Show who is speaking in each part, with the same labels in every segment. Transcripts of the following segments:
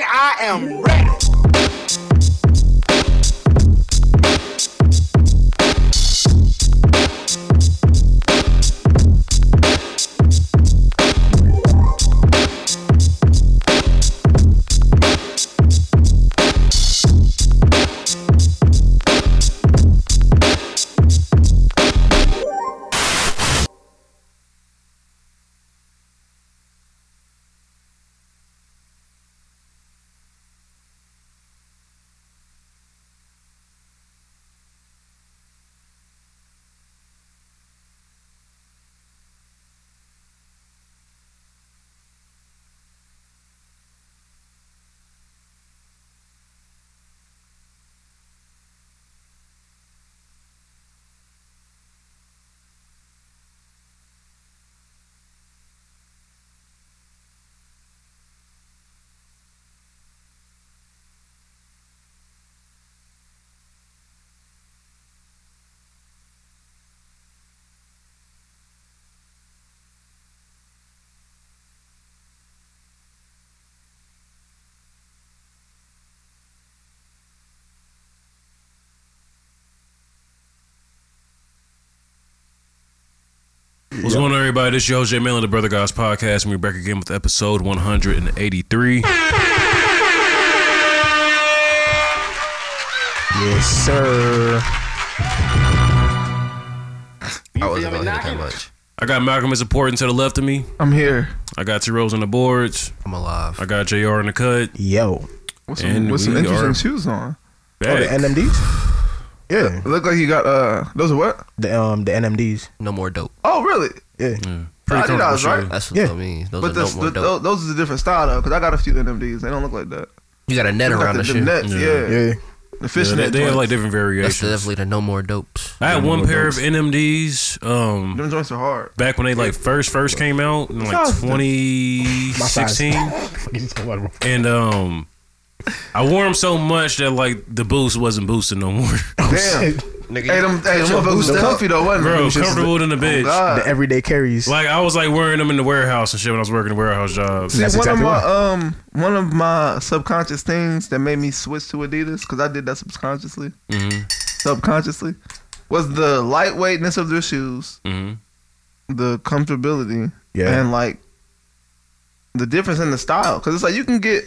Speaker 1: am ready.
Speaker 2: What's going on, everybody? This is your host, Jay Mellon, the Brother Guys Podcast, and we're back again with episode 183.
Speaker 3: Yes, sir.
Speaker 4: I wasn't gonna hit that much.
Speaker 2: I got Malcolm as a port and to the left of me.
Speaker 3: I'm here.
Speaker 2: I got T Rose on the boards.
Speaker 4: I'm alive.
Speaker 2: I got JR in the cut.
Speaker 3: Oh, Yo.
Speaker 5: With some,
Speaker 2: And
Speaker 5: with some
Speaker 2: we
Speaker 5: interesting
Speaker 2: are-
Speaker 5: shoes on.
Speaker 3: Oh, the
Speaker 2: Back.
Speaker 3: NMDs? Yeah.
Speaker 5: It looked like he got uh those are what?
Speaker 3: The um the NMDs.
Speaker 4: No more dope.
Speaker 5: Oh really?
Speaker 3: Yeah.
Speaker 2: Pretty
Speaker 5: Adidas,
Speaker 2: comfortable
Speaker 5: right?
Speaker 2: shoe.
Speaker 4: That's what
Speaker 3: Yeah.
Speaker 4: I mean. Those
Speaker 5: But
Speaker 4: are
Speaker 5: this,
Speaker 4: no more
Speaker 5: th-
Speaker 4: dope.
Speaker 5: th- those is a different style though, because I got a few NMDs. They don't look like that.
Speaker 4: you got a net
Speaker 5: They got
Speaker 4: around
Speaker 5: the,
Speaker 4: the
Speaker 5: the
Speaker 4: shit.
Speaker 5: nets,
Speaker 2: Yeah.
Speaker 5: yeah.
Speaker 3: Yeah.
Speaker 5: The
Speaker 2: Yeah, they,
Speaker 5: fishnet.
Speaker 2: they
Speaker 5: Yeah,
Speaker 2: have like different
Speaker 4: That's
Speaker 2: variations.
Speaker 4: definitely the no more dopes.
Speaker 2: I had one pair of NMDs um,
Speaker 5: them joints are hard.
Speaker 2: back when they like first first came out in like
Speaker 5: Size.
Speaker 2: 2016, and um, I wore them so much that like the boost wasn't boosting no more.
Speaker 5: Damn.
Speaker 4: Nigga,
Speaker 5: hey, them, hey, them motherfuckers was
Speaker 3: boost up.
Speaker 5: comfy though, wasn't
Speaker 2: Bro,
Speaker 5: it?
Speaker 2: comfortable than a
Speaker 5: oh,
Speaker 2: bitch.
Speaker 3: The everyday carries.
Speaker 2: Like I was like wearing them in the warehouse and shit when I was working the warehouse jobs.
Speaker 5: See,
Speaker 3: That's
Speaker 5: one
Speaker 3: exactly
Speaker 5: of my
Speaker 3: why.
Speaker 5: um one of my subconscious things that made me switch to Adidas because I did that subconsciously, subconsciously, was the lightweightness of their shoes,
Speaker 2: Mhm.
Speaker 5: the comfortability,
Speaker 3: Yeah.
Speaker 5: and like the difference in the style. Because it's like you can get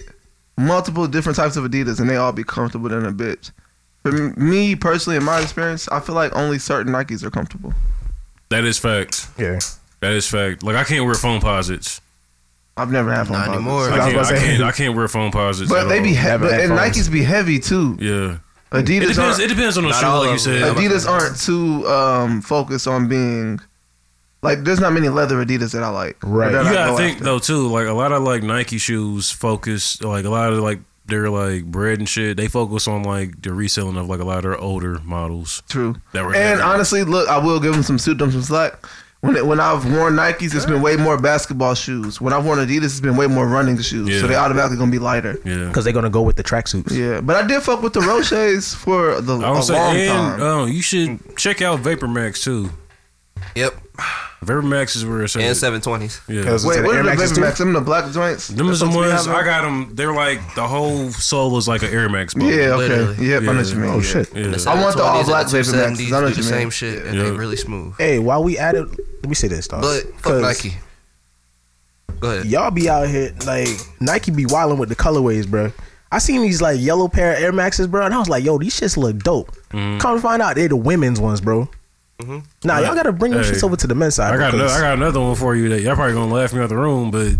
Speaker 5: multiple different types of Adidas and they all be comfortable than a bitch. For me personally, in my experience, I feel like only certain Nikes are comfortable.
Speaker 2: That is fact.
Speaker 3: Yeah.
Speaker 2: That is fact. Like I can't wear phone posits.
Speaker 5: I've never had one.
Speaker 4: Not anymore.
Speaker 2: I
Speaker 3: I was
Speaker 2: can't,
Speaker 3: about
Speaker 2: I,
Speaker 3: to say.
Speaker 2: can't. I can't wear phone posits.
Speaker 5: But
Speaker 2: at
Speaker 5: they
Speaker 2: all.
Speaker 5: be he-
Speaker 3: Never
Speaker 5: but,
Speaker 3: had
Speaker 5: and
Speaker 3: phones.
Speaker 5: Nikes be heavy too.
Speaker 2: yeah.
Speaker 5: Adidas
Speaker 2: It depends.
Speaker 5: aren't-
Speaker 2: It depends on the
Speaker 4: Not
Speaker 2: shoe,
Speaker 4: all
Speaker 2: like you
Speaker 4: of them.
Speaker 2: said.
Speaker 4: Yeah.
Speaker 5: Adidas aren't too um, focused on being like. There's not many leather Adidas that I like. or
Speaker 3: Right.
Speaker 5: that
Speaker 2: You
Speaker 5: I
Speaker 2: gotta
Speaker 5: go
Speaker 2: think
Speaker 5: after.
Speaker 2: though too. Like a lot of like Nike shoes focus. Like a lot of like their like bread and shit. They focus on like the reselling of like a lot of their older models.
Speaker 5: True.
Speaker 2: That were
Speaker 5: and
Speaker 2: heavy.
Speaker 5: honestly, look, I will give them some suit them some slack. When it, when I've worn Nikes, it's been way more basketball shoes. When I've worn Adidas, it's been way more running shoes.
Speaker 2: Yeah.
Speaker 5: So they automatically gonna be lighter.
Speaker 2: Yeah.
Speaker 3: Because they're going to go with the tracksuits.
Speaker 5: Yeah, but I did fuck with the Roches for the a
Speaker 2: I
Speaker 5: long
Speaker 2: don't say.
Speaker 5: time.
Speaker 2: And um, you should check out Vapor Max too.
Speaker 4: Yep.
Speaker 2: Vapor Max is where it's
Speaker 4: And
Speaker 2: at.
Speaker 4: seven twenties.
Speaker 2: Yeah.
Speaker 3: 'Cause it's
Speaker 5: Wait,
Speaker 3: an
Speaker 5: what
Speaker 3: Air
Speaker 5: are the
Speaker 3: Maxes
Speaker 5: Baby
Speaker 3: too?
Speaker 5: Max? Them the black joints.
Speaker 2: Them is the
Speaker 5: Supposed to be
Speaker 2: ones I
Speaker 5: having-
Speaker 2: got them. They're like the whole sole is like an Air Max. Bubble.
Speaker 5: Yeah. Okay.
Speaker 4: Literally.
Speaker 5: Yep. I know
Speaker 2: Yeah.
Speaker 5: what you mean.
Speaker 3: Oh,
Speaker 5: yeah.
Speaker 3: shit.
Speaker 2: Yeah.
Speaker 5: I want the all black Vapor Maxes. I
Speaker 4: Do
Speaker 5: know what
Speaker 4: the
Speaker 5: you mean.
Speaker 4: same shit and
Speaker 2: Yeah.
Speaker 4: they really smooth.
Speaker 3: Hey, while we at it, let me say this, dog.
Speaker 5: Uh,
Speaker 4: But fuck Nike. Go ahead.
Speaker 3: Y'all be out here, like, Nike be wilding with the colorways, bro. I seen these, like, yellow pair of Air Maxes, bro, and I was like, yo, these shits look dope. Come to find out, they're the women's ones, bro. Nah, y'all gotta bring them
Speaker 2: Hey.
Speaker 3: shits over to the men's side.
Speaker 2: I got another,
Speaker 3: because-
Speaker 2: I got another one for you that y'all probably gonna laugh me out the room, but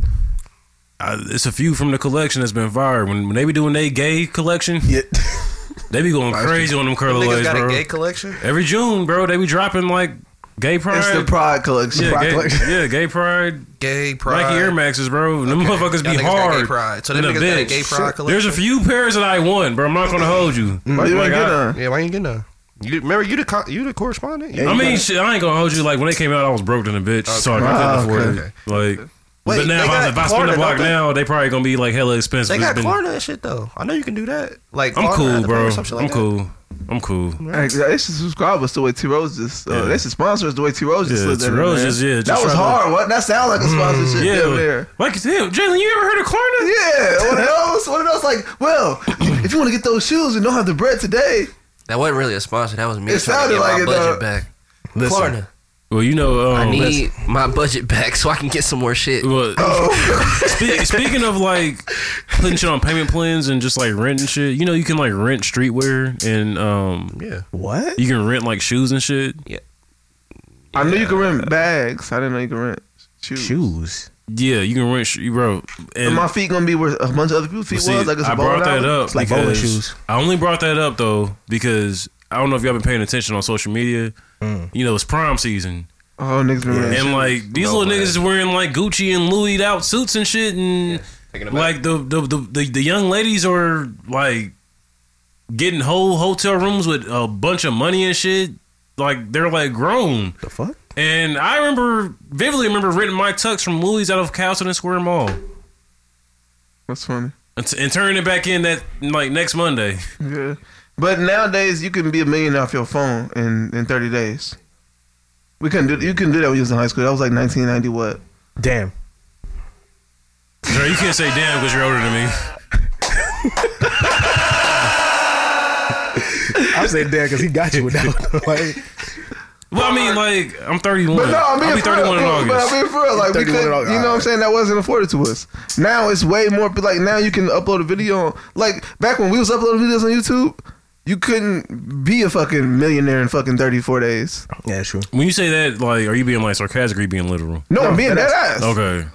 Speaker 2: I, it's a few from the collection that's been fired. When, when they be doing they gay collection,
Speaker 3: Yeah.
Speaker 2: they be going crazy on them
Speaker 4: Niggas
Speaker 2: curlaways,
Speaker 4: got
Speaker 2: bro.
Speaker 4: a gay collection.
Speaker 2: Every June, bro, they be dropping like gay pride.
Speaker 5: It's the Pride collection.
Speaker 2: yeah,
Speaker 3: Pride
Speaker 2: gay,
Speaker 3: collection.
Speaker 2: yeah, gay pride,
Speaker 4: Gay pride.
Speaker 2: Nike Air Maxes, bro. Them motherfuckers
Speaker 4: Y'all
Speaker 2: be
Speaker 4: niggas got gay
Speaker 2: hard.
Speaker 4: pride. So them
Speaker 2: in
Speaker 4: niggas
Speaker 2: the
Speaker 4: got a
Speaker 2: bitch.
Speaker 4: gay pride collection.
Speaker 2: There's a few pairs that I won, bro. I'm not gonna hold you.
Speaker 5: Why you
Speaker 2: Like,
Speaker 5: ain't
Speaker 2: I-
Speaker 5: get none?
Speaker 4: Yeah, why you get none? You remember you the co- you the correspondent?
Speaker 2: I mean, shit, I ain't gonna hold you. Like when they came out, I was broke than a bitch, so I
Speaker 5: Ah,
Speaker 2: couldn't afford
Speaker 5: okay.
Speaker 2: it. Like
Speaker 4: Wait,
Speaker 2: but now,
Speaker 4: they
Speaker 2: if I,
Speaker 4: got
Speaker 2: if I spend
Speaker 4: Klarna,
Speaker 2: the block
Speaker 4: don't they?
Speaker 2: now, they probably gonna be like hella expensive.
Speaker 4: They
Speaker 2: It's
Speaker 4: got
Speaker 2: been-
Speaker 4: Klarna and shit though. I know you can do that. Like
Speaker 2: I'm
Speaker 4: Klarna
Speaker 2: cool,
Speaker 4: had to pay
Speaker 2: bro.
Speaker 4: or some shit like
Speaker 2: I'm
Speaker 4: that.
Speaker 2: cool. I'm cool.
Speaker 5: Hey, they should subscribe us the way T Rose just. Uh,
Speaker 2: Yeah.
Speaker 5: They should sponsor us the way T Rose just
Speaker 2: Yeah,
Speaker 5: lived in it,
Speaker 2: T-Rose
Speaker 5: man.
Speaker 2: just- yeah,
Speaker 5: that
Speaker 2: just
Speaker 5: was
Speaker 2: try to- Mm,
Speaker 5: hard. What? That sounded like a sponsorship.
Speaker 2: Yeah,
Speaker 5: down there.
Speaker 2: like damn, Jalen, you ever heard of Klarna?
Speaker 5: Yeah, one of those, one of those. Like, well, if you want to get those shoes and don't have the bread today,
Speaker 1: That wasn't really a sponsor. That was me
Speaker 5: It
Speaker 1: trying to
Speaker 5: sounded
Speaker 1: get
Speaker 5: like
Speaker 1: my
Speaker 5: it,
Speaker 1: budget
Speaker 5: though.
Speaker 1: back.
Speaker 3: Listen.
Speaker 1: Klarna,
Speaker 2: Well, you know, um,
Speaker 1: I need my budget back so I can get some more shit.
Speaker 2: Well,
Speaker 4: Oh.
Speaker 2: spe- speaking of like putting shit on payment plans and just like rent and shit, you know, you can like rent streetwear and um,
Speaker 4: Yeah.
Speaker 3: What?
Speaker 2: you can rent like shoes and shit.
Speaker 5: I knew you could rent bags. I didn't know you could rent shoes.
Speaker 3: Shoes.
Speaker 2: Yeah, you can rent, sh- bro.
Speaker 5: And
Speaker 2: And
Speaker 5: my feet gonna be where a bunch of other people's feet
Speaker 2: See,
Speaker 5: was. Like it's a
Speaker 2: I brought
Speaker 5: bowling
Speaker 2: that
Speaker 5: alley?
Speaker 2: up
Speaker 3: It's like bowling
Speaker 2: because-
Speaker 3: shoes.
Speaker 2: I only brought that up though because I don't know if y'all been paying attention on social media. You know, it's prime season,
Speaker 5: Oh, niggas been renting
Speaker 2: and
Speaker 5: shoes.
Speaker 2: like these
Speaker 1: No
Speaker 2: little
Speaker 1: way.
Speaker 2: niggas is wearing like Gucci and Louis out suits and shit, and
Speaker 1: Taking it back.
Speaker 2: like the the, the the the young ladies are like getting whole hotel rooms with a bunch of money and shit. Like they're like grown,
Speaker 3: The fuck?
Speaker 2: and I remember vividly remember renting my tux from Louis out of Castleton Square Mall
Speaker 5: That's funny.
Speaker 2: and, and turning it back in that like next Monday.
Speaker 5: Yeah. But nowadays you can be a millionaire off your phone in, in thirty days. We couldn't do you couldn't do that when you was in high school. That was like nineteen ninety what?
Speaker 3: Damn.
Speaker 2: Girl, you can't say damn because you're older than me.
Speaker 3: I said damn because he got you with that one. like,
Speaker 2: Well, I mean, like I'm 31.
Speaker 5: But no, I mean
Speaker 2: I'll be
Speaker 5: for real,
Speaker 2: 31 in
Speaker 5: but- But
Speaker 2: August.
Speaker 5: I mean for real, like we
Speaker 3: 31 in
Speaker 5: could,
Speaker 3: August.
Speaker 5: you know what I'm saying? That wasn't afforded to us. Now it's way more. Like now you can upload a video. on- Like back when we was uploading videos on YouTube, you couldn't be a fucking millionaire in fucking 34 days.
Speaker 3: yeah, sure.
Speaker 2: when you say that, like, are you being like sarcastic or you being literal?
Speaker 5: No, I'm being
Speaker 3: that
Speaker 5: dead ass.
Speaker 2: Okay.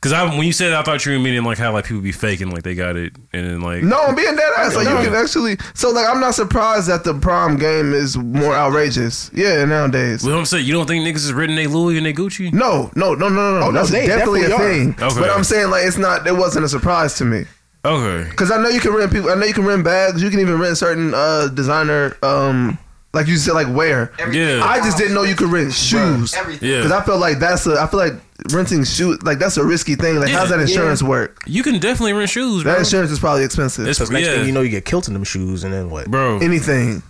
Speaker 2: Because I, when you said, that, I thought you were meaning like how like people be faking like they got it and then like
Speaker 5: No, I'm being dead ass. Like
Speaker 2: No.
Speaker 5: you can actually. So like I'm not surprised that the prom game is more outrageous. Yeah, nowadays.
Speaker 2: Well, I'm saying you don't think niggas is written they Louis and they Gucci.
Speaker 5: No, no, no, no, no. no.
Speaker 3: no,
Speaker 5: That's
Speaker 3: they
Speaker 5: definitely,
Speaker 3: definitely
Speaker 5: a thing.
Speaker 2: are. Okay.
Speaker 5: But I'm saying like it's not. It wasn't a surprise to me.
Speaker 2: Okay.
Speaker 5: Cause I know you can rent people. I know you can rent bags. You can even rent certain uh designer, um, like you said, like wear.
Speaker 2: Yeah.
Speaker 5: I just didn't know you could rent shoes.
Speaker 1: Everything.
Speaker 2: Yeah.
Speaker 5: Cause I felt like that's a. I feel like renting shoes, like that's a risky thing. Like how's that
Speaker 2: Yeah.
Speaker 5: insurance work?
Speaker 2: you can definitely rent shoes, bro.
Speaker 5: That insurance is probably expensive.
Speaker 2: It's-
Speaker 3: Because next
Speaker 2: yeah,
Speaker 3: thing you know, you get kilt in them shoes, and then what?
Speaker 2: bro.
Speaker 5: Anything.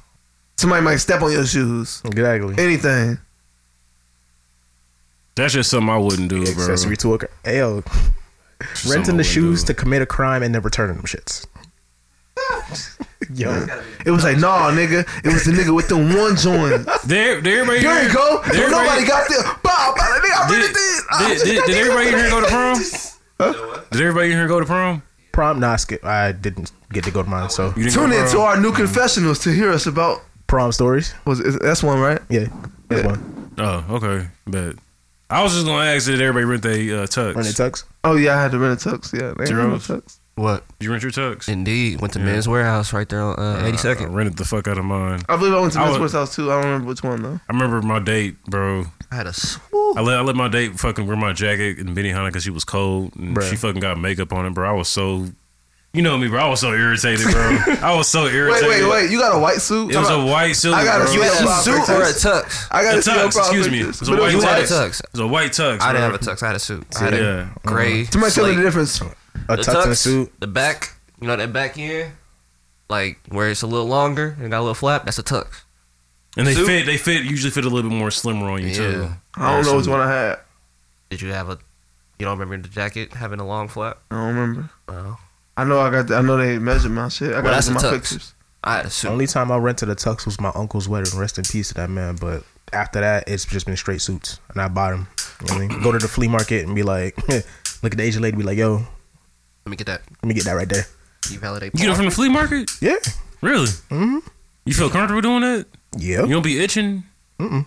Speaker 5: Somebody might step on your shoes.
Speaker 3: Exactly.
Speaker 5: Anything.
Speaker 2: That's just something I wouldn't do, bro.
Speaker 3: Accessory to a. cr- Hey, yo,
Speaker 2: Just
Speaker 3: renting
Speaker 2: something I
Speaker 3: the
Speaker 2: wouldn't
Speaker 3: shoes
Speaker 2: do.
Speaker 3: to commit a crime and then returning them shits. yo,
Speaker 5: It was like, nah, nigga. It was the nigga with the one joint.
Speaker 2: There, did everybody.
Speaker 5: There you go.
Speaker 2: did everybody-
Speaker 5: nobody got there. Bob, nigga, I
Speaker 2: Did,
Speaker 5: really
Speaker 2: did,
Speaker 5: did. I
Speaker 2: did,
Speaker 5: just
Speaker 2: did,
Speaker 5: got there.
Speaker 2: everybody in here go to prom? Did everybody in here go to prom?
Speaker 3: prom. Nah, I skip. I didn't get to go to mine. So
Speaker 2: You didn't go
Speaker 5: Tune
Speaker 2: to
Speaker 5: in
Speaker 2: prom?
Speaker 5: to our new confessionals to hear us about.
Speaker 3: prom stories.
Speaker 5: Was is, that's one right?
Speaker 3: Yeah, that's
Speaker 5: Yeah.
Speaker 3: one.
Speaker 2: Oh, okay. Bet. I was just gonna ask did everybody rent their uh, tux.
Speaker 3: Run it tucks.
Speaker 5: Oh yeah, I had to rent a tux. Yeah, they had
Speaker 2: Zeros?
Speaker 5: no tux.
Speaker 1: What?
Speaker 2: Did you rent your tux?
Speaker 1: Indeed. Went to Men's Warehouse right there on uh,
Speaker 2: I
Speaker 1: 82nd.
Speaker 2: rented the fuck out of mine.
Speaker 5: I believe I went to
Speaker 2: I
Speaker 5: Miss
Speaker 2: would-
Speaker 5: Sports House too. I don't remember which one though.
Speaker 2: I remember my date, bro.
Speaker 1: I had a swoop.
Speaker 2: I let I let my date fucking wear my jacket and Benihana because she was cold and
Speaker 3: Bruh.
Speaker 2: she fucking got makeup on it, bro. I was so, you know me, bro. I was so irritated, bro. I was so
Speaker 5: Wait,
Speaker 2: irritated.
Speaker 5: wait, wait! You got a white suit?
Speaker 2: It was a white silk.
Speaker 5: I gotta
Speaker 2: bro.
Speaker 5: see
Speaker 1: You
Speaker 5: Yeah,
Speaker 1: had a
Speaker 5: Bob
Speaker 1: suit
Speaker 5: Tux.
Speaker 1: or a tux?
Speaker 5: I got
Speaker 2: A tux, excuse me. It was a white
Speaker 1: You had a
Speaker 2: tux.
Speaker 1: tux.
Speaker 2: It was a white tux.
Speaker 1: I
Speaker 2: bro.
Speaker 1: didn't have a tux. I had a suit. I had
Speaker 2: Yeah.
Speaker 1: a gray.
Speaker 5: Somebody tell me
Speaker 1: slate.
Speaker 5: the difference.
Speaker 3: Uh-huh. A
Speaker 1: the
Speaker 3: tux and a suit.
Speaker 1: the back, you know that back end, like where it's a little longer and got a little flap. That's a tux.
Speaker 2: and they
Speaker 1: suit.
Speaker 2: fit. They fit usually fit a little bit more slimmer on you too.
Speaker 1: Yeah.
Speaker 5: I don't know which
Speaker 2: So-
Speaker 5: one I had.
Speaker 1: Did you have a? You don't remember the jacket having a long flap?
Speaker 5: I don't remember.
Speaker 1: No,
Speaker 5: I know I got. The, I know they measured my shit. I got
Speaker 1: Well, that's
Speaker 5: it in my
Speaker 1: a tux.
Speaker 5: pictures.
Speaker 1: I had a suit.
Speaker 3: Only time I rented a tux was my uncle's wedding. Rest in peace to that man. But after that, it's just been straight suits, and I bought them. You know what I mean? Go to the flea market and be like, look at the Asian lady, be like, yo, let
Speaker 1: Let me get that.
Speaker 3: me get that right there.
Speaker 1: You validate.
Speaker 2: You get it from the flea market?
Speaker 3: Yeah,
Speaker 2: Really? Mm-hmm. You feel comfortable doing that?
Speaker 3: yeah.
Speaker 2: You don't be itching?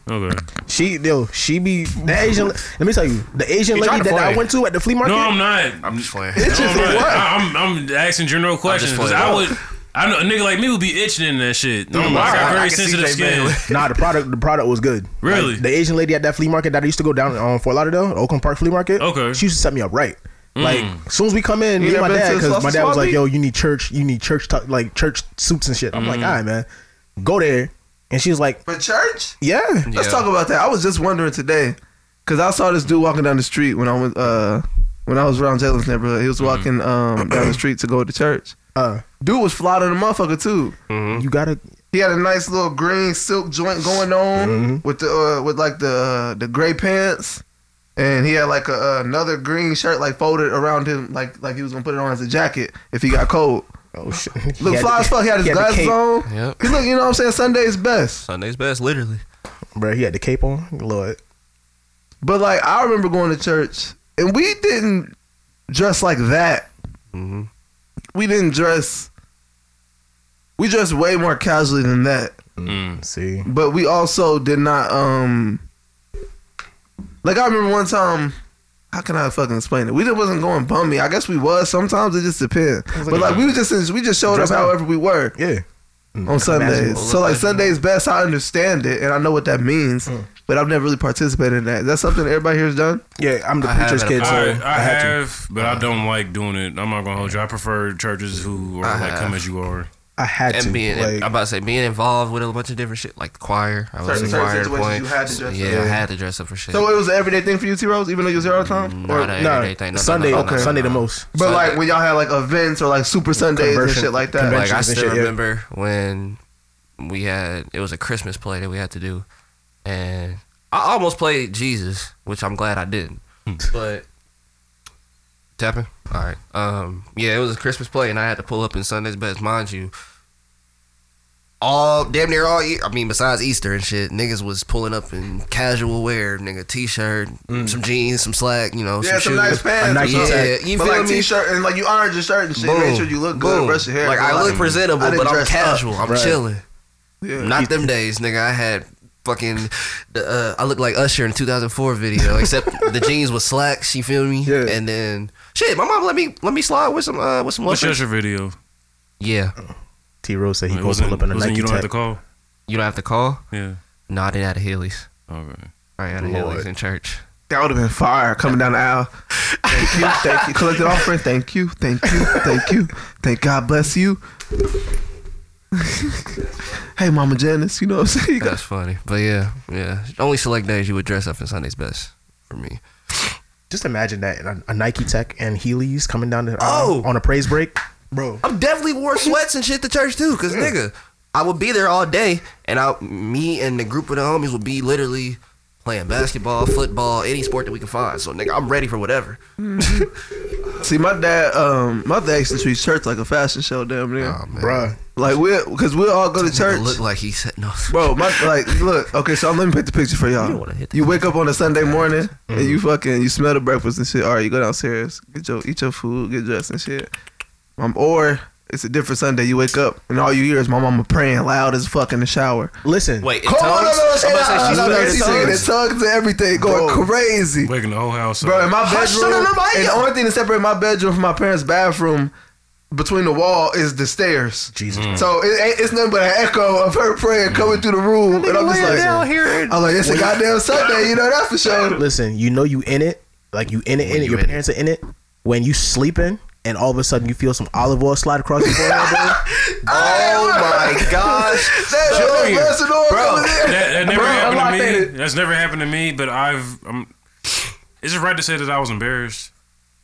Speaker 2: Okay.
Speaker 3: She yo, she be the Asian. let me tell you, the Asian
Speaker 1: tried
Speaker 3: lady
Speaker 1: to
Speaker 3: that I
Speaker 1: play.
Speaker 3: went to at the flea market.
Speaker 2: No, I'm not.
Speaker 1: I'm just playing.
Speaker 5: It's
Speaker 2: No,
Speaker 5: just
Speaker 2: I'm, not.
Speaker 5: what?
Speaker 2: I- I'm, I'm asking general questions because
Speaker 1: playing.
Speaker 2: I would. I know a nigga like me would be itching in that shit. No, I got
Speaker 1: I
Speaker 2: very
Speaker 1: can see
Speaker 2: sensitive
Speaker 1: Jay
Speaker 2: skin.
Speaker 1: Bailey.
Speaker 3: Nah, the product the product was good.
Speaker 2: Really?
Speaker 3: Like, the Asian lady at that flea market that I used to go down on Fort Lauderdale, Oakland Park Flea Market.
Speaker 2: Okay. Mm.
Speaker 3: she used to set me up right. Like as soon as we come in,
Speaker 5: You
Speaker 3: me and my
Speaker 5: never been
Speaker 3: dad,
Speaker 5: to
Speaker 3: because my
Speaker 5: Sausage
Speaker 3: dad was like,
Speaker 5: Swap
Speaker 3: "Yo, you need church, you need church, tu- like church suits and shit." I'm
Speaker 2: Mm.
Speaker 3: like, "All right, man, go there." And she was like,
Speaker 5: But church?
Speaker 3: "Yeah,
Speaker 5: Let's talk about that. I was just wondering today. Cause I saw this dude walking down the street when I was uh when I was around Jalen's neighborhood. He was
Speaker 2: Mm-hmm.
Speaker 5: walking um down the street to go to church.
Speaker 3: Uh,
Speaker 5: Dude was fly to the motherfucker too.
Speaker 1: Mm-hmm.
Speaker 3: you gotta
Speaker 5: He had a nice little green silk joint going on
Speaker 3: Mm-hmm.
Speaker 5: with the uh, with like the uh, the gray pants, and he had like a, uh, another green shirt like folded around him like like he was gonna put it on as a jacket if he got cold.
Speaker 3: oh shit.
Speaker 5: Look fly as fuck. He had his
Speaker 3: he had the
Speaker 5: glasses
Speaker 3: cape.
Speaker 5: on.
Speaker 1: Yep.
Speaker 5: He look, you know what I'm saying. Sunday's best.
Speaker 1: Sunday's best, literally.
Speaker 3: bro. He had the cape on. Lord,
Speaker 5: But like I remember going to church and we didn't dress like that.
Speaker 1: Mhm.
Speaker 5: We didn't dress. We dressed way more casually than that.
Speaker 3: see,
Speaker 5: But we also did not um like I remember one time how can I fucking explain it? We just wasn't going bummy. I guess we was. Sometimes it just depends. but like we was just we just showed up
Speaker 3: Dress up.
Speaker 5: however we were
Speaker 3: yeah.
Speaker 5: on Sundays.
Speaker 1: Casual.
Speaker 5: So like Mm. Sunday's best, I understand it and I know what that means. But I've never really participated in that. Is that something everybody here's done?
Speaker 3: Yeah, I'm the
Speaker 1: I have
Speaker 3: preacher's
Speaker 1: it.
Speaker 3: kid, so
Speaker 2: I,
Speaker 3: I,
Speaker 2: I
Speaker 3: had to.
Speaker 2: have, but I don't like doing it. I'm not gonna hold you. I prefer churches who are
Speaker 1: I
Speaker 2: like
Speaker 1: have.
Speaker 2: come as you are.
Speaker 3: I had to.
Speaker 1: And being,
Speaker 3: like,
Speaker 1: I'm about to say, being involved with a bunch of different shit, like the choir. I was
Speaker 5: Certain-
Speaker 1: in
Speaker 5: certain
Speaker 1: choir at
Speaker 5: situations
Speaker 1: point.
Speaker 5: you had to dress
Speaker 1: yeah,
Speaker 5: up.
Speaker 1: I had to dress up for shit.
Speaker 5: So it was an everyday thing for you, T Rose, even though you was here all the time?
Speaker 1: Not an
Speaker 3: nah,
Speaker 1: everyday thing. No, no,
Speaker 3: Sunday,
Speaker 1: no, no, no,
Speaker 3: Sunday
Speaker 1: no.
Speaker 3: the most.
Speaker 5: But
Speaker 1: So
Speaker 5: like
Speaker 1: that-
Speaker 5: when y'all had like events or like Super Sundays and
Speaker 3: Conversion-
Speaker 5: shit like that.
Speaker 1: Like I
Speaker 3: conventions and
Speaker 1: still
Speaker 3: shit, yeah.
Speaker 1: remember when we had it was a Christmas play that we had to do, and I almost played Jesus, which I'm glad I didn't.
Speaker 5: Hmm.
Speaker 1: but tapping, all right. Um, yeah, it was a Christmas play, and I had to pull up in Sunday's best, mind you. All damn near all year. I mean, besides Easter and shit, niggas was pulling up in casual wear, nigga, t-shirt, some jeans, some slack, you know,
Speaker 5: Hmm. yeah, some
Speaker 1: shoes.
Speaker 5: nice pants.
Speaker 3: A Nike
Speaker 5: or something.
Speaker 1: tag. Yeah, you
Speaker 5: but
Speaker 1: feel
Speaker 5: like
Speaker 1: me?
Speaker 5: t-shirt and like you ironed your shirt and shit. Make sure you look good.
Speaker 1: boom.
Speaker 5: Brush your hair.
Speaker 1: Like
Speaker 5: But,
Speaker 1: I look presentable,
Speaker 5: I didn't
Speaker 1: but I'm
Speaker 5: dress up,
Speaker 1: casual. I'm
Speaker 3: right.
Speaker 1: chilling.
Speaker 5: Yeah.
Speaker 1: Not them days, nigga. I had fucking. Uh, I looked like Usher in 2004 video, except the jeans was slacks. You feel me?
Speaker 3: Yeah.
Speaker 1: And then shit, my mom let me let me slide with some uh, with some
Speaker 2: What's your
Speaker 1: loafers.
Speaker 2: your video?
Speaker 1: Yeah,
Speaker 3: T Rose said he
Speaker 2: It
Speaker 3: gonna
Speaker 2: wasn't-
Speaker 3: pull up in a
Speaker 2: wasn't
Speaker 3: Nike
Speaker 2: you don't have to
Speaker 3: tech.
Speaker 2: call.
Speaker 1: you don't have to call.
Speaker 2: Yeah.
Speaker 1: Nah, I didn't have a Heelys.
Speaker 2: Okay.
Speaker 1: I had a Heelys in church.
Speaker 5: That would have been fire coming down the aisle. Thank you, thank you. Collected offering. Thank you, thank you, thank you. Thank God bless you. hey, Mama Janice, you know what I'm saying? You got-
Speaker 1: That's funny, but yeah, yeah. Only select days you would dress up in Sunday's best for me.
Speaker 3: Just imagine that a, a Nike Tech and Heelys coming down the aisle
Speaker 1: Oh!
Speaker 3: on a praise break, bro.
Speaker 1: I'm definitely wore sweats and shit to church too, cause nigga, I would be there all day, and I, me and the group of the homies would be literally playing basketball, football, any sport that we can find. So nigga, I'm ready for whatever.
Speaker 5: See, my dad, um, my dad used to treat church like a fashion show, damn near.
Speaker 1: Oh, man.
Speaker 3: Bruh,
Speaker 5: like we're, cause we'll all go to
Speaker 1: Nigga
Speaker 5: church.
Speaker 1: look like he said no.
Speaker 5: Bro, my like, look. Okay, so let me paint the picture for y'all.
Speaker 1: You don't
Speaker 5: You,
Speaker 1: wanna hit the- Mm-hmm.
Speaker 5: wake up on a Sunday morning and you fucking you smell the breakfast and shit. All right, you go downstairs, get your eat your food, get dressed and shit. Um, or it's a different Sunday. You wake up and all you hear is my mama praying loud as fuck in the shower.
Speaker 3: listen.
Speaker 1: Wait, in
Speaker 5: Come on, no,
Speaker 1: tongues?
Speaker 5: no, no,
Speaker 1: I'm
Speaker 5: say
Speaker 1: about to
Speaker 5: that,
Speaker 1: say she's
Speaker 5: no, no,
Speaker 1: married
Speaker 5: she's
Speaker 1: to
Speaker 5: singing in
Speaker 1: tongues.
Speaker 5: tongues and everything, going crazy.
Speaker 2: Waking the whole house up.
Speaker 5: Bro, in my
Speaker 1: Hush,
Speaker 5: bedroom,
Speaker 1: shut up, nobody
Speaker 5: and the
Speaker 1: go-
Speaker 5: only thing that separates my bedroom from my parents' bathroom between the wall is the stairs.
Speaker 3: Jesus.
Speaker 5: So it, ain't- it's nothing but an echo of her praying coming through the room, and I'm just like, I'm like, it's a goddamn Sunday, you know that for sure.
Speaker 1: Oh
Speaker 3: Listen, you know you in it, like you in it, in it.
Speaker 1: you
Speaker 3: Your
Speaker 1: in it.
Speaker 3: parents are in it. When you sleeping, and all of a sudden you feel some olive oil slide across your forehead, bro.
Speaker 1: Oh my gosh.
Speaker 5: That's your
Speaker 2: Junior,
Speaker 5: personal
Speaker 1: bro.
Speaker 5: coming in.
Speaker 2: that, that never
Speaker 5: Bro, I'm
Speaker 2: happened to me.
Speaker 5: like
Speaker 2: That's never happened to me. But I've. I'm, is it right to say that I was embarrassed?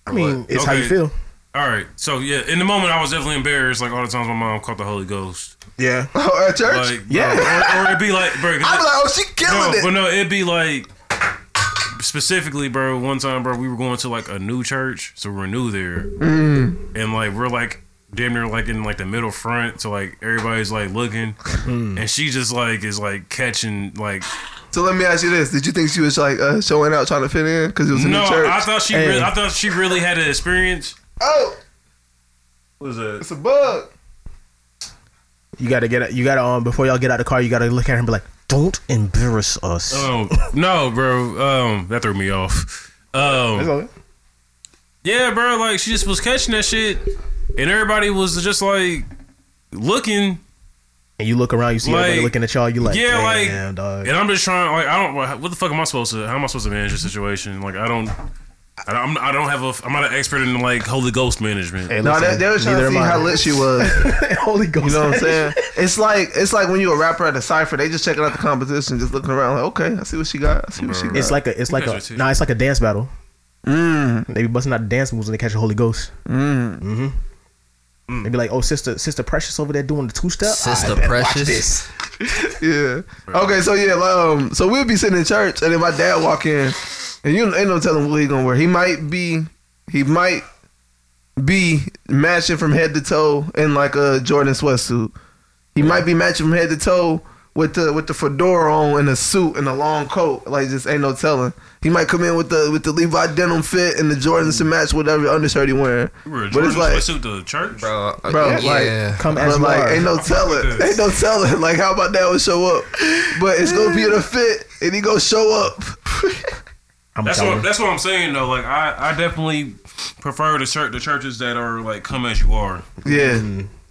Speaker 3: I mean, it's how you
Speaker 2: Okay.
Speaker 3: feel.
Speaker 2: All right. So yeah, in the moment I was definitely embarrassed. Like all the times my mom caught the Holy Ghost.
Speaker 3: Yeah.
Speaker 5: Oh, at church.
Speaker 2: Like yeah, or, or it'd be like, bro, 'cause
Speaker 5: I'm
Speaker 2: it-
Speaker 5: like, oh, she killing
Speaker 2: no,
Speaker 5: it.
Speaker 2: but no, it'd be like specifically, bro. One time, bro, we were going to like a new church, so we're new there,
Speaker 5: Mm.
Speaker 2: and like we're like damn near like in like the middle front, so like everybody's like looking, and she just like is like catching like
Speaker 5: So let me ask you this: Did you think she was like uh, showing out, trying to fit in, because it was in
Speaker 2: no.
Speaker 5: the church?
Speaker 2: I thought she,
Speaker 3: Hey.
Speaker 2: really, I thought she really had an experience.
Speaker 5: oh,
Speaker 2: Was it?
Speaker 5: it's a bug.
Speaker 3: You gotta get out. You gotta um before y'all get out of the car, you gotta look at her and be like, "Don't embarrass us."
Speaker 2: Um, no, bro. Um, that threw me off. Um, Yeah, bro. Like she just was catching that shit, and everybody was just like looking,
Speaker 3: and you look around, you see everybody
Speaker 2: like-
Speaker 3: looking at y'all. You like,
Speaker 2: yeah, like-
Speaker 3: "Damn, dog."
Speaker 2: and I'm just trying. Like I don't. What the fuck am I supposed to? How am I supposed to manage the situation? Like I don't. I don't, I'm- I don't have a. I'm not an expert in like Holy Ghost management.
Speaker 3: Hey,
Speaker 5: No,
Speaker 3: listen,
Speaker 5: they, they was trying
Speaker 3: neither
Speaker 5: to
Speaker 3: am
Speaker 5: see
Speaker 3: I.
Speaker 5: how lit she was.
Speaker 3: Holy Ghost.
Speaker 5: You know what I'm saying? It's like it's like when you a rapper at a cipher, they just checking out the competition, just looking around like, okay, I see what she got, I see what she got.
Speaker 3: It's like a it's like
Speaker 2: guys are
Speaker 3: a
Speaker 2: too.
Speaker 3: no, it's like a dance battle.
Speaker 5: mm,
Speaker 3: They be busting out dance moves when they catch a Holy Ghost. Mm-hmm.
Speaker 5: mm.
Speaker 2: Mm.
Speaker 3: They be like, oh sister, sister Precious over there doing the two step.
Speaker 1: Sister Precious.
Speaker 5: yeah. Okay, so yeah, like, um, so we'll be sitting in church, and then my dad walk in, and you ain't no telling what he gonna wear. He might be, he might be matching from head to toe in like a Jordan sweatsuit. He might be matching from head to toe with the with the fedora on and a suit and a long coat. Like just ain't no telling. He might come in with the with the Levi denim fit and the Jordans to match whatever undershirt he wearing.
Speaker 2: You were a
Speaker 5: But
Speaker 2: Jordan
Speaker 5: it's like
Speaker 2: sweatsuit to church,
Speaker 1: Bro, uh,
Speaker 5: Bro, like-
Speaker 1: yeah.
Speaker 3: Come as
Speaker 5: but
Speaker 3: you
Speaker 5: like,
Speaker 3: are.
Speaker 5: ain't no telling, ain't no telling. Like, how my dad would show up, but it's gonna be in a fit, and he gonna show up.
Speaker 3: I'm
Speaker 2: That's
Speaker 3: telling
Speaker 2: what
Speaker 3: you.
Speaker 2: that's what I'm saying though. Like I, I definitely prefer the church the churches that are like come as you are
Speaker 5: yeah,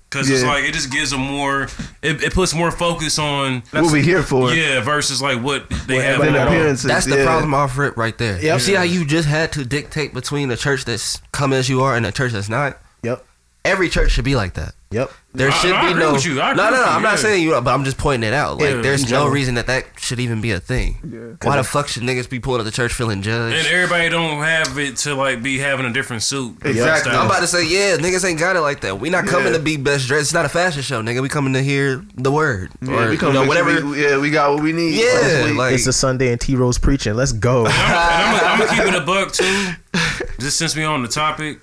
Speaker 2: because it's
Speaker 5: Yeah.
Speaker 2: like it just gives them more. It, it puts more focus on
Speaker 5: what we here for?
Speaker 2: yeah versus like what they have.
Speaker 5: Than
Speaker 2: going on.
Speaker 5: appearances.
Speaker 1: That's the
Speaker 5: yeah.
Speaker 1: problem off rip right there.
Speaker 3: Yep.
Speaker 1: You see how you just had to dictate between the church that's come as you are and the church that's not?
Speaker 3: Yep.
Speaker 1: Every church should be like that.
Speaker 3: Yep.
Speaker 1: There
Speaker 2: I-
Speaker 1: should
Speaker 2: I
Speaker 1: be
Speaker 2: agree
Speaker 1: no.
Speaker 2: with you. I agree
Speaker 1: No, no, no.
Speaker 2: with you,
Speaker 1: I'm
Speaker 2: yeah.
Speaker 1: not saying you, are, but I'm just pointing it out. Like,
Speaker 2: Yeah, in
Speaker 1: there's no
Speaker 2: general.
Speaker 1: reason that that should even be a thing. Why the fuck should niggas be pulling up the church feeling
Speaker 2: And
Speaker 1: judged?
Speaker 2: everybody don't have it to like be having a different suit.
Speaker 5: Exactly.
Speaker 1: I'm
Speaker 2: Style.
Speaker 1: about to say, yeah, niggas ain't got it like that. We not coming
Speaker 5: Yeah.
Speaker 1: to be best dressed. It's not a fashion show, nigga. We coming to hear the word
Speaker 5: Yeah,
Speaker 1: or
Speaker 5: we come
Speaker 1: you know,
Speaker 5: make sure
Speaker 1: whatever.
Speaker 5: we- yeah, we got what we need. for this
Speaker 1: yeah,
Speaker 5: week.
Speaker 1: like
Speaker 3: It's a Sunday and T Rose preaching. Let's go.
Speaker 2: I'm, I'm gonna keep it a buck too. Just since we on the topic,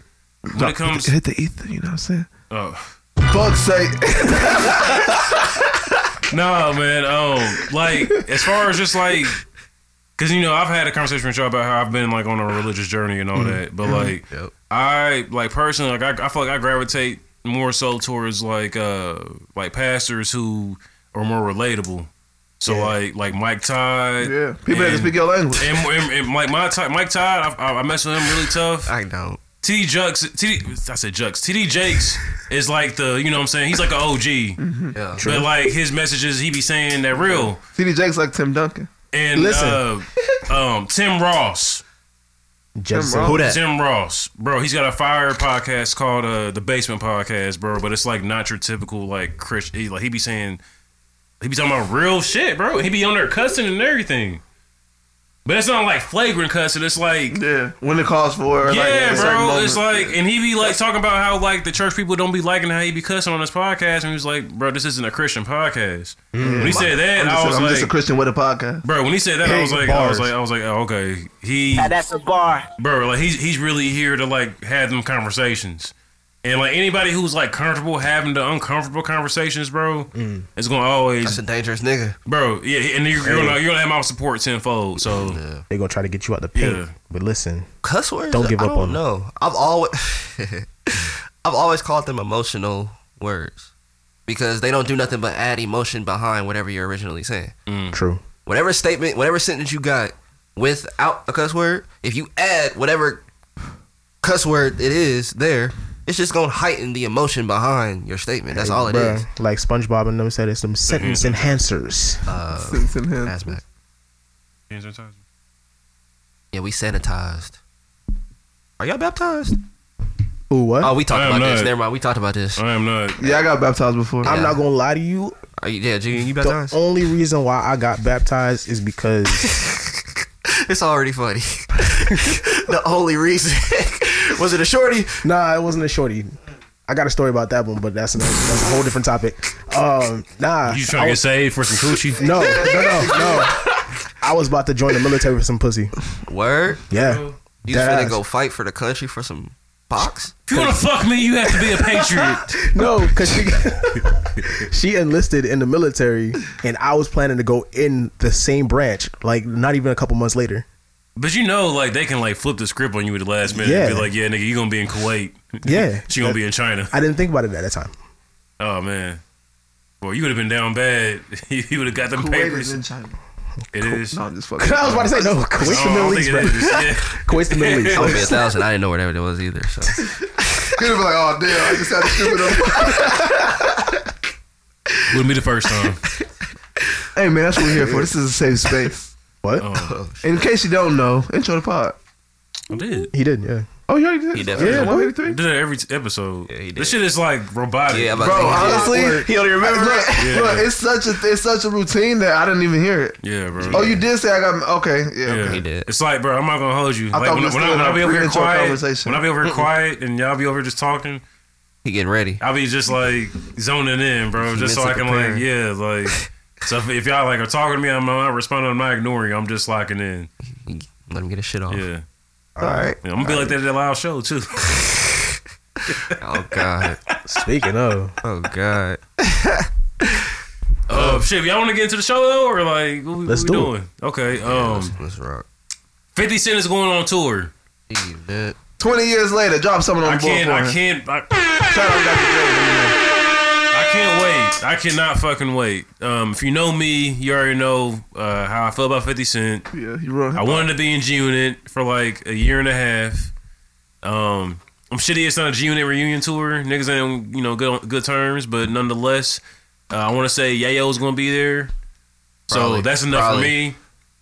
Speaker 2: when it comes,
Speaker 5: hit the ether. You know what I'm saying?
Speaker 2: oh.
Speaker 5: Fuck's sake!
Speaker 2: No, man. Um, like as far as just like, cause you know I've had a conversation with y'all about how I've been like on a religious journey and all
Speaker 5: Mm-hmm.
Speaker 2: that, but like
Speaker 1: Yep.
Speaker 2: I like personally, like I, I feel like I gravitate more so towards like uh like pastors who are more relatable. So like like Mike Todd,
Speaker 5: yeah, people that can
Speaker 2: and-
Speaker 5: speak your language.
Speaker 2: And, and, and Mike, my Todd, Mike Todd, I, I, I mess with him really tough.
Speaker 1: I don't.
Speaker 2: TD Jux, TD, I said Jux, TD Jakes is like the, you know what I'm saying? He's like an OG.
Speaker 1: Yeah.
Speaker 2: But like his messages, he be saying that real.
Speaker 5: CD Jake's like Tim Duncan.
Speaker 2: And
Speaker 3: Listen.
Speaker 2: uh, um, Tim Ross,
Speaker 3: Just
Speaker 5: Tim
Speaker 1: Who that?
Speaker 2: Tim Ross, bro, he's got a fire podcast called uh, the Basement Podcast, bro. But it's like not your typical like Christian. He, like he be saying, he be talking about real shit, bro. He be on there cussing and everything. But it's not like flagrant cussing. It's like
Speaker 5: Yeah, when it calls for. it, like,
Speaker 2: yeah,
Speaker 5: at a certain
Speaker 2: bro. It's
Speaker 5: moment.
Speaker 2: like, and he be like talking about how like the church people don't be liking how he be cussing on his podcast, and he was like, bro, this isn't a Christian podcast. When he said that,
Speaker 5: Mm. I'm,
Speaker 2: I
Speaker 5: just,
Speaker 2: was
Speaker 5: I'm
Speaker 2: like,
Speaker 5: just a Christian with a podcast.
Speaker 2: bro. When he said that, I was like, I was like, I was like, oh, okay, he,
Speaker 6: that's a bar.
Speaker 2: bro, like he's he's really here to like have them conversations. And like anybody who's like comfortable having the uncomfortable conversations, bro,
Speaker 3: Mm.
Speaker 2: it's gonna
Speaker 1: That's
Speaker 2: always,
Speaker 1: a dangerous nigga.
Speaker 2: bro, yeah. And you're, you're gonna you're gonna have my support tenfold. So
Speaker 3: They gonna try to get you out the paint.
Speaker 2: Yeah.
Speaker 3: But listen,
Speaker 1: Cuss words.
Speaker 3: Don't give
Speaker 1: I
Speaker 3: up
Speaker 1: don't
Speaker 3: on 'em.
Speaker 1: know. I've always, I've always called them emotional words because they don't do nothing but add emotion behind whatever you're originally saying.
Speaker 3: true.
Speaker 1: Whatever statement, whatever sentence you got without a cuss word, if you add whatever cuss word it is there, it's just gonna heighten the emotion behind your statement. That's all it
Speaker 3: Bruh,
Speaker 1: is.
Speaker 3: Like SpongeBob and them said, it's some sentence enhancers.
Speaker 1: Uh,
Speaker 5: It's in him.
Speaker 1: that's back. Yeah, we sanitized. Are y'all baptized?
Speaker 3: Ooh, what?
Speaker 1: Oh, we talked
Speaker 2: I am
Speaker 1: about this.
Speaker 2: not.
Speaker 1: Never mind. We talked about this.
Speaker 2: I am not.
Speaker 5: Yeah, I got baptized before.
Speaker 3: I'm
Speaker 1: yeah.
Speaker 3: not gonna lie to you.
Speaker 1: Are you, yeah, G, you
Speaker 3: The
Speaker 1: baptized?
Speaker 3: only reason why I got baptized is because
Speaker 1: It's already funny. the only reason was it a shorty?
Speaker 3: Nah, it wasn't a shorty. I got a story about that one, but that's, another, that's a whole different topic. Um, nah,
Speaker 2: You trying to get saved for some coochie?
Speaker 3: no, no, no, no. I was about to join the military for some pussy.
Speaker 1: Word,
Speaker 3: Yeah,
Speaker 1: you
Speaker 3: Dead
Speaker 1: finna
Speaker 3: ass.
Speaker 1: go fight for the country for some box?
Speaker 2: If you want to fuck me, you have to be a patriot.
Speaker 3: no, because she she enlisted in the military, and I was planning to go in the same branch, like not even a couple months later.
Speaker 2: but you know, like they can like flip the script on you at the last minute and
Speaker 3: Yeah.
Speaker 2: be like, "Yeah, nigga, you gonna be in Kuwait.
Speaker 3: Yeah,
Speaker 2: She gonna be in China."
Speaker 3: I didn't think about it at that time.
Speaker 2: Oh man, boy, you would have been down bad. you would have got them
Speaker 5: Kuwait
Speaker 2: papers.
Speaker 5: is in China.
Speaker 2: it is.
Speaker 5: No, I'm just fucking.
Speaker 3: I was about to say no. Kuwait's the
Speaker 2: No, I
Speaker 3: Middle
Speaker 2: don't think
Speaker 3: East,
Speaker 2: it
Speaker 3: bro.
Speaker 2: is. Yeah.
Speaker 3: Kuwait's the Middle
Speaker 1: I would be a
Speaker 3: East.
Speaker 1: thousand. I didn't know whatever it was either. So
Speaker 5: He'd be like, oh damn, I just sounded stupid. on-
Speaker 2: Wouldn't be the first time.
Speaker 5: hey man, that's what we're here for. This is a safe space.
Speaker 3: What?
Speaker 2: Oh.
Speaker 5: In case you don't know, intro the pod.
Speaker 2: I did.
Speaker 3: He didn't. Yeah.
Speaker 5: Oh, you already did.
Speaker 4: He definitely
Speaker 5: yeah,
Speaker 4: did.
Speaker 5: one
Speaker 2: I
Speaker 5: eighty
Speaker 2: did
Speaker 5: three.
Speaker 2: it every t- episode.
Speaker 4: Yeah, he did.
Speaker 2: This shit is like robotic.
Speaker 4: Yeah, I'm about
Speaker 5: Bro,
Speaker 4: to say he did.
Speaker 5: honestly,
Speaker 4: he don't even remember.
Speaker 5: look,
Speaker 4: it.
Speaker 2: Yeah.
Speaker 5: look, it's such a it's such a routine that I didn't even hear it.
Speaker 2: yeah, bro.
Speaker 5: Oh, you did say I got okay. Yeah,
Speaker 2: Yeah.
Speaker 5: okay.
Speaker 4: He did.
Speaker 2: It's like, bro, I'm not gonna hold you.
Speaker 5: I
Speaker 2: like
Speaker 5: thought
Speaker 2: when,
Speaker 5: we
Speaker 2: I- when,
Speaker 5: still
Speaker 2: I, when I be over
Speaker 5: agreeing
Speaker 2: here
Speaker 5: to a
Speaker 2: quiet,
Speaker 5: conversation.
Speaker 2: when I be over here quiet, and y'all be over here just talking,
Speaker 1: He getting ready.
Speaker 2: I'll be just like zoning in, bro, just so I can like,
Speaker 1: mentally
Speaker 2: yeah, like. So if, if y'all like are talking to me, I'm not responding. I'm not ignoring. I'm just locking in.
Speaker 1: He, let him get his shit
Speaker 4: Oh.
Speaker 1: off.
Speaker 2: Yeah,
Speaker 4: All right.
Speaker 2: Yeah, I'm gonna be like that at the live show too.
Speaker 1: Oh god.
Speaker 3: Speaking of,
Speaker 1: Oh god.
Speaker 2: Uh, shit, y'all want to get into the show though, or like what we,
Speaker 3: Let's
Speaker 2: what we
Speaker 3: do it.
Speaker 2: doing? Okay, um,
Speaker 1: Let's rock.
Speaker 2: Fifty Cent is going on tour.
Speaker 1: He dead.
Speaker 5: Twenty years later, drop something on
Speaker 2: I
Speaker 5: the board
Speaker 2: can't,
Speaker 5: for
Speaker 2: I
Speaker 5: him.
Speaker 2: can't, I,
Speaker 5: Shout out Dr. Dre.
Speaker 2: I can't wait. I cannot fucking wait. Um, if you know me, you already know uh, how I feel about Fifty Cent.
Speaker 5: Yeah, he ruined.
Speaker 2: I wanted to be in G Unit for like a year and a half. Um, I'm shitty it's not a G Unit reunion tour. Niggas ain't on, you know good good terms, but nonetheless, uh, I want to say Yayo's gonna be there.
Speaker 1: Probably.
Speaker 2: so that's enough
Speaker 1: Probably.
Speaker 2: for me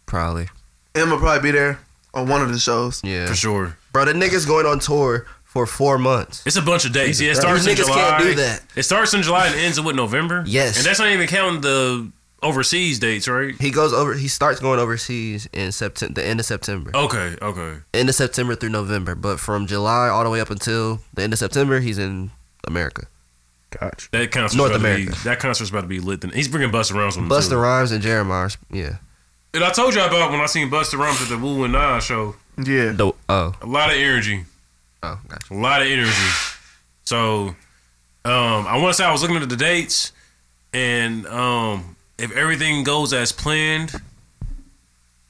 Speaker 1: Probably.
Speaker 5: Emma probably be there on one of the shows.
Speaker 1: Yeah.
Speaker 2: for sure.
Speaker 1: Bro, the nigga's going on tour for four months.
Speaker 2: It's a bunch of dates. yeah, it starts
Speaker 1: You
Speaker 2: in
Speaker 1: niggas
Speaker 2: July.
Speaker 1: can't do that.
Speaker 2: It starts in July and ends with November.
Speaker 1: Yes.
Speaker 2: and that's not even counting the overseas dates, right?
Speaker 1: He goes over. He starts going overseas in September, the end of September,
Speaker 2: Okay, okay,
Speaker 1: end of September through November. But from July all the way up until the end of September, he's in America.
Speaker 3: gotcha.
Speaker 2: that concert's
Speaker 1: North
Speaker 2: about To be,
Speaker 1: America.
Speaker 2: that concert's about to be lit. Then he's bringing Busta Rhymes with him.
Speaker 1: Busta
Speaker 2: too.
Speaker 1: Rhymes and Jeremiah. Yeah.
Speaker 2: And I told y'all about when I seen Busta Rhymes at the Wu and Nas show.
Speaker 5: Yeah.
Speaker 1: The, oh.
Speaker 2: A lot of energy,
Speaker 1: Oh. Gotcha.
Speaker 2: a lot of energy. So, um, I want to say I was looking at the dates, and um, if everything goes as planned,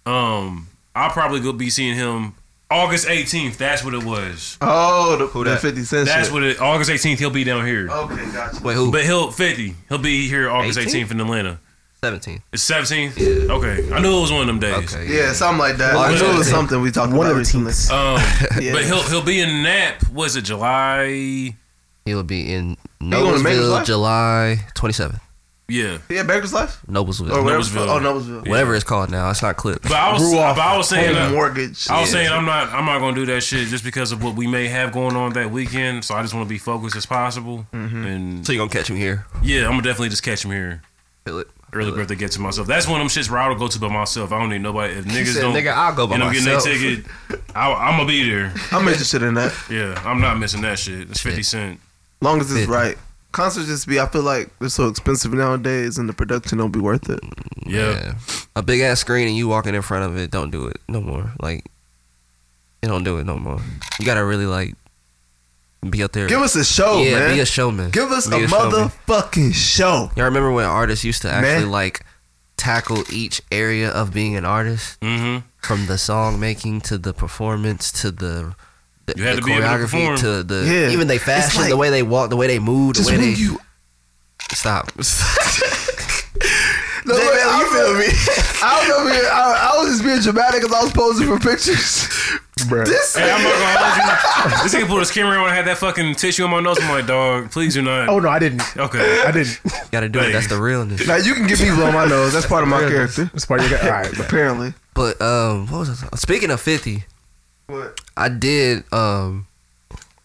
Speaker 2: um, I'll probably go be seeing him August 18th. That's what it was.
Speaker 5: Oh, the, the
Speaker 1: that?
Speaker 5: Fifty Cent.
Speaker 2: That's
Speaker 5: shit.
Speaker 2: what it. August 18th, he'll be down
Speaker 1: Oh.
Speaker 2: here.
Speaker 5: Okay, gotcha.
Speaker 1: Wait. Who?
Speaker 2: But he'll 50. He'll be here August 18th,
Speaker 1: 18th?
Speaker 2: in Atlanta.
Speaker 1: Seventeen.
Speaker 2: It's 17th. Okay, I knew it was one of them days.
Speaker 1: Okay.
Speaker 5: Yeah, something like that. I knew it was something we talked
Speaker 3: One
Speaker 5: about
Speaker 3: of the
Speaker 5: recently.
Speaker 3: teams.
Speaker 2: Um,
Speaker 5: Yeah.
Speaker 2: but he'll he'll be in Nap. Was it July?
Speaker 1: He'll be in
Speaker 5: gonna make his
Speaker 1: Noblesville,
Speaker 5: life?
Speaker 1: July twenty seventh.
Speaker 2: Yeah.
Speaker 5: Yeah, Baker's Life
Speaker 1: Noblesville.
Speaker 5: or whatever.
Speaker 2: Noblesville.
Speaker 5: Oh, Noblesville.
Speaker 1: Whatever it's called now. It's not clip.
Speaker 2: But I was
Speaker 3: Grew off
Speaker 2: but I was saying
Speaker 5: Home
Speaker 2: uh,
Speaker 5: mortgage.
Speaker 2: I was
Speaker 5: Yeah.
Speaker 2: saying I'm not I'm not gonna do that shit just because of what we may have going on that weekend. So I just want to be focused as possible. And
Speaker 1: So you gonna catch him here?
Speaker 2: yeah, I'm gonna definitely just catch him here.
Speaker 1: Feel it.
Speaker 2: Early
Speaker 1: Feel it.
Speaker 2: birthday get to myself. That's one of them shits where I'll go to by myself. I don't need nobody. If niggas
Speaker 1: said,
Speaker 2: don't,
Speaker 1: "Nigga, I'll go by
Speaker 2: and I'm
Speaker 1: myself."
Speaker 2: getting their ticket. I, I'm gonna be there.
Speaker 5: I'm interested in that.
Speaker 2: Yeah, I'm not missing that shit. It's 50 Cent.
Speaker 5: Long as it's
Speaker 1: Fifty.
Speaker 5: right. Concerts just be. I feel like they're so expensive nowadays, and the production don't be worth it.
Speaker 2: Yeah.
Speaker 1: A big ass screen and you walking in front of it, don't do it no more. Like, it don't do it no more. You gotta really like be up there.
Speaker 5: Give us a show,
Speaker 1: yeah,
Speaker 5: man.
Speaker 1: be a showman.
Speaker 5: Give us
Speaker 1: Be
Speaker 5: a
Speaker 1: showman.
Speaker 5: motherfucking show.
Speaker 1: Y'all remember when artists used to actually
Speaker 5: Man.
Speaker 1: like tackle each area of being an artist,
Speaker 2: Mm-hmm.
Speaker 1: from the song making to the performance to the. The,
Speaker 2: You had
Speaker 1: the
Speaker 2: to be able to perform.
Speaker 1: choreography to the
Speaker 5: Yeah.
Speaker 1: even they
Speaker 5: It's
Speaker 1: fashion,
Speaker 5: like-
Speaker 1: the way they walk, the way they move, the
Speaker 5: Just
Speaker 1: way
Speaker 5: when
Speaker 1: they
Speaker 5: you.
Speaker 1: stop.
Speaker 5: No,
Speaker 1: Damn,
Speaker 5: wait,
Speaker 1: you
Speaker 5: I
Speaker 1: feel
Speaker 5: was- I was over here. I, I was just being dramatic because I was posing for pictures.
Speaker 3: Bruh.
Speaker 5: This.
Speaker 2: Hey, I'm not gonna hold you. This nigga pulled his camera when I had that fucking tissue on my nose. I'm like, dog, please do not.
Speaker 3: Oh no, I didn't.
Speaker 2: Okay.
Speaker 3: I didn't.
Speaker 1: Gotta do it. That's the realness.
Speaker 5: Now you can get me blow my nose. That's part of my character.
Speaker 3: That's part of your. All right, man.
Speaker 5: Apparently.
Speaker 1: But um, what was I, speaking of fifty?
Speaker 5: What?
Speaker 1: I did um,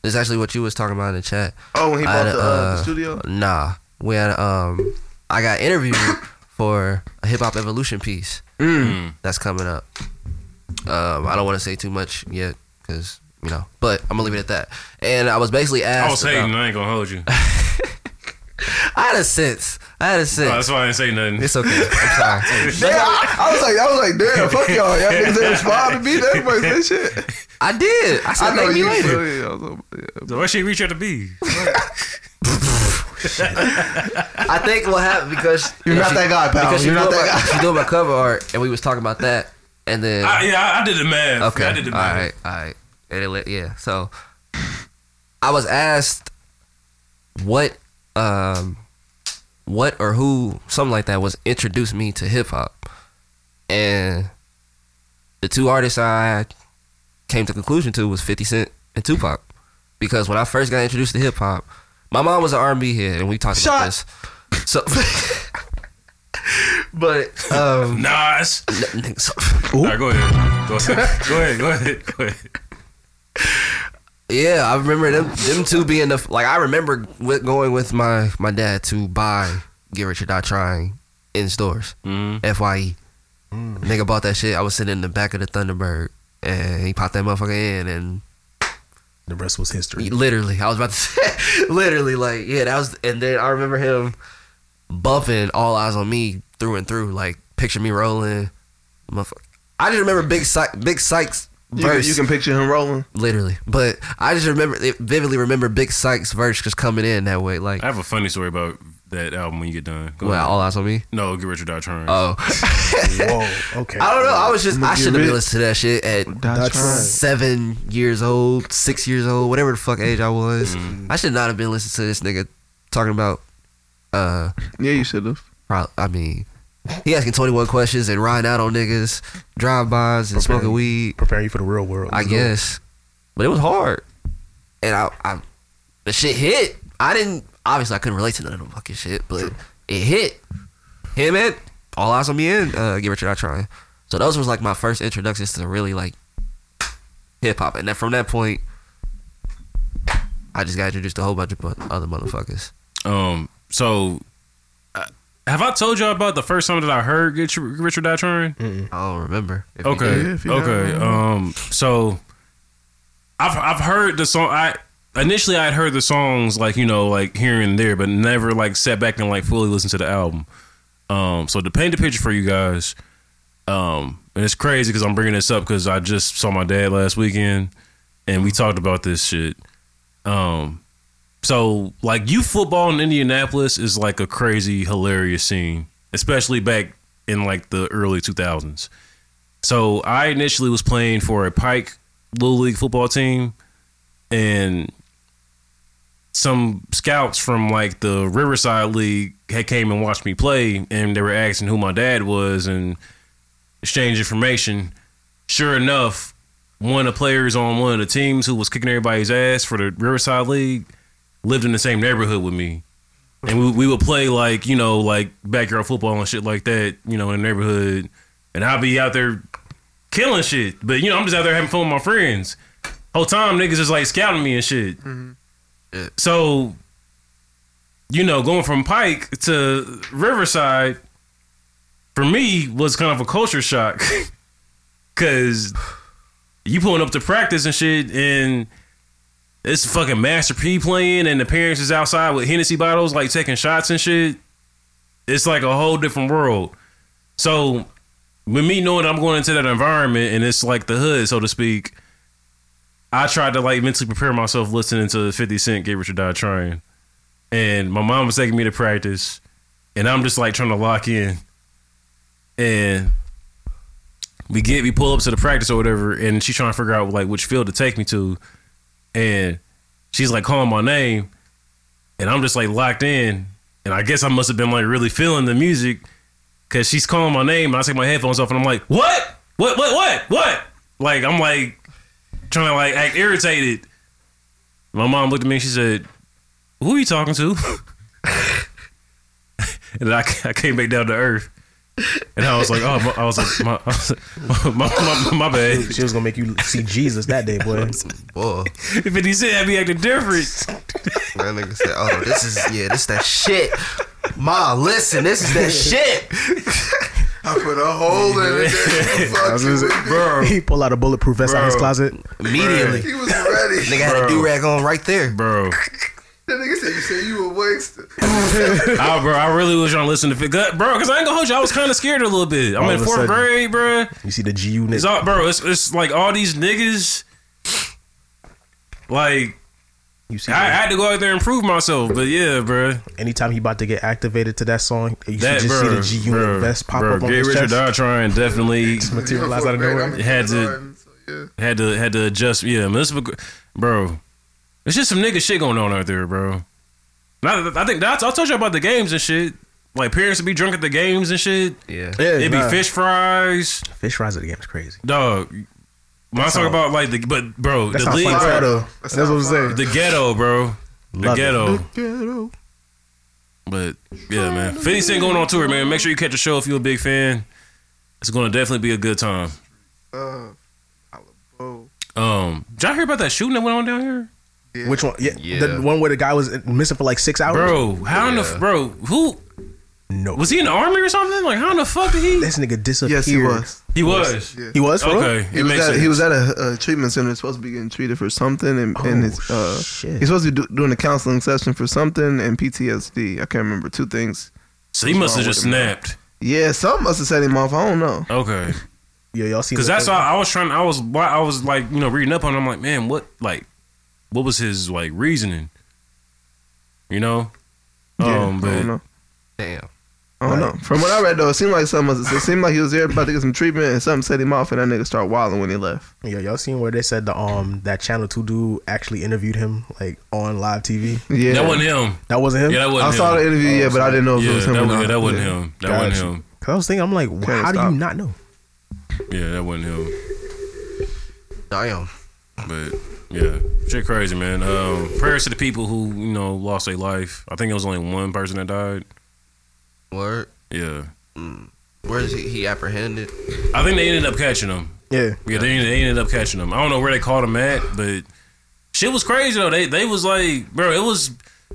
Speaker 1: it's actually what you was talking about in the chat.
Speaker 5: Oh, when he
Speaker 1: I
Speaker 5: bought
Speaker 1: had
Speaker 5: the,
Speaker 1: a,
Speaker 5: uh, the
Speaker 1: uh,
Speaker 5: studio.
Speaker 1: Nah, when um, I got interviewed for a hip hop evolution piece
Speaker 2: Mm.
Speaker 1: that's coming up. Um, I don't want to say too much yet because you know, but I'm gonna leave it at that. And I was basically
Speaker 2: I was
Speaker 1: asked.
Speaker 2: hating.
Speaker 1: about-
Speaker 2: I ain't gonna hold you.
Speaker 1: I had a sense. I had a
Speaker 2: Oh,
Speaker 1: sense.
Speaker 2: that's why I didn't say nothing.
Speaker 1: it's okay. I'm sorry.
Speaker 5: Damn, I, I was like, I was like, damn, fuck y'all, y'all niggas ain't respond to me. That fucking shit.
Speaker 1: I did. I said
Speaker 5: I know
Speaker 1: thank
Speaker 5: you.
Speaker 1: you later.
Speaker 5: Yeah, I was like, yeah.
Speaker 2: So why she reach out to be?
Speaker 1: I think what happened because
Speaker 5: You're not that guy, pal.
Speaker 1: Because she
Speaker 5: You're not
Speaker 1: doing
Speaker 5: that
Speaker 1: my-
Speaker 5: guy.
Speaker 1: She doing my cover art, and we was talking about that, and then
Speaker 2: I, yeah, I- I did the math.
Speaker 1: okay,
Speaker 2: I did the
Speaker 1: all
Speaker 2: math.
Speaker 1: right, all right, and it, let- yeah. So I was asked what, um, what or who, something like that, was introduced me to hip hop, and the two artists I came to conclusion to was Fifty Cent and Tupac, because when I first got introduced to hip hop, my mom was an R and B head, and we talked about this. So, but um,
Speaker 2: Nas.
Speaker 1: n- n- so-
Speaker 2: All right, go ahead. Go ahead. Go ahead. Go ahead. Go ahead.
Speaker 1: Yeah, I remember them them two being the like I remember with, going with my my dad to buy Get Rich or Die Trying in stores.
Speaker 2: Mm.
Speaker 1: Fye,
Speaker 5: Mm.
Speaker 1: nigga bought that shit. I was sitting in the back of the Thunderbird, and he popped that motherfucker in, and
Speaker 3: The rest was history.
Speaker 1: literally, I was about to say, literally, like yeah, that was. And then I remember him buffing all eyes on me through and through, like picture me rolling. Motherfucker. I just remember big Sy- big Sykes.
Speaker 5: You can,
Speaker 1: Verse.
Speaker 5: you can picture him rolling.
Speaker 1: literally. But I just remember vividly remember Big Sykes verse just coming in that way, like
Speaker 2: I have a funny story about that album when you get done. Go
Speaker 1: well,
Speaker 2: ahead.
Speaker 1: all eyes on me.
Speaker 2: no, get Richard Die Trying.
Speaker 1: Oh,
Speaker 3: Whoa. Okay.
Speaker 1: I don't know. I was just I
Speaker 5: get
Speaker 1: shouldn't have
Speaker 5: rich.
Speaker 1: been listening to that shit at
Speaker 5: That's
Speaker 3: That's
Speaker 5: right.
Speaker 3: right.
Speaker 1: seven years old, six years old, whatever the fuck age I was.
Speaker 5: Mm.
Speaker 1: I should not have been listening to this nigga talking about. Uh,
Speaker 5: Yeah, you should have.
Speaker 1: pro- I mean, he asking twenty one questions and riding out on niggas, drive bys and smoking
Speaker 3: Preparing.
Speaker 1: weed.
Speaker 3: Prepare you for the real world.
Speaker 1: I
Speaker 3: Let's go.
Speaker 1: guess. But it was hard. And I, I the shit hit. I didn't obviously I couldn't relate to none of the fucking shit, but it hit. Him and all eyes on me and uh get Richard I trying. So those was like my first introductions to really like hip hop. And then from that point I just got introduced to a whole bunch of bu- other motherfuckers.
Speaker 2: Um, so uh, have I told y'all about the first time that I heard Get Your- Get Richard Die Trying?
Speaker 1: I don't remember. if you
Speaker 2: Okay.
Speaker 1: did.
Speaker 5: Yeah, if you
Speaker 2: okay.
Speaker 5: have.
Speaker 2: Um. So, I've I've heard the song. I initially I had heard the songs like you know like here and there, but never like sat back and like fully listened to the album. Um. So to paint the picture for you guys, um, and it's crazy because I'm bringing this up because I just saw my dad last weekend, and we talked about this shit. Um. So like youth football in Indianapolis is like a crazy hilarious scene, especially back in like the early 2000s. So I initially was playing for a Pike Little League football team, and some scouts from like the Riverside League had came and watched me play, and they were asking who my dad was and exchange information. Sure enough, one of the players on one of the teams who was kicking everybody's ass for the Riverside League lived in the same neighborhood with me. And we, we would play like, you know, like backyard football and shit like that, you know, in the neighborhood. And I'd be out there killing shit. But, you know, I'm just out there having fun with my friends. Whole time, niggas is like scouting me and shit. So, you know, going from Pike to Riverside, for me, was kind of a culture shock. Cause you pulling up to practice and shit, and it's fucking Master P playing, and the parents is outside with Hennessy bottles, like taking shots and shit. It's like a whole different world. So, with me knowing I'm going into that environment and it's like the hood, so to speak, I tried to like mentally prepare myself listening to 50 Cent Get Rich or Die Trying. And my mom was taking me to practice, and I'm just like trying to lock in. And we get we pull up to the practice or whatever, and she's trying to figure out like which field to take me to, and she's like calling my name, and I'm just like locked in, and I guess I must have been like really feeling the music, cause she's calling my name, and I take my headphones off, and I'm like, what, what, what, what, what? Like I'm like trying to like act irritated. My mom looked at me, and she said, "Who are you talking to?" and I, I came back down to earth. And I was like, oh, my, I was like, my, I was like, my, my, my, my bad.
Speaker 3: She was gonna make you see Jesus that day, boy.
Speaker 1: Whoa.
Speaker 2: If he said that, be acting different.
Speaker 1: That nigga said, "Oh, this is yeah, this that shit." Ma, listen, this is that shit.
Speaker 4: I put a hole in it. nigga. Fuck you,
Speaker 2: bro,
Speaker 3: he pulled out a bulletproof vest out of his
Speaker 2: Bro.
Speaker 3: closet.
Speaker 1: Immediately,
Speaker 4: He was ready.
Speaker 1: nigga had a do rag on right there.
Speaker 2: bro.
Speaker 4: That nigga said you said you a waste.
Speaker 2: I, bro, I really was trying to listen to fit, bro, because I ain't gonna hold you. I was kind of scared a little bit. I'm
Speaker 3: All
Speaker 2: in
Speaker 3: of a
Speaker 2: fourth
Speaker 3: sudden.
Speaker 2: grade, bro.
Speaker 3: You see the GU
Speaker 2: It's
Speaker 3: nigga.
Speaker 2: all, bro. It's, it's like all these niggas. Like
Speaker 3: You see
Speaker 2: I, I
Speaker 3: that.
Speaker 2: had to go out there and prove myself, but yeah, bro.
Speaker 3: anytime he about to get activated to that song, you
Speaker 2: That,
Speaker 3: should just
Speaker 2: bro,
Speaker 3: see the GU
Speaker 2: bro,
Speaker 3: vest pop
Speaker 2: bro,
Speaker 3: up on
Speaker 2: Get
Speaker 3: his
Speaker 2: Rich or
Speaker 3: chest.
Speaker 2: Die trying definitely
Speaker 3: materialize out of nowhere.
Speaker 4: I'm a
Speaker 2: Had to-
Speaker 4: kindergarten, so, yeah.
Speaker 2: had to had to adjust. Yeah, municipal, gr- bro. It's just some nigga shit going on out there, bro. Now, I think that's I told you about the games and shit. Like parents would be drunk at the games and shit.
Speaker 1: Yeah,
Speaker 3: Yeah,
Speaker 2: It'd be
Speaker 3: nah.
Speaker 2: fish fries,
Speaker 3: Fish Rise of the Game is crazy.
Speaker 2: dog. When I talk
Speaker 3: how-
Speaker 2: about like the but bro,
Speaker 3: That's
Speaker 2: the
Speaker 3: how
Speaker 2: league,
Speaker 3: fire
Speaker 4: bro.
Speaker 5: uh,
Speaker 3: though.
Speaker 4: That's
Speaker 3: That's, what
Speaker 4: how
Speaker 3: I'm
Speaker 4: fire.
Speaker 3: saying.
Speaker 2: the ghetto, bro, the
Speaker 3: Love it.
Speaker 2: ghetto.
Speaker 5: Ghetto.
Speaker 2: But yeah, man, Fifty Cent going on tour, man. Make sure you catch the show if you're a big fan. It's gonna definitely be a good time.
Speaker 4: Uh, Alabama.
Speaker 2: Um, did y'all hear about that shooting that went on down here?
Speaker 3: Which one? Yeah,
Speaker 1: Yeah.
Speaker 3: the one where the guy was missing for like six hours.
Speaker 2: Bro, how in the
Speaker 1: Yeah.
Speaker 2: f- bro who
Speaker 3: no,
Speaker 2: was he in the army or something? Like how in the fuck did he?
Speaker 3: this nigga disappeared?
Speaker 5: Yes, he was.
Speaker 2: He was.
Speaker 5: Yeah.
Speaker 3: He was for real?
Speaker 2: Okay,
Speaker 5: He
Speaker 2: it
Speaker 5: was,
Speaker 2: makes
Speaker 5: at,
Speaker 2: sense.
Speaker 5: he was at a, a treatment center. Supposed to be getting treated for something, and, and
Speaker 3: Oh,
Speaker 5: his, uh,
Speaker 3: shit.
Speaker 5: he's supposed to be do, doing a counseling session for something and PTSD. I can't remember two things.
Speaker 2: so he must have
Speaker 5: wrong
Speaker 2: just
Speaker 5: with him, man?
Speaker 2: snapped.
Speaker 5: Yeah, something must have set him off. I don't know.
Speaker 2: Okay,
Speaker 3: Yeah, y'all seen?
Speaker 2: because
Speaker 3: the
Speaker 2: that's
Speaker 3: thing?
Speaker 2: why I was trying. I was why I was like you know reading up on. Him, I'm like, man, what like what was his like reasoning? You know.
Speaker 5: Yeah,
Speaker 2: Um,
Speaker 5: I don't
Speaker 2: but
Speaker 5: know.
Speaker 1: Damn.
Speaker 5: I don't
Speaker 3: Right.
Speaker 5: know. From what I read though, it seemed like something. Was, it seemed like he was there about to get some treatment, and something set him off, and that nigga started wilding when he left.
Speaker 3: Yeah, y'all seen where they said the um that Channel Two dude actually interviewed him like on live TV?
Speaker 5: Yeah,
Speaker 2: that wasn't him.
Speaker 3: That wasn't him.
Speaker 2: Yeah, that wasn't
Speaker 5: I
Speaker 2: him.
Speaker 5: saw the interview, yeah, but I didn't know if
Speaker 2: yeah,
Speaker 5: it was him.
Speaker 2: that,
Speaker 5: or
Speaker 2: wa-
Speaker 5: not.
Speaker 2: that wasn't
Speaker 5: Yeah.
Speaker 2: him. That
Speaker 3: Gotcha.
Speaker 2: wasn't him.
Speaker 3: Cause I was thinking, I'm like, wh-
Speaker 5: Can't
Speaker 3: how do
Speaker 5: stop.
Speaker 3: you not know?
Speaker 2: Yeah, that wasn't him.
Speaker 1: Damn.
Speaker 2: But yeah, shit crazy, man. Um, prayers to the people who you know lost their life. I think it was only one person that died.
Speaker 1: Word.
Speaker 2: Yeah,
Speaker 1: Where is he? He apprehended.
Speaker 2: I think they ended up catching him.
Speaker 3: Yeah,
Speaker 2: Yeah, they, they ended up catching him. I don't know where they caught him at, but shit was crazy though. They they was like, bro, it was.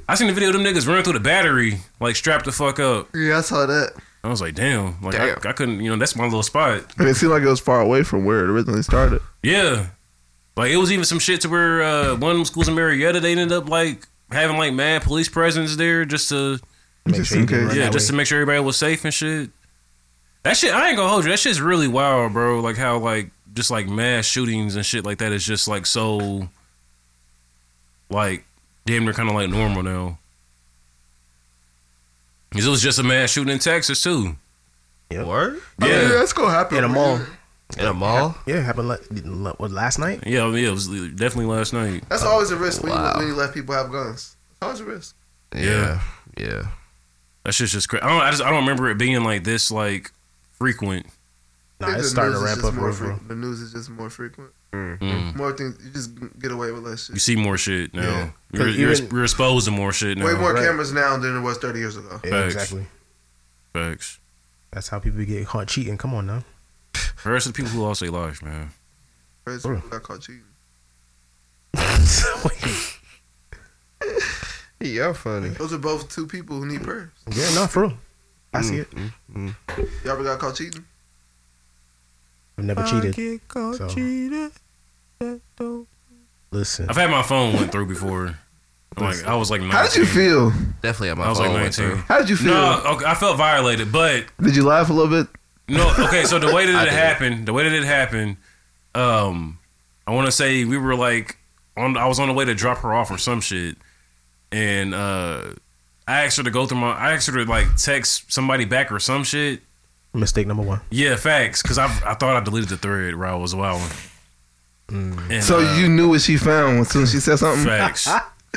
Speaker 2: I seen the video of them niggas running through the battery, like strapped the fuck up.
Speaker 5: Yeah, I saw that.
Speaker 2: I was like, damn, like I-
Speaker 1: Damn.
Speaker 2: I, couldn't, you know, that's my little spot.
Speaker 5: And it seemed like it was far away from where it originally started.
Speaker 2: Yeah, like it was even some shit to where uh, one of them schools in Marietta they ended up like having like mad police presence there just to
Speaker 3: Make
Speaker 5: Just
Speaker 3: sure you
Speaker 5: in
Speaker 3: didn't
Speaker 5: case.
Speaker 3: run
Speaker 2: Yeah,
Speaker 3: that
Speaker 2: just
Speaker 3: way.
Speaker 2: to make sure everybody was safe and shit. That shit, I ain't gonna hold you. That shit's really wild, bro. Like how like just like mass shootings and shit like that is just like so like damn near kind of like normal now. Cause it was just a mass shooting in Texas too.
Speaker 3: Yep.
Speaker 1: Word.
Speaker 5: I mean,
Speaker 2: Yeah,
Speaker 5: that's gonna happen.
Speaker 3: in a mall.
Speaker 1: In a mall.
Speaker 3: Yeah, happened like didn't- what last night.
Speaker 2: yeah, yeah. It was definitely last night.
Speaker 4: That's always a risk when,
Speaker 1: Wow.
Speaker 4: you, when you let people have guns. It's always a risk.
Speaker 1: Yeah. Yeah.
Speaker 2: That shit's just crazy. I don't. I just I don't remember it being like this like frequent.
Speaker 3: Nah,
Speaker 4: I think the
Speaker 3: it's starting to
Speaker 4: news is
Speaker 3: ramp
Speaker 4: just
Speaker 3: up
Speaker 4: more
Speaker 3: real
Speaker 4: fre-
Speaker 3: real.
Speaker 4: The news is just more frequent.
Speaker 2: Mm.
Speaker 4: More things, you just get away with less
Speaker 2: You
Speaker 4: shit.
Speaker 2: see more shit now.
Speaker 3: Yeah.
Speaker 2: You're, you're,
Speaker 3: Even-
Speaker 2: you're exposed to more shit now.
Speaker 4: Way more
Speaker 3: Right.
Speaker 4: cameras now than there was 30 years ago.
Speaker 3: Yeah,
Speaker 2: Facts.
Speaker 3: exactly.
Speaker 2: Facts.
Speaker 3: That's how people get caught cheating. Come on now.
Speaker 2: First, the people who lost their life, man.
Speaker 4: First,
Speaker 3: Sure.
Speaker 4: people got caught cheating.
Speaker 1: Yeah, funny.
Speaker 4: Those are both two people who need prayers.
Speaker 3: yeah, not for real. I see it.
Speaker 5: Mm-hmm.
Speaker 4: Y'all ever got caught cheating?
Speaker 3: I've never cheated. So. Listen,
Speaker 2: I've had my phone went through before. I'm Like I was like, 19.
Speaker 5: How did you feel?
Speaker 1: Definitely at my
Speaker 2: I was like
Speaker 1: phone went
Speaker 2: 19.
Speaker 1: through.
Speaker 5: How did you feel?
Speaker 2: No, okay, I felt violated, but
Speaker 5: Did you laugh a little bit?
Speaker 2: no. Okay, so the way
Speaker 1: I
Speaker 2: that it
Speaker 1: did.
Speaker 2: happened, the way that it happened, um, I want to say we were like on. I was on the way to drop her off or some shit, and uh, I asked her to go through my. I asked her to like text somebody back or some shit.
Speaker 3: mistake number one.
Speaker 2: Yeah, facts. Because I I thought I deleted the thread where I was wilding. And,
Speaker 5: Mm. So
Speaker 2: uh,
Speaker 5: you knew what she found as soon as she said something.
Speaker 2: Facts.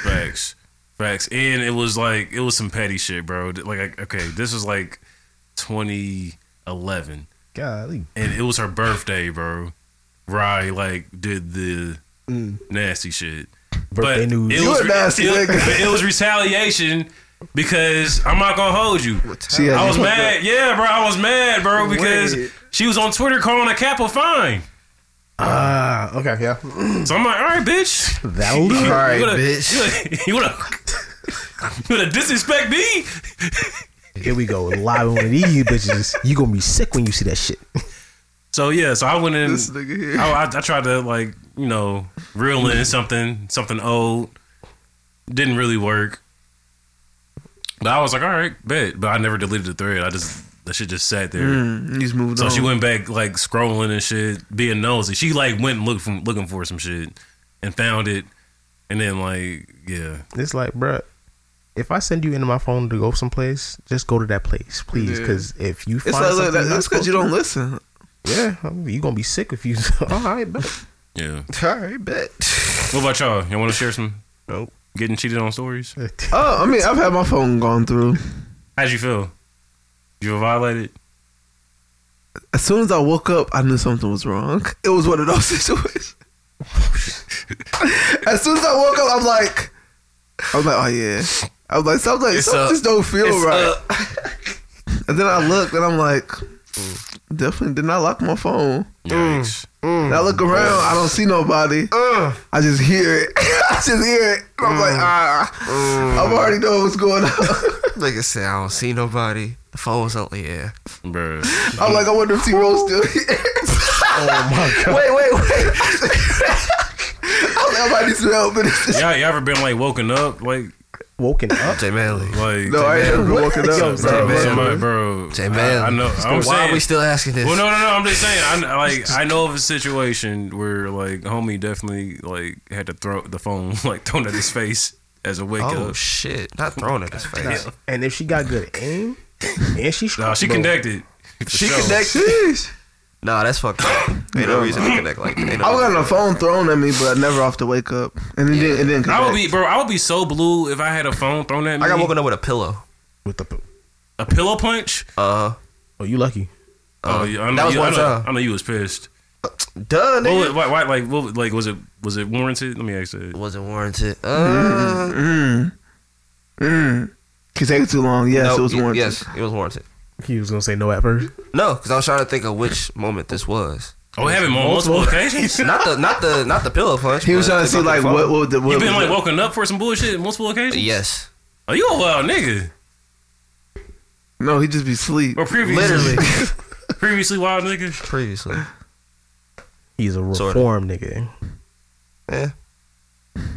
Speaker 2: Facts. Facts. And it was like it was some petty shit, bro. Like I- okay, this was like 2011
Speaker 3: Golly.
Speaker 2: and it was her birthday, bro. Rye like did the nasty shit.
Speaker 3: Birthday
Speaker 2: but
Speaker 3: news.
Speaker 2: It
Speaker 5: Mm. You
Speaker 2: was,
Speaker 5: a nasty
Speaker 2: it,
Speaker 5: nigga.
Speaker 2: but it was retaliation because I'm not going to hold you.
Speaker 5: She had
Speaker 2: I
Speaker 5: you
Speaker 2: was
Speaker 5: fucked
Speaker 2: mad. Yeah, bro. I was mad, bro, because
Speaker 5: Wait.
Speaker 2: she was on Twitter calling a cap a fine.
Speaker 3: Ah, okay, yeah.
Speaker 2: So I'm like, all right, bitch.
Speaker 3: That'll do.
Speaker 5: All right,
Speaker 2: you wanna,
Speaker 5: bitch.
Speaker 2: You wanna, you wanna, you wanna disrespect me?
Speaker 3: Here we go. Live with one of these bitches. You gonna be sick when you see that shit.
Speaker 2: So yeah, so I went in.
Speaker 5: This nigga here.
Speaker 2: I, I, I tried to like you know reel in something something old. Didn't really work. But I was like, all right, bet. But I never deleted the thread. I just that shit just sat there.
Speaker 5: Mm, you just moved
Speaker 2: So
Speaker 5: on.
Speaker 2: she went back like scrolling and shit, being nosy. She like went and looked from looking for some shit and found it. And then like yeah,
Speaker 3: It's like, bruh, if I send you into my phone to go someplace, just go to that place, please.
Speaker 5: Yeah.
Speaker 3: Because if you find
Speaker 5: It's
Speaker 3: something
Speaker 5: like look, that,
Speaker 3: you're not
Speaker 5: that's because you
Speaker 3: supposed
Speaker 5: don't listen.
Speaker 3: to- yeah, I mean, you gonna be sick if you. All right, but
Speaker 2: yeah.
Speaker 5: All right, bet.
Speaker 2: What about y'all? Y'all want to share some
Speaker 3: Nope.
Speaker 2: getting cheated on stories?
Speaker 5: Oh, I mean, I've had my phone gone through.
Speaker 2: How'd you feel? You were violated?
Speaker 5: As soon as I woke up, I knew something was wrong. It was one of those situations. as soon as I woke up, I'm like, I was like, oh yeah. I was like, something,
Speaker 1: It's
Speaker 5: something
Speaker 1: up.
Speaker 5: just don't feel
Speaker 1: It's
Speaker 5: right.
Speaker 1: up.
Speaker 5: And then I looked and I'm like, definitely did not lock my phone.
Speaker 2: Yikes.
Speaker 5: And I look around, I don't see nobody. I just hear it. I just hear it. And I'm like,
Speaker 1: Mm.
Speaker 5: ah, I'm already know what's going on.
Speaker 1: Nigga said, I don't see nobody. The phone's out yeah.
Speaker 2: bro.
Speaker 5: I'm like, I wonder if T Rose still here. Oh
Speaker 1: Wait, wait, wait.
Speaker 5: I'm like, I might need some help. in this.
Speaker 2: Y'all, y'all ever been like woken up like
Speaker 3: Woken up.
Speaker 1: Jay Manley.
Speaker 2: like
Speaker 5: No, I ain't ever walking up,
Speaker 1: Jay
Speaker 5: bro.
Speaker 1: Manley.
Speaker 2: somebody, bro?
Speaker 1: Jay
Speaker 2: I,
Speaker 1: Manley.
Speaker 2: I know. I'm
Speaker 1: Why
Speaker 2: saying.
Speaker 1: are we still asking this?
Speaker 2: well, no, no, no. I'm just saying. I like. I know of a situation where like homie definitely like had to throw the phone like thrown at his face as a wake
Speaker 1: oh,
Speaker 2: up.
Speaker 1: shit. Not thrown at his face.
Speaker 3: And if she got good aim, and she
Speaker 2: Nah,
Speaker 3: struck,
Speaker 2: she
Speaker 3: bro.
Speaker 2: connected. For
Speaker 1: She
Speaker 2: sure.
Speaker 1: connected.
Speaker 5: Jeez.
Speaker 1: Nah, that's fucked up. Ain't no reason to connect like that. Ain't no
Speaker 5: I got
Speaker 1: reason.
Speaker 5: a phone thrown at me, but never off to wake up. And it didn't. It didn't come
Speaker 2: I would
Speaker 5: back.
Speaker 2: be, bro. I would be so blue if I had a phone thrown at me.
Speaker 1: I got woken up with a pillow.
Speaker 3: with the.
Speaker 2: a pillow punch.
Speaker 1: Uh,
Speaker 3: Oh, you lucky.
Speaker 2: Oh, yeah, I know.
Speaker 1: that was
Speaker 2: you,
Speaker 1: one
Speaker 2: I know,
Speaker 1: time.
Speaker 2: I know you was pissed.
Speaker 1: duh,
Speaker 2: What,
Speaker 1: nigga.
Speaker 2: was- why, why, like, what, was- like, was it was it warranted? Let me ask that.
Speaker 1: Wasn't warranted. Uh,
Speaker 5: Mm. Mm. Can take too long. Yes,
Speaker 1: no,
Speaker 5: it was
Speaker 1: y-
Speaker 5: warranted.
Speaker 1: Yes, it was warranted.
Speaker 3: He was gonna say no at first.
Speaker 1: No, because I was trying to think of which moment this was.
Speaker 2: Oh, having multiple occasions.
Speaker 1: Not the, not the, not the pillow punch.
Speaker 5: He was
Speaker 1: but
Speaker 5: trying to
Speaker 1: the
Speaker 5: see like
Speaker 1: fucking
Speaker 5: what
Speaker 1: phone.
Speaker 5: what the what.
Speaker 2: You been like woken up for some bullshit multiple occasions.
Speaker 1: Yes,
Speaker 2: Oh, you a wild nigga.
Speaker 5: no, he just be sleep.
Speaker 2: Or previously,
Speaker 1: literally
Speaker 2: previously wild nigga.
Speaker 1: previously.
Speaker 3: He's a
Speaker 1: Sorta.
Speaker 3: reform nigga.
Speaker 1: Yeah.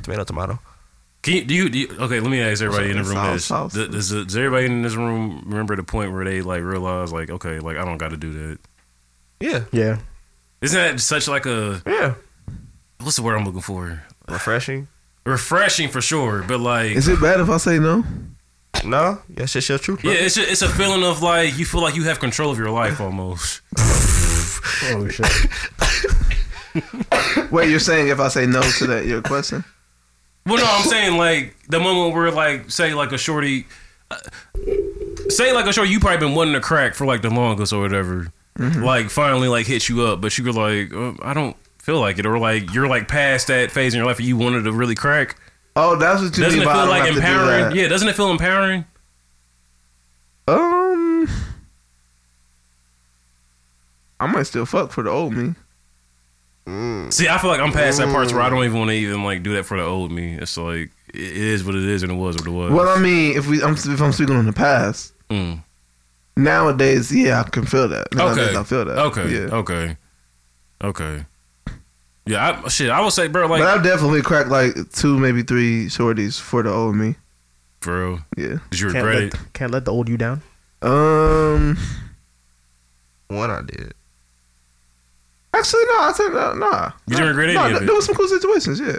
Speaker 1: Tomato, tomato.
Speaker 2: Can you, do you, do you? Okay, let me ask everybody in the room
Speaker 5: Sounds-
Speaker 2: this:
Speaker 5: sounds-
Speaker 2: Th- does, does everybody in this room remember the point where they like realized, like, okay, like I don't got to do that?
Speaker 1: Yeah,
Speaker 3: Yeah.
Speaker 2: Isn't that such like a
Speaker 1: yeah.
Speaker 2: what's the word I'm looking for?
Speaker 1: Refreshing.
Speaker 2: Refreshing for sure, but like
Speaker 5: Is it bad if I say no?
Speaker 1: No, that's just your truth. Bro.
Speaker 2: Yeah, it's a, it's a feeling of like you feel like you have control of your life almost.
Speaker 3: Oh shit.
Speaker 5: Wait, you're saying if I say no to that your question?
Speaker 2: Well, no, I'm saying like the moment where like say like a shorty, uh, say like a shorty, you probably been wanting to crack for like the longest or whatever.
Speaker 5: Mm-hmm.
Speaker 2: Like finally like hits you up, but you were like, uh, I don't feel like it, or like you're like past that phase in your life where you wanted to really crack.
Speaker 5: Oh, that's what you
Speaker 2: Doesn't
Speaker 5: mean
Speaker 2: it
Speaker 5: by I
Speaker 2: feel
Speaker 5: don't
Speaker 2: like
Speaker 5: have to do that.
Speaker 2: empowering? Yeah, doesn't it feel empowering?
Speaker 5: Um, I might still fuck for the old me.
Speaker 2: See, I feel like I'm past that part where
Speaker 5: Mm.
Speaker 2: I don't even want to even like do that for the old me. It's like it is what it is, and it was what it was.
Speaker 5: Well, I mean, if we, I'm, if I'm speaking on the past,
Speaker 2: Mm.
Speaker 5: nowadays, yeah, I can feel that. Nowadays,
Speaker 2: Okay.
Speaker 5: I feel that.
Speaker 2: Okay.
Speaker 5: yeah.
Speaker 2: Okay. Okay. Yeah, I, shit. I would say, bro,
Speaker 5: But
Speaker 2: like,
Speaker 5: I've definitely cracked like two, maybe three shorties for the old me.
Speaker 2: bro,
Speaker 5: Yeah.
Speaker 2: did you
Speaker 3: Can't
Speaker 2: regret
Speaker 3: let,
Speaker 2: it?
Speaker 3: can't let the old you down.
Speaker 5: Um.
Speaker 1: One I did.
Speaker 5: Actually, no. I said no. Nah.
Speaker 2: You didn't regret
Speaker 5: no,
Speaker 2: any
Speaker 5: no,
Speaker 2: of it.
Speaker 5: There was some cool situations. Yeah.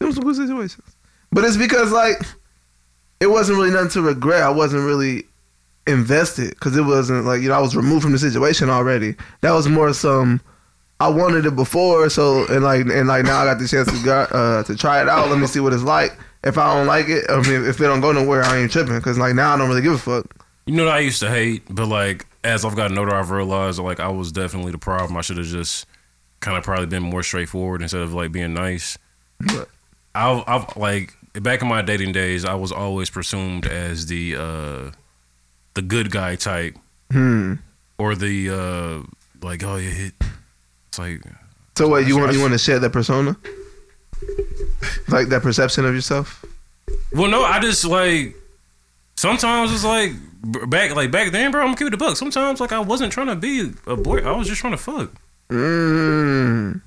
Speaker 5: There was some cool situations. But it's because like it wasn't really nothing to regret. I wasn't really invested because it wasn't like you know I was removed from the situation already. That was more some. I wanted it before, so and like and like now I got the chance to go, uh, to try it out. Let me see what it's like. If I don't like it, I mean, if it don't go nowhere, I ain't tripping. Cause like now I don't really give a fuck.
Speaker 2: You know what I used to hate, but like, as I've gotten older, I've realized like I was definitely the problem. I should have just kind of probably been more straightforward instead of like being nice.
Speaker 5: What?
Speaker 2: I've, I've like back in my dating days, I was always presumed as the uh the good guy type
Speaker 5: Hmm.
Speaker 2: or the uh like oh yeah, hit. it's like
Speaker 5: So what you want? You want to share that persona, like that perception of yourself?
Speaker 2: Well, no, I just like sometimes it's like b- back like back then, bro. I'm gonna keep it a buck. Sometimes like I wasn't trying to be a boy. I was just trying to fuck.
Speaker 5: Mm.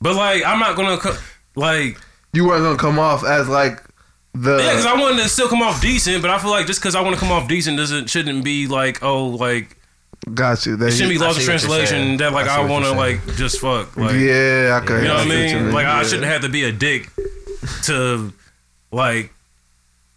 Speaker 2: But like I'm not gonna co- like
Speaker 5: You weren't gonna come off as like the.
Speaker 2: yeah, because I wanted to still come off decent. But I feel like just because I want to come off decent doesn't shouldn't be like oh like
Speaker 5: got you. That
Speaker 2: it shouldn't be
Speaker 5: you-
Speaker 2: lost
Speaker 1: I
Speaker 2: in
Speaker 1: see what you're saying.
Speaker 2: translation that like
Speaker 1: I
Speaker 2: I,
Speaker 1: see what
Speaker 2: want to
Speaker 1: you're
Speaker 2: like just fuck like
Speaker 5: yeah, I could.
Speaker 2: you know what I
Speaker 5: see you
Speaker 2: mean. Like I
Speaker 5: Yeah.
Speaker 2: shouldn't have to be a dick to like.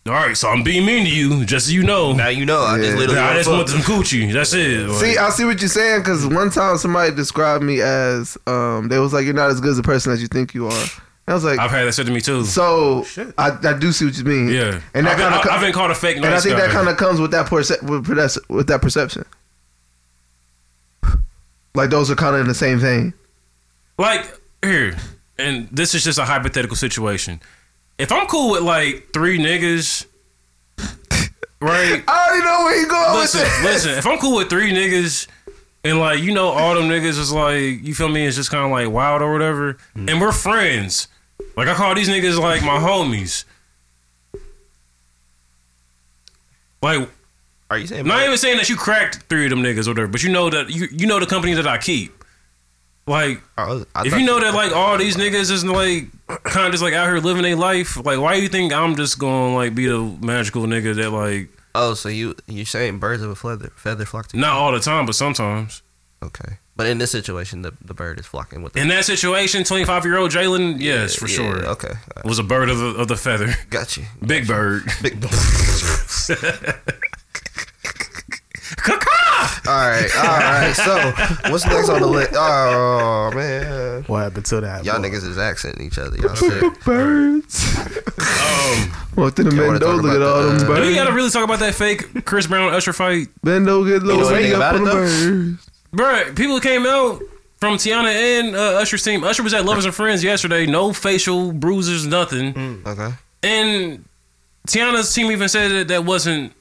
Speaker 2: All right, so I'm being mean to you, just so you know.
Speaker 1: Now you know. I
Speaker 5: Yeah.
Speaker 1: just literally.
Speaker 2: I just want
Speaker 1: fucked.
Speaker 2: some coochie. That's it. Like-
Speaker 5: See, I see what you're saying because one time somebody described me as um, they was like, "You're not as good as the person that you think you are." And I was like,
Speaker 2: I've had that said to me too.
Speaker 5: "So I, I do see what you mean."
Speaker 2: yeah,
Speaker 5: and that
Speaker 2: I've, been,
Speaker 5: kind of
Speaker 2: I- I've been called a fake.
Speaker 5: and I
Speaker 2: nice
Speaker 5: think
Speaker 2: guy.
Speaker 5: that kind of comes with that perce- with, perce- with that perception. Like those are kind of in the same vein.
Speaker 2: like here, and this is just a hypothetical situation. If I'm cool with like three niggas, right?
Speaker 5: I already know where he going
Speaker 2: listen,
Speaker 5: with it.
Speaker 2: listen. If I'm cool with three niggas, And like you know, all them niggas is like you feel me. It's just kind of like wild or whatever. And we're friends. Like I call these niggas like my homies. Like
Speaker 1: Are you saying
Speaker 2: I'm not even saying that you cracked three of them niggas or whatever, but you know that you you know the company that I keep. Like if you know that like all these niggas isn't like kind of just like out here living their life, like why you think I'm just gonna like be the magical nigga that like
Speaker 1: Oh, so you you're saying birds of a feather feather flock together?
Speaker 2: not all the time, but sometimes
Speaker 1: Okay, but in this situation, the, the bird is flocking with. The,
Speaker 2: in that situation, 25 year old Jalen, yes for
Speaker 1: Yeah,
Speaker 2: sure,
Speaker 1: Okay, All right.
Speaker 2: was a bird of the, of the feather,
Speaker 1: got you.
Speaker 2: big bird.
Speaker 1: Big bird.
Speaker 2: Caw-caw!
Speaker 1: All right, all right. So what's next on the list? Oh man,
Speaker 3: What happened to that?
Speaker 1: y'all
Speaker 3: bro?
Speaker 1: niggas is accenting each other. Y'all sick.
Speaker 5: Birds.
Speaker 2: um,
Speaker 5: Walked into
Speaker 1: Y'all wanna talk
Speaker 5: Mendo, look at
Speaker 1: about
Speaker 5: all
Speaker 1: the,
Speaker 5: them
Speaker 1: uh,
Speaker 2: do we
Speaker 5: birds.
Speaker 2: gotta really talk about that fake Chris Brown Usher fight,
Speaker 5: Mendo get a
Speaker 1: You know
Speaker 5: little
Speaker 1: anything
Speaker 5: big
Speaker 1: about
Speaker 5: up
Speaker 1: it,
Speaker 5: on the
Speaker 1: though?
Speaker 5: birds.
Speaker 2: Bruh, People came out from Tiana and uh, Usher's team. Usher was at Lovers and Friends yesterday, no facial bruises, nothing,
Speaker 1: Okay.
Speaker 2: and Tiana's team even said that that wasn't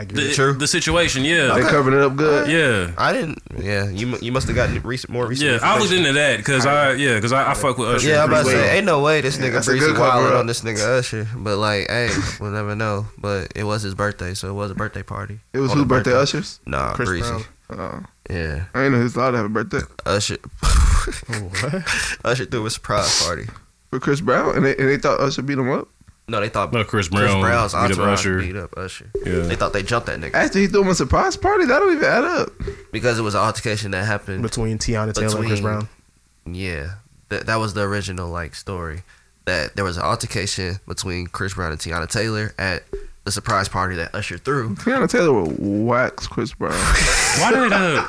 Speaker 3: Like,
Speaker 2: the,
Speaker 1: True.
Speaker 2: the situation. Yeah,
Speaker 5: They covering it up good.
Speaker 2: yeah.
Speaker 1: I didn't. Yeah, you mu- you must have gotten recent, more recent.
Speaker 2: Yeah, I looked
Speaker 1: information.
Speaker 2: into that because I yeah because I, I fuck with Usher.
Speaker 1: Yeah, I'm about to
Speaker 2: pretty well.
Speaker 1: say, ain't no way this nigga
Speaker 5: that's a
Speaker 1: Breezy
Speaker 5: good cover
Speaker 1: wild
Speaker 5: up.
Speaker 1: on this nigga Usher, but like, hey, we'll never know. But it was his birthday, so it was a birthday party.
Speaker 5: It was
Speaker 1: On
Speaker 5: whose
Speaker 1: the
Speaker 5: birthday? Usher's.
Speaker 1: Nah,
Speaker 5: Chris
Speaker 1: Breezy.
Speaker 5: Brown. Oh,
Speaker 1: Yeah,
Speaker 5: I ain't know he's allowed to have a birthday
Speaker 1: Usher.
Speaker 2: Oh,
Speaker 1: Usher threw a surprise party.
Speaker 5: for Chris Brown, and they, and they thought Usher beat him up
Speaker 1: No, they thought
Speaker 2: No, Chris
Speaker 1: Chris
Speaker 2: Brown
Speaker 1: Brown's
Speaker 2: beat up
Speaker 1: entourage
Speaker 2: Usher.
Speaker 1: beat up Usher.
Speaker 2: Yeah.
Speaker 1: They thought they jumped that nigga
Speaker 5: after he threw him a surprise party. That don't even add up.
Speaker 1: because it was an altercation that happened
Speaker 3: between Tiana Taylor and Chris
Speaker 1: Between-
Speaker 3: Brown.
Speaker 1: Yeah, that that was the original like story. That there was an altercation between Chris Brown and Tiana Taylor at the surprise party that Usher threw.
Speaker 5: Tiana Taylor will wax Chris Brown.
Speaker 2: Why did uh,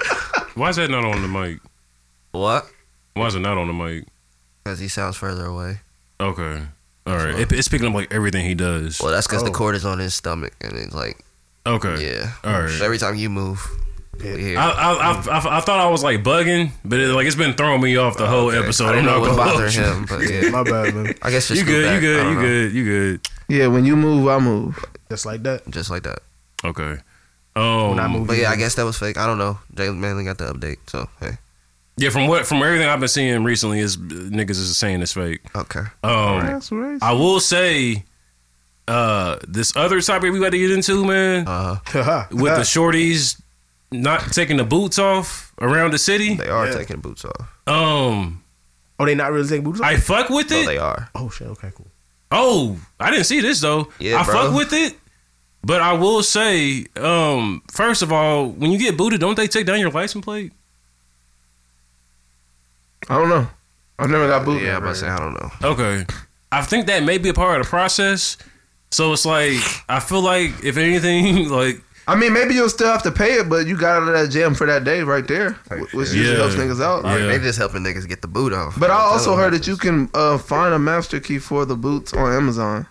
Speaker 2: why is that not on the mic?
Speaker 1: What?
Speaker 2: Why is it not on the mic?
Speaker 1: Because he sounds further away.
Speaker 2: Okay, all right. It, it's picking up like everything he does.
Speaker 1: Well, that's because the
Speaker 3: Oh.
Speaker 1: cord is on his stomach, and it's like,
Speaker 2: Okay,
Speaker 1: yeah.
Speaker 2: All right.
Speaker 1: So every time you move,
Speaker 3: Yeah.
Speaker 1: we hear.
Speaker 2: I, I, I, I, I thought I was like bugging, but it, like it's been throwing me off the whole
Speaker 1: Okay.
Speaker 2: episode.
Speaker 1: I
Speaker 2: I'm
Speaker 1: didn't
Speaker 2: not
Speaker 1: know what
Speaker 2: gonna
Speaker 1: bothered
Speaker 2: lie.
Speaker 1: him, but yeah.
Speaker 3: My bad, man.
Speaker 1: I guess just
Speaker 2: You
Speaker 1: go
Speaker 2: good? You
Speaker 1: back. I
Speaker 2: good?
Speaker 1: don't
Speaker 2: You
Speaker 1: know.
Speaker 2: good? You good?
Speaker 5: Yeah, when you move, I move.
Speaker 3: Just like that.
Speaker 1: Just like that.
Speaker 2: Okay. Oh,
Speaker 3: When I move,
Speaker 1: But
Speaker 3: you
Speaker 1: yeah, I
Speaker 3: move.
Speaker 1: guess that was fake. I don't know. Jalen Manley got the update, so hey,
Speaker 2: yeah. From what from everything I've been seeing recently is uh, niggas is saying it's fake.
Speaker 1: okay.
Speaker 2: Um,
Speaker 5: That's right.
Speaker 2: I will say, uh, this other topic we got to get into, man,
Speaker 1: Uh,
Speaker 3: Haha.
Speaker 2: with the shorties not taking the boots off around the city.
Speaker 1: they are
Speaker 3: Yeah.
Speaker 1: taking boots off.
Speaker 2: Um,
Speaker 3: oh, they not really taking boots off.
Speaker 2: I fuck with
Speaker 1: No,
Speaker 2: it.
Speaker 1: they are.
Speaker 3: Oh shit. Okay, cool.
Speaker 2: Oh, I didn't see this though.
Speaker 1: Yeah,
Speaker 2: I
Speaker 1: bro.
Speaker 2: fuck with it. But I will say, um, first of all, when you get booted, don't they take down your license plate?
Speaker 5: I don't know. I've never got booted.
Speaker 1: Yeah, I'm about to say I don't know.
Speaker 2: Okay. I think that may be a part of the process. So it's like I feel like if anything, like
Speaker 5: I mean, maybe you'll still have to pay it, but you got out of that jam for that day right there, wh- which usually
Speaker 2: Yeah.
Speaker 5: helps niggas out.
Speaker 2: Yeah.
Speaker 1: They just helping niggas get the boot off.
Speaker 5: But I
Speaker 1: That's
Speaker 5: also
Speaker 1: what
Speaker 5: heard that
Speaker 1: happens.
Speaker 5: you can uh, find a master key for the boots on Amazon.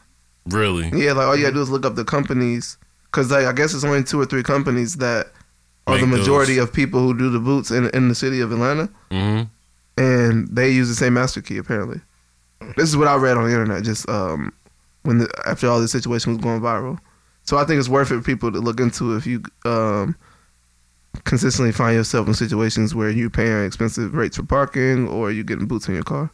Speaker 2: really,
Speaker 5: Yeah, like all you gotta do is look up the companies, because like I guess it's only two or three companies that are the
Speaker 2: Make those.
Speaker 5: majority of people who do the boots in in the city of Atlanta,
Speaker 2: hmm
Speaker 5: and they use the same master key apparently. This is what I read on the internet just um when the, after all this situation was going viral. So I think it's worth it for people to look into if you um consistently find yourself in situations where you're paying expensive rates for parking or you're getting boots on your car.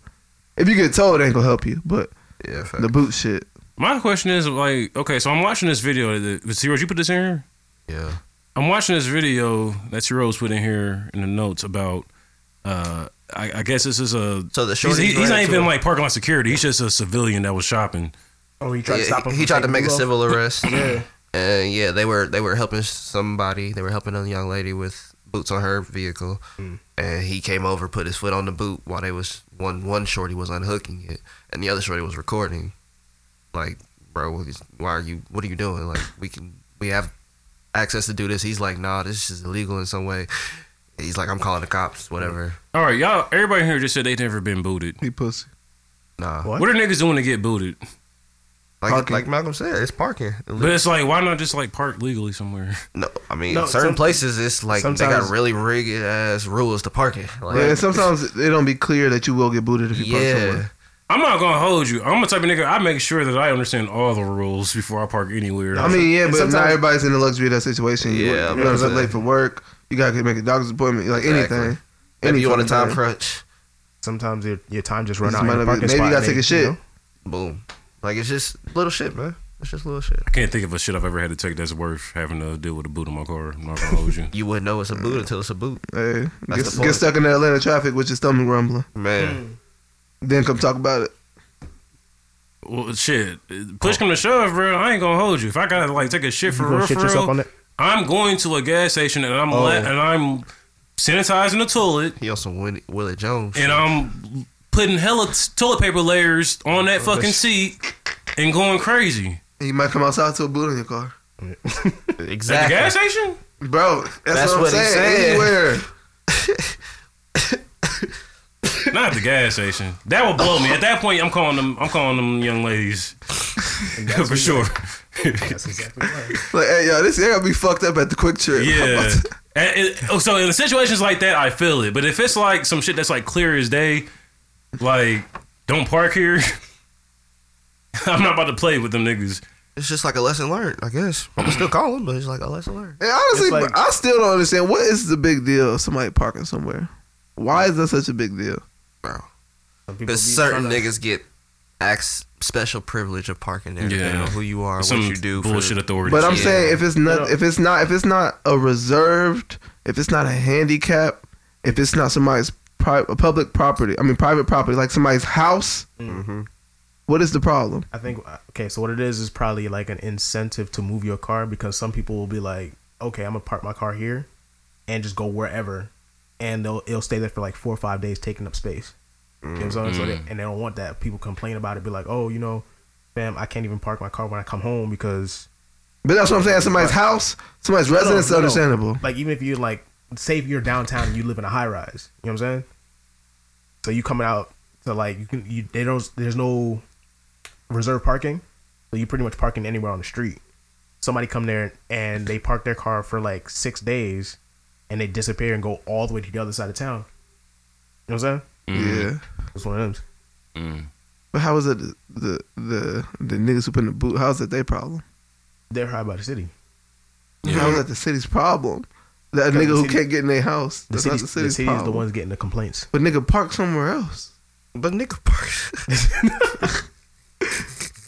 Speaker 5: If you get towed, it ain't gonna help you, but
Speaker 1: Yeah, fact.
Speaker 5: the boot shit.
Speaker 2: my question is like, okay, so I'm watching this video. That, Zeros, you put this in here.
Speaker 1: yeah.
Speaker 2: I'm watching this video that Rose put in here in the notes about. Uh, I, I guess this is a.
Speaker 1: So the
Speaker 2: He's,
Speaker 1: shorties
Speaker 2: he- he's not
Speaker 1: ran to
Speaker 2: even
Speaker 1: him.
Speaker 2: like parking lot security. He's just a civilian that was shopping.
Speaker 3: Oh, he tried to
Speaker 1: Yeah,
Speaker 3: stop
Speaker 1: he-
Speaker 3: him.
Speaker 1: He
Speaker 3: from
Speaker 1: tried to
Speaker 3: taking
Speaker 1: make a
Speaker 3: boots off?
Speaker 1: civil arrest.
Speaker 3: Yeah.
Speaker 1: And yeah, they were they were helping somebody. They were helping a young lady with boots on her vehicle,
Speaker 3: Mm.
Speaker 1: and he came over, put his foot on the boot while they was one one shorty was unhooking it, and the other shorty was recording. Like, bro, what is- why are you? What are you doing? Like, we can we have access to do this. He's like, nah, this is illegal in some way. He's like, I'm calling the cops, whatever.
Speaker 2: All right, y'all. Everybody here just said they never been booted.
Speaker 5: He pussy.
Speaker 1: Nah,
Speaker 3: What?
Speaker 2: What, are niggas doing to get booted?
Speaker 1: like
Speaker 5: Parking.
Speaker 1: like Malcolm said, it's parking.
Speaker 2: But it's like, why not just like park legally somewhere?
Speaker 1: No, I mean,
Speaker 3: No,
Speaker 1: certain
Speaker 3: some-
Speaker 1: places it's like they got
Speaker 3: sometimes-
Speaker 1: really rigid ass rules to parking. Like,
Speaker 5: Yeah, and sometimes it don't be clear that you will get booted if you park
Speaker 1: yeah,
Speaker 5: somewhere.
Speaker 2: I'm not gonna hold you. I'm the type of nigga. I make sure that I understand all the rules before I park anywhere.
Speaker 5: I mean, yeah,
Speaker 3: And
Speaker 5: but not
Speaker 3: sometimes-
Speaker 5: everybody's in the luxury of that situation. You
Speaker 1: Yeah,
Speaker 5: yeah,
Speaker 1: I'm
Speaker 5: you're gonna
Speaker 1: gonna
Speaker 5: be
Speaker 1: say-
Speaker 5: late for work. You gotta make a doctor's appointment, like
Speaker 1: Exactly.
Speaker 5: anything.
Speaker 1: Maybe you on a
Speaker 5: fucking
Speaker 1: time
Speaker 5: thing.
Speaker 1: crunch.
Speaker 3: Sometimes your, your time just
Speaker 5: This
Speaker 3: run out. in
Speaker 5: might
Speaker 3: the
Speaker 5: not be-
Speaker 3: parking
Speaker 5: maybe
Speaker 3: spot,
Speaker 5: you gotta take a
Speaker 3: you
Speaker 5: shit.
Speaker 3: know?
Speaker 1: Boom. Like it's just little shit, man. It's just little shit.
Speaker 2: I can't think of a shit I've ever had to take that's worth having to deal with a boot in my car. I'm not gonna hold you.
Speaker 1: You wouldn't know it's a boot until it's a boot,
Speaker 5: Hey,
Speaker 1: That's
Speaker 5: get,
Speaker 1: the point.
Speaker 5: get stuck in the Atlanta traffic with your stomach rumbling.
Speaker 1: man.
Speaker 5: Then come talk about it.
Speaker 2: Well, shit. Push come to shove, bro. I ain't gonna hold you. If I gotta like take a shit for
Speaker 3: You gonna
Speaker 2: real,
Speaker 3: shit
Speaker 2: for
Speaker 3: yourself
Speaker 2: real,
Speaker 3: on that?
Speaker 2: I'm going to a gas station and I'm
Speaker 3: Oh.
Speaker 2: let, and I'm sanitizing the toilet
Speaker 1: He also Willie, Willie Jones.
Speaker 2: and I'm putting hella t- toilet paper layers
Speaker 3: Oh,
Speaker 2: on that fucking seat and going crazy
Speaker 5: And you might come outside to a boot in your car.
Speaker 2: at the
Speaker 1: exactly.
Speaker 2: gas station.
Speaker 5: Bro, that's,
Speaker 1: That's
Speaker 5: what I'm
Speaker 1: what he
Speaker 5: saying.
Speaker 1: said.
Speaker 5: Anywhere.
Speaker 2: Not at the gas station. That would blow me. At that point, I'm calling them. I'm calling them young ladies for sure.
Speaker 5: Like, hey, yo, this area be fucked up at the quick trip.
Speaker 2: Yeah. And it- oh, so in situations like that, I feel it. But if it's like some shit that's like clear as day, like don't park here. I'm not about to play with them niggas.
Speaker 1: It's just like a lesson learned, I guess. I'm still calling, but it's like a lesson learned.
Speaker 5: And honestly,
Speaker 3: It's like-
Speaker 5: bro, I still don't understand what is the big deal of somebody parking somewhere. Why is that such a big deal?
Speaker 1: Because certain niggas get acts special privilege of parking there.
Speaker 2: Yeah.
Speaker 1: Yeah. who you are,
Speaker 2: Some
Speaker 1: what you do. for-
Speaker 2: bullshit authority.
Speaker 5: But I'm
Speaker 1: Yeah.
Speaker 5: saying if it's not
Speaker 3: uh,
Speaker 5: if it's not if it's not a reserved, if it's not a handicap, if it's not somebody's pri- public property, I mean private property, like somebody's house, what is the problem?
Speaker 3: I think uh, okay, so what it is is probably like an incentive to move your car because some people will be like, okay, I'm gonna park my car here, and just go wherever, and they'll it'll stay there for like four or five days taking up space. You know what I'm saying? So they, and they don't want that. People complain about it, be like, oh, you know, fam, I can't even park my car when I come home because
Speaker 5: But that's what I'm saying. Somebody's house, somebody's residence,
Speaker 3: No, no.
Speaker 5: understandable.
Speaker 3: Like even if you like, say if you're downtown and you live in a high rise, you know what I'm saying? So you coming out to like you can you they don't there's no reserved parking, so you pretty much parking anywhere on the street. Somebody come there and they park their car for like six days, and they disappear and go all the way to the other side of town. You know what I'm saying?
Speaker 5: Yeah.
Speaker 3: That's one of them.
Speaker 2: Mm-hmm.
Speaker 5: But how is it the the the, the niggas who put in the boot? How is that their problem?
Speaker 3: They're high by the city.
Speaker 5: How is that the city's problem? That
Speaker 3: Because
Speaker 5: nigga
Speaker 3: the
Speaker 5: who
Speaker 3: city-
Speaker 5: can't get in their house.
Speaker 3: The
Speaker 5: That's
Speaker 3: city,
Speaker 5: not the city's
Speaker 3: the city is
Speaker 5: problem.
Speaker 3: the ones getting the complaints.
Speaker 5: But nigga, park somewhere else.
Speaker 1: But nigga park.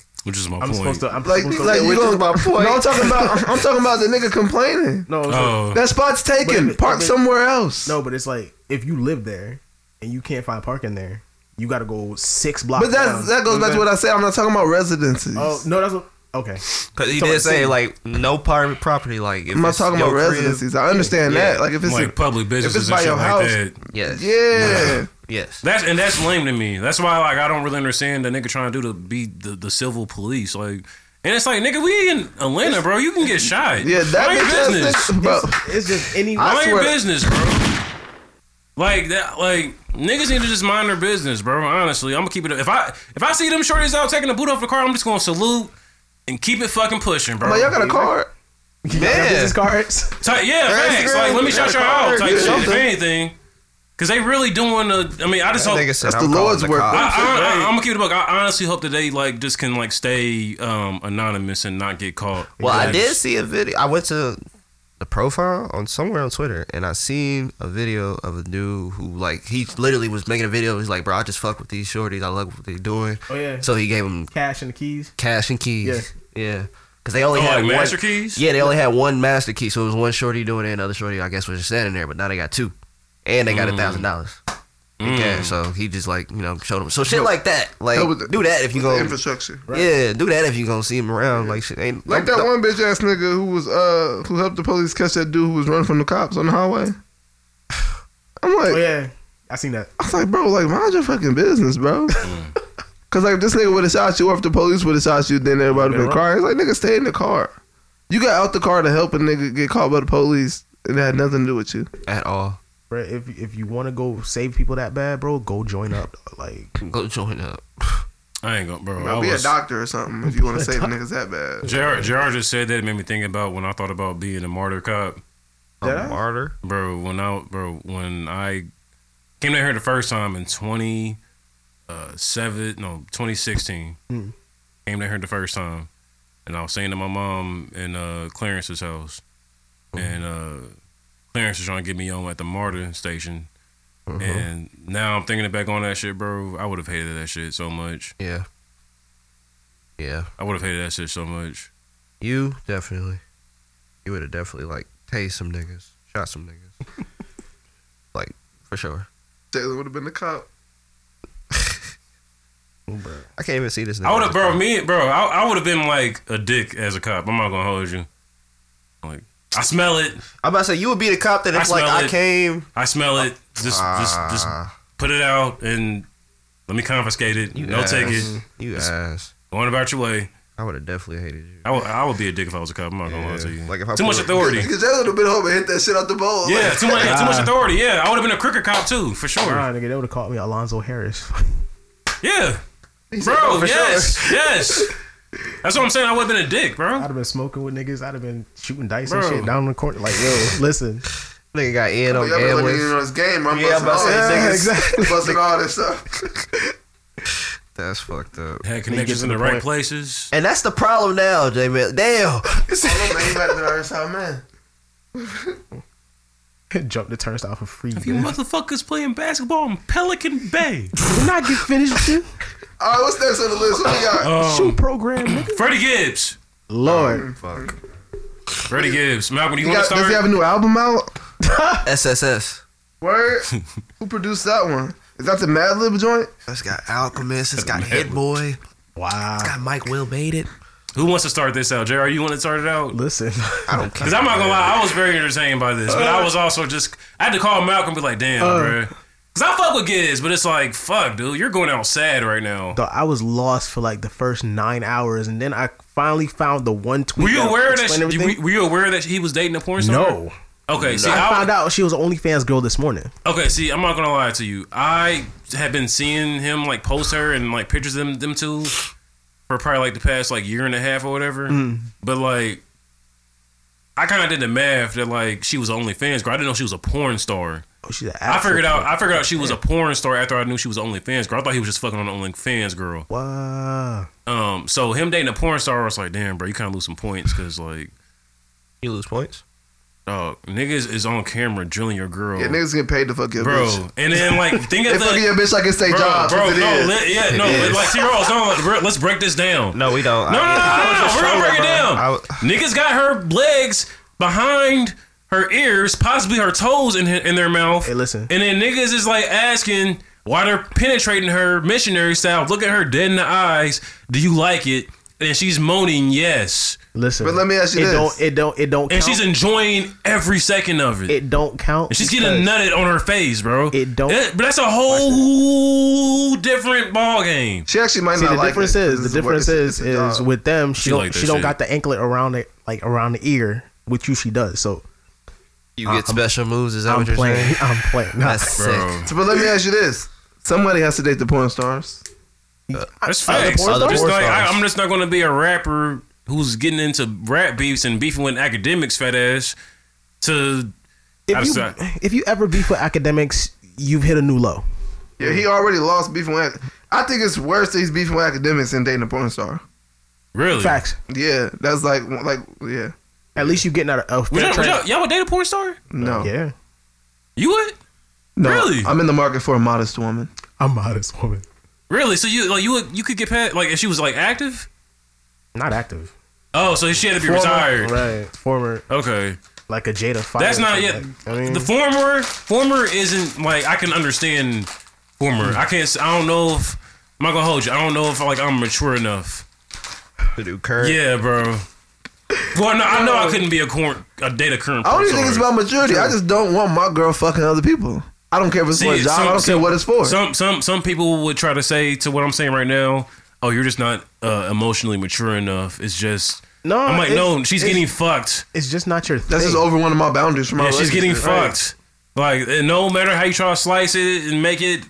Speaker 2: which is my
Speaker 3: I'm
Speaker 2: point.
Speaker 3: supposed to. I'm
Speaker 5: Like,
Speaker 3: supposed to.
Speaker 5: like you
Speaker 1: which
Speaker 5: gonna,
Speaker 1: is my point.
Speaker 5: No, I'm talking about. I'm talking about the nigga complaining.
Speaker 3: no, so-
Speaker 2: oh,
Speaker 5: That spot's taken.
Speaker 3: But if-
Speaker 5: park
Speaker 3: if it-
Speaker 5: somewhere else.
Speaker 3: No, but it's like if you live there and you can't find parking there, you got to go six blocks.
Speaker 5: but that's that goes back to what I said. I'm not talking about residences.
Speaker 3: Oh no, that's what, okay.
Speaker 1: Because he
Speaker 3: So
Speaker 1: did
Speaker 3: it's
Speaker 1: say
Speaker 3: saying-
Speaker 1: like no private property. Like if
Speaker 5: I'm not
Speaker 1: it's
Speaker 5: talking
Speaker 1: your
Speaker 5: about
Speaker 1: crib-
Speaker 5: residences. I understand
Speaker 1: Yeah.
Speaker 5: that. Like if it's
Speaker 2: like public businesses and
Speaker 5: by
Speaker 2: shit
Speaker 5: your
Speaker 2: like
Speaker 5: house-
Speaker 2: that.
Speaker 5: a,
Speaker 1: Yes.
Speaker 5: yeah,
Speaker 1: Yes.
Speaker 2: That's and that's lame to me. That's why like I don't really understand the nigga trying to do to be the, the civil police. Like, and it's like nigga, we in Atlanta, bro. You can get shot.
Speaker 5: yeah, that
Speaker 2: Mind
Speaker 5: makes
Speaker 2: your business.
Speaker 5: sense, bro.
Speaker 3: It's just any.
Speaker 5: I
Speaker 2: Mind your
Speaker 5: swear-
Speaker 2: business, bro. Like that, like niggas need to just mind their business, bro. Honestly, I'm gonna keep it. If I if I see them shorties out taking the boot off the car, I'm just gonna salute and keep it fucking pushing, bro.
Speaker 5: Like y'all got a card.
Speaker 3: you got
Speaker 1: Yeah.
Speaker 3: business cards.
Speaker 2: Ty- yeah,
Speaker 5: Instagram,
Speaker 2: thanks. Like, let me shout y'all out. Type shit,
Speaker 5: yeah,
Speaker 2: if
Speaker 5: something.
Speaker 2: anything, because they really doing the. I mean, I just hope.
Speaker 1: Nigga said,
Speaker 5: That's the
Speaker 1: calling
Speaker 5: Lord's work,
Speaker 1: cops.
Speaker 5: bro.
Speaker 2: I, I, I, I'm gonna keep it a buck. I honestly hope that they like just can like stay um, anonymous and not get caught.
Speaker 1: Well, I
Speaker 2: Like,
Speaker 1: did see a video. I went to the profile on somewhere on Twitter, and I seen a video of a dude who like he literally was making a video. He's like, "Bro, I just fuck with these shorties. I love what they doing."
Speaker 3: Oh yeah.
Speaker 1: So he gave him
Speaker 3: Cash and the keys.
Speaker 1: cash and keys. Yeah. Cause they only
Speaker 2: Oh,
Speaker 1: had
Speaker 2: like
Speaker 1: one,
Speaker 2: master keys?
Speaker 1: Yeah, they only had one master key, so it was one shorty doing it, another shorty I guess was just standing there. But now they got two, and they got a
Speaker 2: Mm.
Speaker 1: thousand dollars in cash. So he just like you know showed them. So shit like that, like
Speaker 5: Help with the-
Speaker 1: do that if you
Speaker 5: with the
Speaker 1: go,
Speaker 5: infrastructure.
Speaker 1: yeah, do that if you gonna see him around. Like shit, ain't
Speaker 5: Like that one bitch ass nigga who was uh who helped the police catch that dude who was running from the cops on the highway. I'm like,
Speaker 3: Oh yeah. I seen that.
Speaker 5: I was like, bro, like mind your fucking business, bro.
Speaker 2: Mm.
Speaker 5: Cause like if this nigga would have shot you, or if the police would have shot you, then everybody would
Speaker 3: Been
Speaker 5: been crying. It's like nigga, stay in the car. You got out the car to help a nigga get caught by the police, and it had nothing to do with you.
Speaker 1: at all.
Speaker 3: Bro, if if you want to go save people that bad, bro, go join up. dog. Like
Speaker 1: Go join up.
Speaker 2: I ain't gonna, bro.
Speaker 5: Bro,
Speaker 2: I
Speaker 5: be
Speaker 2: was,
Speaker 5: a doctor or something if you want to save niggas that bad.
Speaker 2: Gerard, Gerard just said that. It made me think about when I thought about being a martyr cop,
Speaker 1: A
Speaker 3: Did I?
Speaker 1: martyr.
Speaker 2: bro. When I, bro, when I came down here the first time in twenty uh, seven, no, twenty sixteen,
Speaker 3: Mm.
Speaker 2: came down here the first time,
Speaker 5: Mm.
Speaker 2: and I was staying at my mom in uh, Clarence's house, and uh, Clarence was trying to get me on at the Martyr station.
Speaker 1: Uh-huh.
Speaker 2: And now I'm thinking back on that shit, bro. I would have hated that shit so much.
Speaker 1: Yeah. Yeah.
Speaker 2: I would have hated that shit so much.
Speaker 1: You definitely. You would have definitely like tased some niggas, shot some niggas. like for sure.
Speaker 4: Taylor would have been the cop.
Speaker 1: I can't even see this. Nigga
Speaker 2: I would have, bro. Me, bro. I, I would have been like a dick as a cop. I'm not gonna hold you. Like I smell it.
Speaker 1: I'm about to say you would be the cop that
Speaker 2: I
Speaker 1: it's like
Speaker 2: smell
Speaker 1: I
Speaker 2: it.
Speaker 1: came.
Speaker 2: I smell it. Just, just, just
Speaker 1: Ah,
Speaker 2: put it out and let me confiscate it.
Speaker 1: you
Speaker 2: no
Speaker 1: ass.
Speaker 2: take it.
Speaker 1: You ass.
Speaker 2: Going about your way.
Speaker 1: I would have definitely hated you.
Speaker 2: I would, I would be a dick if I was a cop. I'm not gonna lie to you.
Speaker 1: Like if I
Speaker 2: too much
Speaker 1: pull-
Speaker 2: authority.
Speaker 4: Because Taylor would have been home and hit that shit out the bowl.
Speaker 2: yeah, too much, too much authority. Yeah, I would have been a crooked cop too, for sure.
Speaker 3: Nah, nigga, they would have called me Alonzo Harris.
Speaker 2: Yeah, bro.
Speaker 1: "Oh,
Speaker 2: yes, yes. That's what I'm saying. I would have been a dick,
Speaker 3: I'd
Speaker 2: bro.
Speaker 3: have been smoking with niggas. I'd have been shooting dice
Speaker 2: Bro.
Speaker 3: and shit down in the corner. Like, yo, listen,
Speaker 1: Nigga got in
Speaker 4: Y'all
Speaker 1: on
Speaker 4: been looking
Speaker 1: gambling.
Speaker 4: in on this game. I'm
Speaker 1: Yeah, I'm
Speaker 4: busting all
Speaker 1: about to say,
Speaker 4: this.
Speaker 1: niggas-
Speaker 4: Busting all this stuff.
Speaker 1: That's fucked up.
Speaker 2: Had connections
Speaker 3: to
Speaker 2: in the,
Speaker 3: the
Speaker 2: right
Speaker 3: point.
Speaker 2: places.
Speaker 1: And that's the problem now, J Man. Damn.
Speaker 4: Oh, man, you about to be the other side, man.
Speaker 3: jump the turnstile for free.
Speaker 2: If you
Speaker 3: man.
Speaker 2: motherfuckers playing basketball in Pelican Bay.
Speaker 3: Did not get finished, dude.
Speaker 4: All right, what's next on the list? What we got?
Speaker 2: Um,
Speaker 3: Shoot program, nigga.
Speaker 2: Freddie Gibbs.
Speaker 5: Lord,
Speaker 1: Fuck.
Speaker 2: Freddie Gibbs. Malcolm, you
Speaker 5: He
Speaker 2: want to
Speaker 5: got- does
Speaker 2: start?
Speaker 5: he have a new album out?
Speaker 1: SSS.
Speaker 5: Word. Who produced that one? Is that the Mad Lib joint?
Speaker 1: It's got Alchemist. It's got Hit Boy.
Speaker 3: Wow.
Speaker 1: It's got Mike Will made it.
Speaker 2: Who wants to start this out? JR, you want to start it out?
Speaker 3: Listen,
Speaker 1: I don't care.
Speaker 2: Because I'm not gonna lie, I was very entertained by this, but I was also just I had to call Malcolm and be like, damn, bruh. Because I fuck with Giz, but it's like, fuck, dude, you're going out sad right now.
Speaker 3: though, I was lost for like the first nine hours, and then I finally found the one tweet.
Speaker 2: Were you aware of that?
Speaker 3: explained
Speaker 2: She,
Speaker 3: everything.
Speaker 2: were, were you aware that he was dating a porn star?
Speaker 3: no,
Speaker 2: Okay, see,
Speaker 3: I
Speaker 2: I,
Speaker 3: found out she was an OnlyFans girl this morning.
Speaker 2: okay, see, I'm not gonna lie to you. I have been seeing him like post her and like pictures of them them two for probably like the past like year and a half or whatever.
Speaker 5: Mm.
Speaker 2: But like, I kind of did the math that like she was OnlyFans girl. I didn't know she was a porn star.
Speaker 3: Oh, she's an
Speaker 2: I
Speaker 3: actual-
Speaker 2: figured out. I figured out she was a porn star after I knew she was an OnlyFans girl. I thought he was just fucking on the OnlyFans girl.
Speaker 3: Wow.
Speaker 2: Um, so him dating a porn star, I was like, damn, bro, you kind of lose some points because like,
Speaker 1: You lose points.
Speaker 2: dog, niggas is on camera drilling your girl,
Speaker 5: Yeah, niggas get paid to fuck your bitch.
Speaker 2: bro. And then like, think
Speaker 5: They
Speaker 2: of
Speaker 5: fucking
Speaker 2: the
Speaker 5: your bitch like it's their
Speaker 2: bro,
Speaker 5: job.
Speaker 2: bro, no,
Speaker 5: since it is.
Speaker 2: li- yeah, no,
Speaker 1: is.
Speaker 2: like, see, Ross, no, like, bro, let's break this down.
Speaker 1: No, we don't.
Speaker 2: No, no, no, no, no, We're gonna break it down.
Speaker 1: I,
Speaker 2: Niggas got her legs behind her ears, possibly her toes in in their mouth.
Speaker 3: Hey, listen.
Speaker 2: And then niggas is like asking why they're penetrating her missionary style. Look at her dead in the eyes. Do you like it? And she's moaning yes.
Speaker 3: Listen.
Speaker 5: But let me ask you
Speaker 3: it
Speaker 5: this.
Speaker 3: Don't, it don't. It don't. Count.
Speaker 2: And she's enjoying every second of it.
Speaker 3: it don't count.
Speaker 2: And she's
Speaker 3: because-
Speaker 2: getting nutted on her face, bro. Eh,
Speaker 3: It don't-
Speaker 2: but that's a whole different ball game.
Speaker 5: She actually might
Speaker 3: See,
Speaker 5: not
Speaker 3: the
Speaker 5: like
Speaker 3: difference
Speaker 5: it.
Speaker 3: is
Speaker 5: It's
Speaker 3: the
Speaker 5: a work-
Speaker 3: difference is
Speaker 5: it's- it's a
Speaker 3: is
Speaker 5: job.
Speaker 3: with them she,
Speaker 2: She
Speaker 3: don't
Speaker 2: like that
Speaker 3: she don't
Speaker 2: shit.
Speaker 3: got the anklet around the like around the ear with you she does so
Speaker 1: you get special moves. Is that
Speaker 3: I'm
Speaker 1: what you're
Speaker 3: playing
Speaker 1: saying?
Speaker 3: I'm playing Nah,
Speaker 1: That's sick.
Speaker 2: Bro.
Speaker 5: So, but let me ask you this: somebody has to date the porn stars.
Speaker 2: That's
Speaker 3: Other
Speaker 2: facts.
Speaker 3: porn
Speaker 2: Just
Speaker 1: stars?
Speaker 2: like, I,
Speaker 1: Porn
Speaker 2: am just not going to be a rapper who's getting into rap beefs and beefing with academics, fat ass. To
Speaker 3: if you
Speaker 2: Outside.
Speaker 3: if you ever beef with academics you've hit a new low
Speaker 5: Yeah, he already lost beefing with. ac- I think it's worse that he's beefing with academics than dating a porn star.
Speaker 2: really,
Speaker 3: facts
Speaker 5: Yeah, that's like like yeah
Speaker 3: at least you getting out of a
Speaker 2: Would
Speaker 3: fair
Speaker 2: y'all, would
Speaker 3: trade.
Speaker 2: y'all, y'all would date a porn star?
Speaker 5: no
Speaker 3: yeah
Speaker 2: You would
Speaker 5: no.
Speaker 2: Really?
Speaker 5: I'm in the market for a modest woman.
Speaker 3: I'm modest woman
Speaker 2: really? So you like you would you could get past like if she was like active?
Speaker 3: not active
Speaker 2: Oh, so she had to be
Speaker 5: Former-
Speaker 2: retired.
Speaker 3: right former
Speaker 2: Okay,
Speaker 3: like a Jada Fire
Speaker 2: that's not yet.
Speaker 3: like, I mean
Speaker 5: Mm-hmm.
Speaker 2: the former former isn't like I can understand former. I can't. s- I don't know if I'm not gonna hold you. I don't know if like I'm mature enough.
Speaker 1: To do current.
Speaker 2: Yeah, bro. Well, no, I know I couldn't be a current a date a current.
Speaker 5: I don't
Speaker 2: porn
Speaker 5: even think it's
Speaker 2: star.
Speaker 5: about maturity. I just don't want my girl fucking other people. I don't care if it's for a
Speaker 2: See,
Speaker 5: job. I don't care what it's for.
Speaker 2: Some some some people would try to say to what I'm saying right now. Oh, you're just not uh, emotionally mature enough. It's just
Speaker 3: No,
Speaker 2: I'm like,
Speaker 3: it's-
Speaker 2: no, she's
Speaker 3: it's-
Speaker 2: getting fucked.
Speaker 3: it's just not your thing
Speaker 5: That's just over one of my boundaries for my.
Speaker 2: Yeah, she's getting
Speaker 5: relationship.
Speaker 2: fucked. Like, and no matter how you try to slice it and make it,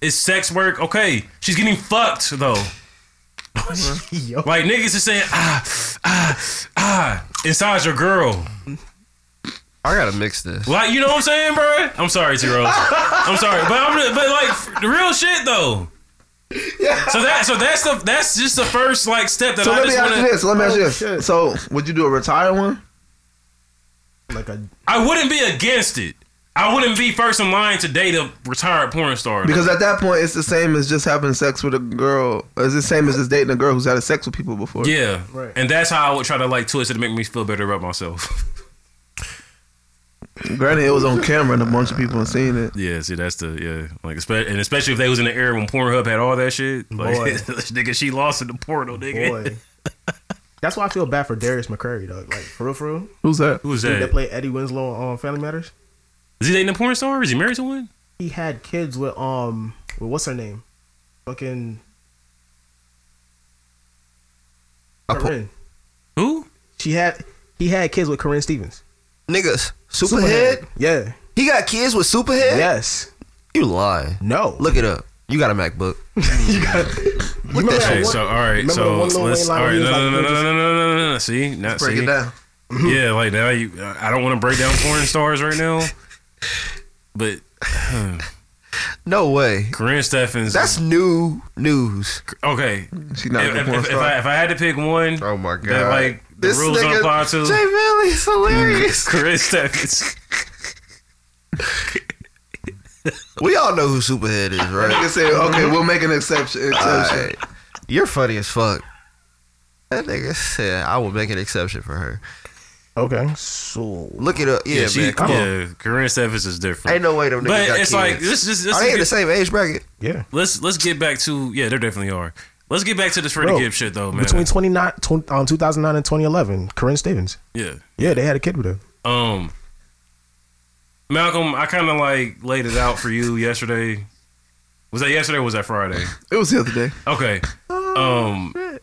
Speaker 2: it's sex work. Okay, she's getting fucked though.
Speaker 3: Yo.
Speaker 2: Like niggas is saying ah ah ah inside your girl.
Speaker 1: I gotta mix this.
Speaker 2: Like you know what I'm saying, bro? I'm sorry, T Rose. I'm sorry, but I'm but like the real shit though. So that so that's the that's just the first like step that
Speaker 5: So
Speaker 2: I
Speaker 5: let me
Speaker 2: just
Speaker 5: ask you
Speaker 2: want to.
Speaker 5: this. Let me ask you
Speaker 3: Oh,
Speaker 5: this.
Speaker 3: shit.
Speaker 5: So would you do a retired one?
Speaker 3: like a
Speaker 2: I wouldn't be against it. I wouldn't be first in line to date a retired porn star.
Speaker 5: Because at that point, it's the same as just having sex with a girl. It's the same as just dating a girl who's had sex with people before.
Speaker 2: yeah,
Speaker 3: Right.
Speaker 2: and that's how I would try to like twist it to make me feel better about myself.
Speaker 5: Granted, it was on camera and a bunch of people have seen it.
Speaker 2: yeah, see, that's the yeah, like espe- and especially if they was in the era when Pornhub had all that shit. Like,
Speaker 3: Boy.
Speaker 2: nigga, she lost in the portal, nigga.
Speaker 3: boy. That's why I feel bad for Darius McCurry, dog. Like for real, for real.
Speaker 5: Who's that?
Speaker 2: Who was
Speaker 3: Dude, that
Speaker 2: that?
Speaker 3: played Eddie Winslow on Family Matters.
Speaker 2: Is he dating a porn star? Is he married to one?
Speaker 3: He had kids with um, with what's her name? Fucking.
Speaker 1: A po-
Speaker 3: Corinne.
Speaker 2: Who?
Speaker 3: She had he had kids with Corinne Stevens.
Speaker 1: Niggas, Superhead?
Speaker 3: Yeah.
Speaker 1: He got kids with Superhead?
Speaker 3: Yes.
Speaker 1: You lying.
Speaker 3: No.
Speaker 1: Look it up. You got a MacBook.
Speaker 3: you got.
Speaker 1: Look
Speaker 3: remember
Speaker 1: that
Speaker 3: that
Speaker 2: Okay,
Speaker 3: one-
Speaker 1: shit.
Speaker 2: so all right,
Speaker 3: remember the
Speaker 2: so
Speaker 3: one Lil
Speaker 2: let's
Speaker 3: Wayne
Speaker 2: all
Speaker 3: line where
Speaker 2: right,
Speaker 3: he
Speaker 2: no,
Speaker 3: was
Speaker 2: no,
Speaker 3: like, "Niggas
Speaker 2: no, no, no, no, no, no, no, see, not
Speaker 4: Break
Speaker 2: see,
Speaker 4: it down.
Speaker 2: yeah, like now you, I I don't want to break down porn stars right now, but
Speaker 1: No way.
Speaker 2: Corinne Steffens,
Speaker 1: That's new news.
Speaker 2: okay.
Speaker 5: She's not
Speaker 2: if,
Speaker 5: a
Speaker 2: if-
Speaker 5: porn
Speaker 2: if
Speaker 5: star.
Speaker 2: I, if I had to pick one,
Speaker 1: Oh my god.
Speaker 2: that like the
Speaker 1: this
Speaker 2: rules don't
Speaker 1: nigga,
Speaker 2: apply to
Speaker 1: Jay Bailey is hilarious.
Speaker 2: Chris Steffens.
Speaker 1: we all know who Superhead is,
Speaker 5: Like
Speaker 1: right?
Speaker 5: I said, okay, we'll make an exception. exception.
Speaker 1: Alright. You're funny as fuck. That nigga said I would make an exception for her.
Speaker 3: Okay. So
Speaker 1: Look it up. Yeah,
Speaker 2: Yeah, she,
Speaker 1: man. Come on.
Speaker 2: yeah, Corinne Steffens is different.
Speaker 1: Ain't no way them niggas
Speaker 2: but
Speaker 1: got
Speaker 2: it's
Speaker 1: kids.
Speaker 2: like this, this, this
Speaker 1: Are they in the
Speaker 2: is
Speaker 1: same age bracket?
Speaker 3: yeah.
Speaker 2: let's let's get back to yeah, there definitely are. Let's get back to this Freddie
Speaker 3: Bro,
Speaker 2: Gibbs shit though, man.
Speaker 3: Between 29, tw- um, 2009 and 2011, Corinne Stevens.
Speaker 2: yeah.
Speaker 3: Yeah, they had a kid with her.
Speaker 2: Um, Malcolm, I kind of like laid it out for you yesterday. Was that yesterday? or Was that Friday?
Speaker 5: It was the other day.
Speaker 2: Okay.
Speaker 5: Oh,
Speaker 2: Um,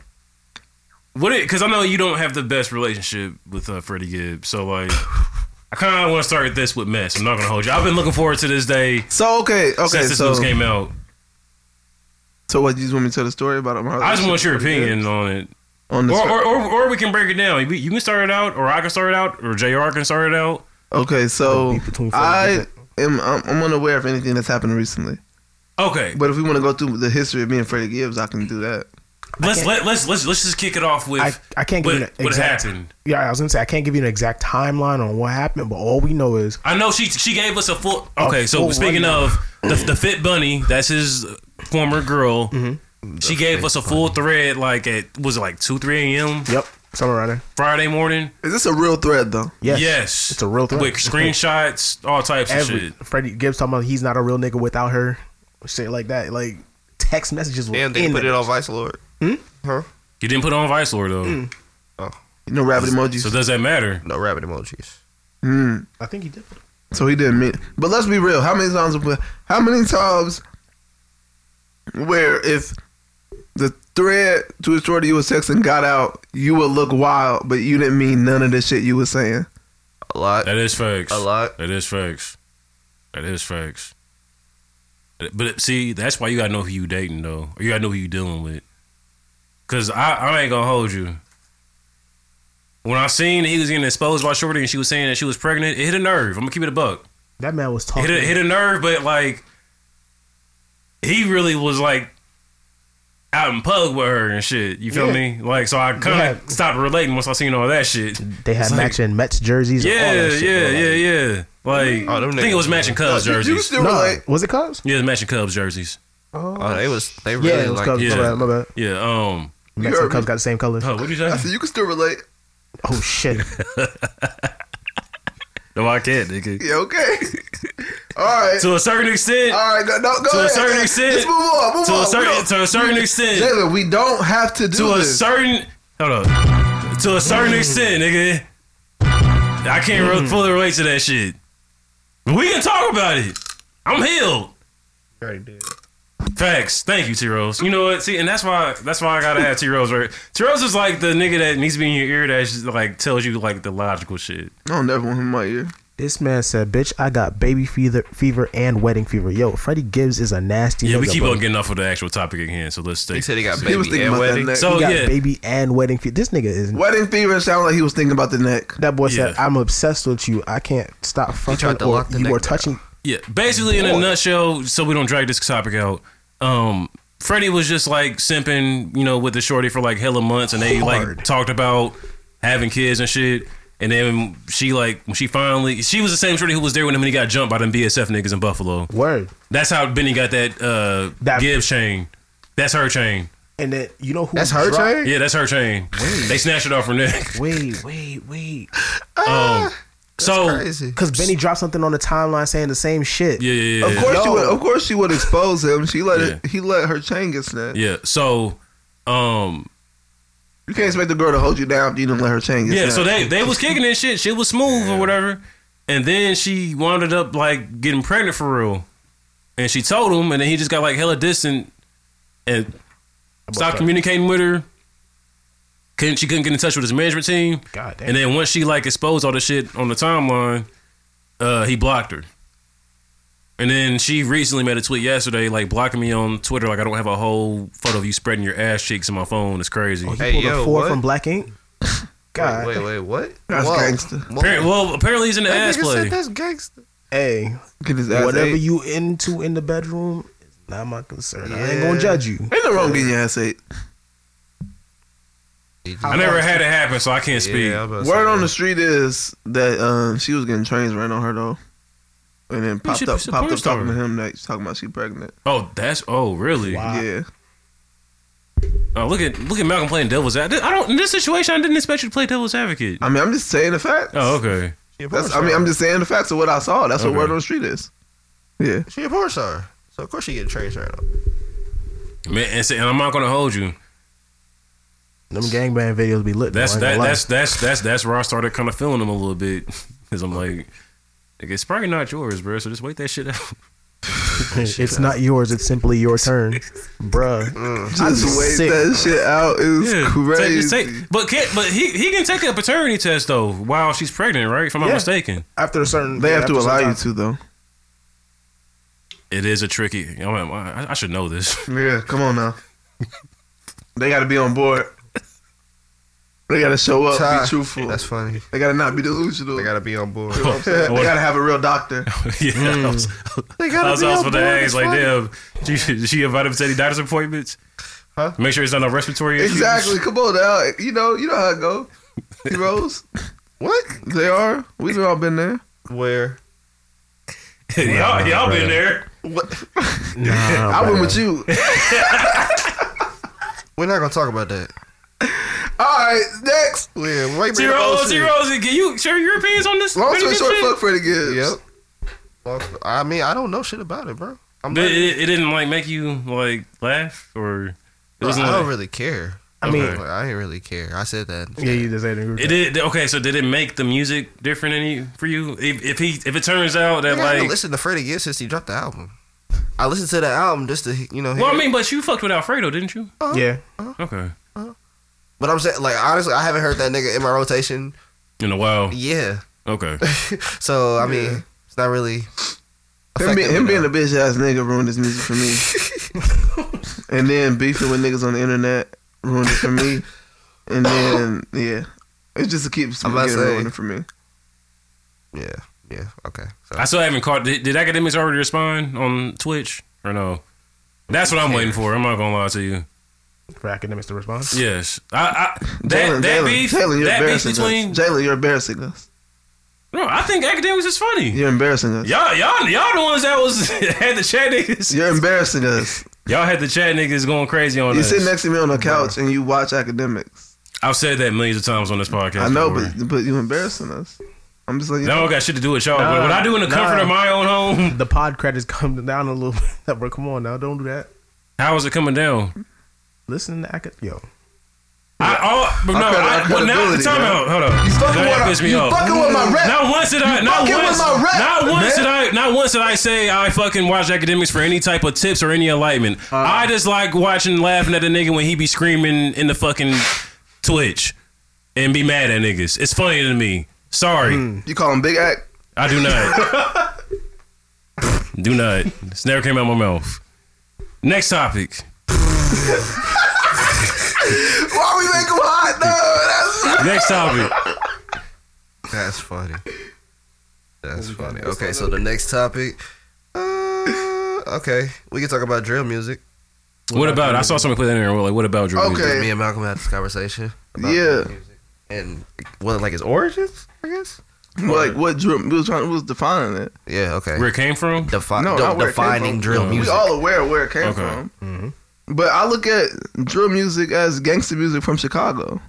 Speaker 2: what? Because I know you don't have the best relationship with uh, Freddie Gibbs, so like, I kind of want to start this with mess. I'm not gonna hold you. I've been looking forward to this day
Speaker 5: So okay, okay.
Speaker 2: since this
Speaker 5: So,
Speaker 2: news came out.
Speaker 5: so what? You just want me to tell the story about my?
Speaker 2: I just want your
Speaker 5: relationship
Speaker 2: opinion on it,
Speaker 5: on this.
Speaker 2: or or, or or we can break it down. You- You can start it out, or I can start it out, or Jr. can start it out.
Speaker 5: okay, so
Speaker 3: Beef between Freddie
Speaker 5: I
Speaker 3: Gibbs
Speaker 5: am I'm, I'm unaware of anything that's happened recently.
Speaker 2: Okay,
Speaker 5: But if we want to go through the history of me and Freddie Gibbs, I can do that.
Speaker 2: let's let, let's let's let's just kick it off with
Speaker 3: I, I can't give
Speaker 2: what,
Speaker 3: you an
Speaker 2: what
Speaker 3: exact.
Speaker 2: happened.
Speaker 3: Yeah, I was gonna say I can't give you an exact timeline on what happened, but all we know is
Speaker 2: I know she she gave us a full. Okay, so
Speaker 3: full
Speaker 2: speaking
Speaker 3: rundown.
Speaker 2: of the, the Fit Bunny, that's his former girl.
Speaker 3: Mm-hmm.
Speaker 2: She gave us a full thread like at was it like two three a.m.
Speaker 3: yep, somewhere around there.
Speaker 2: Friday morning.
Speaker 5: Is this a real thread though?
Speaker 3: Yes,
Speaker 2: Yes,
Speaker 3: it's a real threat.
Speaker 2: with screenshots, all types of
Speaker 3: Every
Speaker 2: shit.
Speaker 3: Freddie Gibbs talking about he's not a real nigga without her, shit like that. Like text messages were
Speaker 1: Damn,
Speaker 3: and
Speaker 1: they
Speaker 3: in
Speaker 1: put
Speaker 3: it.
Speaker 1: it on Vice Lord.
Speaker 2: He didn't put on Vice Lord though,
Speaker 3: Mm.
Speaker 5: You know, rabbit emojis.
Speaker 2: so does that matter?
Speaker 1: No rabbit emojis.
Speaker 5: Mm.
Speaker 3: I think he did. put it.
Speaker 5: So he didn't mean. But let's be real. How many times? How many times? Where if the thread to his story you was texting got out, you would look wild, but you didn't mean none of the shit you was saying.
Speaker 1: A lot.
Speaker 2: That is facts.
Speaker 1: A lot.
Speaker 2: That is facts. That is facts. But see, that's why you gotta know who you dating though, or you gotta know who you dealing with. Cause I, I ain't gonna hold you. When I seen that he was getting exposed by Shorty and she was saying that she was pregnant, it hit a nerve. I'm gonna keep it a buck.
Speaker 3: That man was
Speaker 2: It
Speaker 3: talking.
Speaker 2: hit a, hit a nerve, but like he really was like out in pug with her and shit. You feel
Speaker 3: Yeah.
Speaker 2: me? Like so, I kind of
Speaker 3: Yeah.
Speaker 2: stopped relating once I seen all that shit.
Speaker 3: they had
Speaker 2: It's like-
Speaker 3: matching Mets jerseys. and all
Speaker 2: Yeah,
Speaker 3: that shit,
Speaker 2: yeah,
Speaker 3: bro.
Speaker 2: yeah, yeah. Like,
Speaker 1: Oh, them
Speaker 2: I think it
Speaker 1: niggas
Speaker 2: was matching Cubs
Speaker 5: You- You
Speaker 2: jerseys.
Speaker 5: still
Speaker 3: No,
Speaker 5: like
Speaker 3: was it Cubs?
Speaker 2: Yeah, it was matching Cubs jerseys.
Speaker 3: Oh,
Speaker 1: Oh, they was they
Speaker 3: yeah,
Speaker 1: really
Speaker 3: it was
Speaker 1: like
Speaker 3: Cubs.
Speaker 2: yeah.
Speaker 3: My bad, my bad.
Speaker 2: Yeah. Um.
Speaker 3: Mets
Speaker 5: heard
Speaker 3: and
Speaker 5: me.
Speaker 3: Cubs got the same colors.
Speaker 2: Oh, what did you
Speaker 5: I
Speaker 2: say?
Speaker 5: said you can still relate.
Speaker 3: Oh shit!
Speaker 2: No, I can't, nigga.
Speaker 5: Yeah, Oh, okay. All right.
Speaker 2: To a certain extent.
Speaker 5: All right. No, no, go
Speaker 2: To a
Speaker 5: ahead.
Speaker 2: certain extent.
Speaker 5: Let's move on. Move
Speaker 2: To
Speaker 5: on.
Speaker 2: a
Speaker 5: We
Speaker 2: certain.
Speaker 5: don't-
Speaker 2: To a certain extent.
Speaker 5: Jalen, we don't have to oh. do
Speaker 2: To a
Speaker 5: this.
Speaker 2: certain. Hold up. To a certain extent, nigga. I can't re- fully relate to that shit. But we can talk about it. I'm healed. Facts. Thank you, T Rose. You know what? See, and that's why that's why I gotta have T Rose right. T Rose is like the nigga that needs to be in your ear that just, like tells you like the logical shit.
Speaker 5: I don't never want him in my ear.
Speaker 3: this man said, "Bitch, I got baby fever, fever and wedding fever." Yo, Freddie Gibbs is a nasty.
Speaker 2: Yeah, we
Speaker 3: nigga,
Speaker 2: keep
Speaker 3: bro.
Speaker 2: on getting off of the actual topic again, so let's stay.
Speaker 1: He said he got
Speaker 5: He was
Speaker 1: baby
Speaker 5: thinking
Speaker 1: and
Speaker 5: about
Speaker 1: wedding.
Speaker 5: that neck.
Speaker 2: So
Speaker 3: He got
Speaker 2: Oh, yeah,
Speaker 3: baby and wedding fever. This nigga is.
Speaker 5: Wedding fever sounded like he was thinking about the neck.
Speaker 3: That boy said,
Speaker 2: Yeah.
Speaker 3: "I'm obsessed with you. I can't stop
Speaker 1: tried
Speaker 3: fucking."
Speaker 1: to
Speaker 3: Or
Speaker 1: lock the
Speaker 3: you
Speaker 1: neck
Speaker 3: were
Speaker 1: down.
Speaker 3: touching.
Speaker 2: yeah. Basically, in a nutshell, so we don't drag this topic out. Um, Freddie was just like simping, you know, with the shorty for like hella months, and they like
Speaker 3: Hard.
Speaker 2: talked about having kids and shit. And then she like when she finally she was the same shorty who was there with him when he got jumped by them BSF niggas in Buffalo.
Speaker 3: Word.
Speaker 2: That's how Benny got that uh
Speaker 3: That-
Speaker 2: Gibbs chain. That's her chain.
Speaker 3: And then you know who?
Speaker 5: That's her
Speaker 3: dropped-
Speaker 5: chain.
Speaker 2: Yeah, that's her chain. They snatched it off her neck.
Speaker 3: Wait, wait, wait.
Speaker 2: Um, so
Speaker 1: Crazy.
Speaker 3: Because Benny dropped something on the timeline saying the same shit.
Speaker 2: yeah, yeah, yeah.
Speaker 5: Of course she would. Of course she would expose him. She let it,
Speaker 2: Yeah.
Speaker 5: he let her chain get snapped.
Speaker 2: Yeah. So um
Speaker 5: You can't expect the girl to hold you down if you didn't let her chain get
Speaker 2: yeah, so
Speaker 5: snapped.
Speaker 2: they they was kicking and shit. Shit was smooth or whatever. And then she wound up like getting pregnant for real. And she told him and then he just got like hella distant and stopped communicating with her. Couldn't she couldn't get in touch with his management team.
Speaker 3: God damn.
Speaker 2: And then once she like exposed all the shit on the timeline, uh, he blocked her. And then she recently made a tweet yesterday, like blocking me on Twitter. Like I don't have a whole photo of you spreading your ass cheeks in my phone. It's crazy.
Speaker 3: Oh, he
Speaker 1: Hey,
Speaker 3: pulled
Speaker 1: yo,
Speaker 3: a four
Speaker 1: what?
Speaker 3: from Black Ink. God.
Speaker 1: Wait, wait, wait, what?
Speaker 5: That's
Speaker 1: Whoa.
Speaker 5: gangster.
Speaker 1: Whoa.
Speaker 2: Appar- well, apparently he's in the
Speaker 1: That
Speaker 2: ass
Speaker 1: nigga
Speaker 2: play.
Speaker 1: said that's gangster.
Speaker 3: Hey,
Speaker 5: Get his ass
Speaker 3: whatever
Speaker 5: ate.
Speaker 3: you into in the bedroom is not my concern. I ain't gonna judge you.
Speaker 5: Ain't no wrong getting your ass ate.
Speaker 2: I never had it happen, so I can't speak.
Speaker 1: Yeah, I'm about to
Speaker 5: Word
Speaker 1: say
Speaker 5: on
Speaker 1: that.
Speaker 5: the street is that um, she was getting trains ran on her though, and then popped
Speaker 2: should-
Speaker 5: up
Speaker 2: she's a
Speaker 5: popped
Speaker 2: porn
Speaker 5: up
Speaker 2: star.
Speaker 5: talking to him that she's talking about she pregnant.
Speaker 2: Oh, that's oh really?
Speaker 3: Wow. Ah.
Speaker 5: Yeah,
Speaker 2: Oh, look at look at Malcolm playing devil's advocate. I don't in this situation. I didn't expect you to play devil's advocate.
Speaker 5: I mean I'm just saying the facts.
Speaker 2: Oh, okay.
Speaker 5: That's, I mean I'm just saying the facts of what I saw. That's
Speaker 2: Okay.
Speaker 5: what word on the street is. Yeah,
Speaker 1: She a porn star, so of course she get a trade right up.
Speaker 2: Man, and, say- and I'm not gonna hold you.
Speaker 3: Them gangbang videos be lit. though,
Speaker 2: That's
Speaker 3: I ain't
Speaker 2: that,
Speaker 3: gonna lie.
Speaker 2: that's that's that's that's where I started kind of feeling him a little bit because I'm like, like, it's probably not yours, bro. So just wait that shit out.
Speaker 3: it's not yours. It's simply your turn, bruh.
Speaker 5: just wait
Speaker 3: sick.
Speaker 5: that shit out. It was
Speaker 2: Take-
Speaker 5: crazy.
Speaker 2: just take- but can but he he can take a paternity test though while she's pregnant, right? If I'm not
Speaker 3: Yeah.
Speaker 2: mistaken,
Speaker 3: After a certain,
Speaker 5: they
Speaker 3: yeah,
Speaker 5: have to
Speaker 3: after a certain
Speaker 5: allow you
Speaker 3: time.
Speaker 5: to though.
Speaker 2: it is a tricky. I'm like, why- I, I should know this.
Speaker 5: Yeah, come on now. they got to be on board. They got to show up,
Speaker 1: Ty,
Speaker 5: be truthful.
Speaker 1: That's funny.
Speaker 5: they got to not be delusional.
Speaker 1: They
Speaker 5: They got
Speaker 1: gotta be on board.
Speaker 5: to have a real doctor.
Speaker 2: yeah, I was,
Speaker 1: Hmm. They
Speaker 2: I
Speaker 1: gotta
Speaker 2: was
Speaker 1: be
Speaker 2: also
Speaker 1: on
Speaker 2: about to
Speaker 1: board.
Speaker 2: ask,
Speaker 1: It's
Speaker 2: like,
Speaker 1: funny.
Speaker 2: damn, she, she invited him to any doctor's appointments.
Speaker 1: Huh?
Speaker 2: Make sure it's not no respiratory issues.
Speaker 5: Exactly. Come on now. You know, you know how it go. Heroes.
Speaker 1: What?
Speaker 5: They are. We've all been there.
Speaker 1: Where?
Speaker 2: y'all, y'all been there.
Speaker 3: Nah,
Speaker 5: I went
Speaker 3: bruh.
Speaker 5: with you.
Speaker 1: We're not gonna talk about that.
Speaker 5: all right, next.
Speaker 1: Yeah, why you bring up
Speaker 2: Zero,
Speaker 1: old
Speaker 2: zero.
Speaker 1: shit?
Speaker 2: Can you share your opinions on this?
Speaker 5: Long story
Speaker 2: Benedict
Speaker 5: short,
Speaker 2: shit?
Speaker 5: fuck Freddie Gibbs.
Speaker 1: Yep. Well, I mean, I don't know shit about it, bro. I'm
Speaker 2: But
Speaker 1: not,
Speaker 2: it, it didn't like make you like laugh or it
Speaker 1: bro,
Speaker 2: wasn't.
Speaker 1: I don't
Speaker 2: Like,
Speaker 1: really care.
Speaker 3: I mean,
Speaker 2: Okay.
Speaker 1: Like, I ain't really care. I said that.
Speaker 3: yeah, you just ain't agree. with
Speaker 2: it
Speaker 3: that.
Speaker 2: did. Okay, so did it make the music different any for you? If, if he if it turns out that
Speaker 1: Nigga, I haven't
Speaker 2: like,
Speaker 1: listened to Freddie Gibbs since he dropped the album. I listened to the album just to you know.
Speaker 2: well,
Speaker 1: hear-
Speaker 2: I mean, but you fucked with Alfredo, didn't you?
Speaker 3: Yeah,
Speaker 2: Okay,
Speaker 1: but I'm saying like honestly, I haven't heard that nigga in my rotation.
Speaker 2: in a while.
Speaker 1: Yeah,
Speaker 2: Okay,
Speaker 1: so I mean, it's not really.
Speaker 5: Him, be,
Speaker 1: affecting
Speaker 5: him
Speaker 1: me
Speaker 5: being
Speaker 1: now.
Speaker 5: a bitch ass nigga ruined his music for me. and then beefing with niggas on the internet ruined it for me. And then yeah, it just keeps
Speaker 1: I'm about to
Speaker 5: getting
Speaker 1: say.
Speaker 5: ruined for me.
Speaker 1: yeah, yeah, okay. So
Speaker 2: I still haven't caught. Did, did academics already respond on Twitch or no? That's what I'm waiting for. I'm not gonna lie to you.
Speaker 3: for academics to respond.
Speaker 2: Yes, I, I that
Speaker 5: Jalen,
Speaker 2: that
Speaker 5: Jalen,
Speaker 2: beef
Speaker 5: Jalen, you're
Speaker 2: that beef
Speaker 5: embarrassing
Speaker 2: between.
Speaker 5: us. Jalen, you're embarrassing us.
Speaker 2: No, I think academics is funny.
Speaker 5: You're embarrassing us.
Speaker 2: Y'all, y'all, y'all the ones that was had the chat niggas.
Speaker 5: You're embarrassing us.
Speaker 2: Y'all had the chat niggas going crazy on
Speaker 5: You
Speaker 2: us.
Speaker 5: sit next to me on the couch and you watch academics.
Speaker 2: I've said that millions of times on this podcast.
Speaker 5: I know,
Speaker 2: before.
Speaker 5: but but you embarrassing us. I'm just like,
Speaker 2: that don't got shit to do with y'all.
Speaker 3: Nah,
Speaker 2: but what I do in the comfort
Speaker 3: nah.
Speaker 2: of my own home,
Speaker 3: The pod credits come down a little bit. Bro, come on now, don't do that.
Speaker 2: how is it coming down?
Speaker 3: Listen to acad. Yo,
Speaker 2: I, oh, but no,
Speaker 5: credit-
Speaker 2: I,
Speaker 5: our
Speaker 2: but now the
Speaker 5: credibility,
Speaker 2: time
Speaker 5: bro.
Speaker 2: out. Hold up, you
Speaker 5: fucking with our-
Speaker 2: piss me
Speaker 5: you
Speaker 2: off.
Speaker 5: fucking with my rap.
Speaker 2: Not once did I. Not
Speaker 5: fucking with
Speaker 2: once.
Speaker 5: my rap,
Speaker 2: not once did I. Not once did I say I fucking watch academics for any type of tips or any enlightenment.
Speaker 5: Uh.
Speaker 2: I just like watching, laughing at a nigga when he be screaming in the fucking Twitch and be mad at niggas. It's funny to me. Sorry.
Speaker 5: you call him Big Act.
Speaker 2: I do not. do not. This never came out my mouth. Next topic.
Speaker 5: Why we make him hot? No, that's
Speaker 2: Next topic.
Speaker 1: That's funny. That's funny. Okay, so the next topic. Uh, okay, we can talk about drill music.
Speaker 2: What about? I saw somebody put that in there. Like, what about Drew?
Speaker 5: Okay.
Speaker 1: Me and Malcolm had this conversation. About
Speaker 5: Yeah.
Speaker 1: drill music. and well, like his origins, I guess.
Speaker 5: Like what drew? We was trying. We was defining it.
Speaker 1: Yeah. Okay.
Speaker 2: Where it came from?
Speaker 1: Defi-
Speaker 5: No,
Speaker 1: de-
Speaker 5: not where it came
Speaker 1: defining
Speaker 5: from.
Speaker 1: drill
Speaker 2: No.
Speaker 1: music. Mm-hmm.
Speaker 5: We all aware of where it came
Speaker 2: Okay.
Speaker 5: from. But I look at drill music as gangster music from Chicago.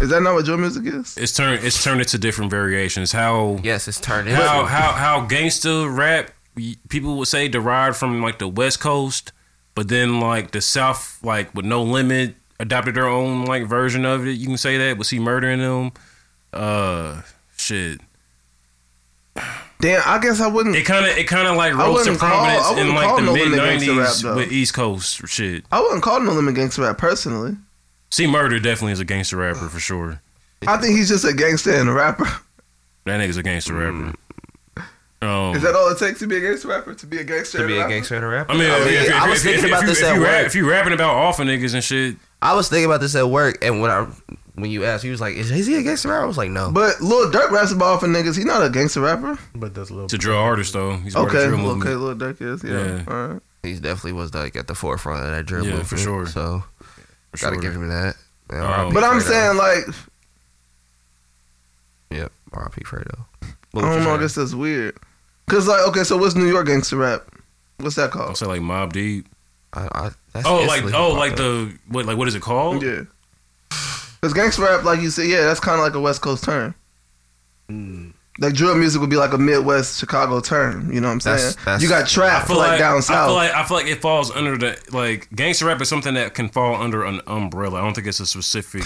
Speaker 5: Is that not what drill music is?
Speaker 2: It's turned. It's turned into different variations. How
Speaker 1: yes, it's turned into.
Speaker 2: how how how gangster rap y- people would say derived from like the West Coast, but then like the South, like with No Limit, adopted their own like version of it. You can say that. But see, murdering them, uh, shit.
Speaker 5: Damn, I guess I wouldn't.
Speaker 2: It kind of it kind of like
Speaker 5: Hmm. I
Speaker 2: rose to
Speaker 5: wouldn't call-
Speaker 2: prominence
Speaker 5: I wouldn't
Speaker 2: in like
Speaker 5: call
Speaker 2: the
Speaker 5: No
Speaker 2: mid
Speaker 5: Limit gangsta rap,
Speaker 2: nineties
Speaker 5: though.
Speaker 2: with East Coast shit.
Speaker 5: I wouldn't call No Limit gangster rap personally.
Speaker 2: See, murder definitely is a gangster rapper for sure.
Speaker 5: I think he's just a gangster and a rapper.
Speaker 2: That nigga's a gangster rapper. Um,
Speaker 5: Hmm. Is that all it takes to be a gangster rapper? To be a gangster?
Speaker 1: to
Speaker 5: and
Speaker 1: be a
Speaker 5: rapper?
Speaker 1: gangster and a rapper.
Speaker 2: I mean, if, if, if,
Speaker 1: I was
Speaker 2: if-
Speaker 1: thinking
Speaker 2: if-
Speaker 1: about
Speaker 2: if
Speaker 1: this
Speaker 2: you,
Speaker 1: at
Speaker 2: if you rap,
Speaker 1: work.
Speaker 2: if you rapping about off niggas and shit,
Speaker 1: I was thinking about this at work, and when I when you asked, he was like, "Is, is he a gangster rapper?" I was like, "No."
Speaker 5: But Lil Durk raps about for niggas. He's not a gangster rapper.
Speaker 3: But that's a little.
Speaker 2: to drill artist though, he's part of
Speaker 5: Okay,
Speaker 2: the drill
Speaker 5: well,
Speaker 2: movement.
Speaker 5: okay, Lil Durk is.
Speaker 2: Yeah.
Speaker 5: Yeah, all right.
Speaker 1: he definitely was like at the forefront of that drill
Speaker 2: Yeah,
Speaker 1: movement,
Speaker 2: for sure.
Speaker 1: So
Speaker 2: for
Speaker 1: gotta
Speaker 2: sure.
Speaker 1: give him that. And
Speaker 2: Um,
Speaker 1: R.I.P.
Speaker 5: But I'm
Speaker 1: Fredo.
Speaker 5: saying like
Speaker 1: yep, R.I.P. Fredo.
Speaker 5: I don't know. I guess that's weird. Cause like okay, so what's New York gangster rap? What's that
Speaker 2: I'll
Speaker 5: called?
Speaker 2: say like Mob Deep.
Speaker 1: I, I, that's
Speaker 2: Oh, like
Speaker 1: instantly
Speaker 2: oh,
Speaker 1: popped
Speaker 2: like
Speaker 1: up.
Speaker 2: the what like what is it called?
Speaker 5: Yeah. Cause gangster rap, like you said, yeah, that's kind of like a West Coast term. Like drill music would be like a Midwest Chicago term. You know what I'm saying?
Speaker 1: That's- that's-
Speaker 5: you got
Speaker 2: I
Speaker 5: trap
Speaker 2: feel
Speaker 5: like,
Speaker 2: like,
Speaker 5: down
Speaker 2: I feel
Speaker 5: south.
Speaker 2: like I feel like it falls under the like gangster rap is something that can fall under an umbrella. I don't think it's a specific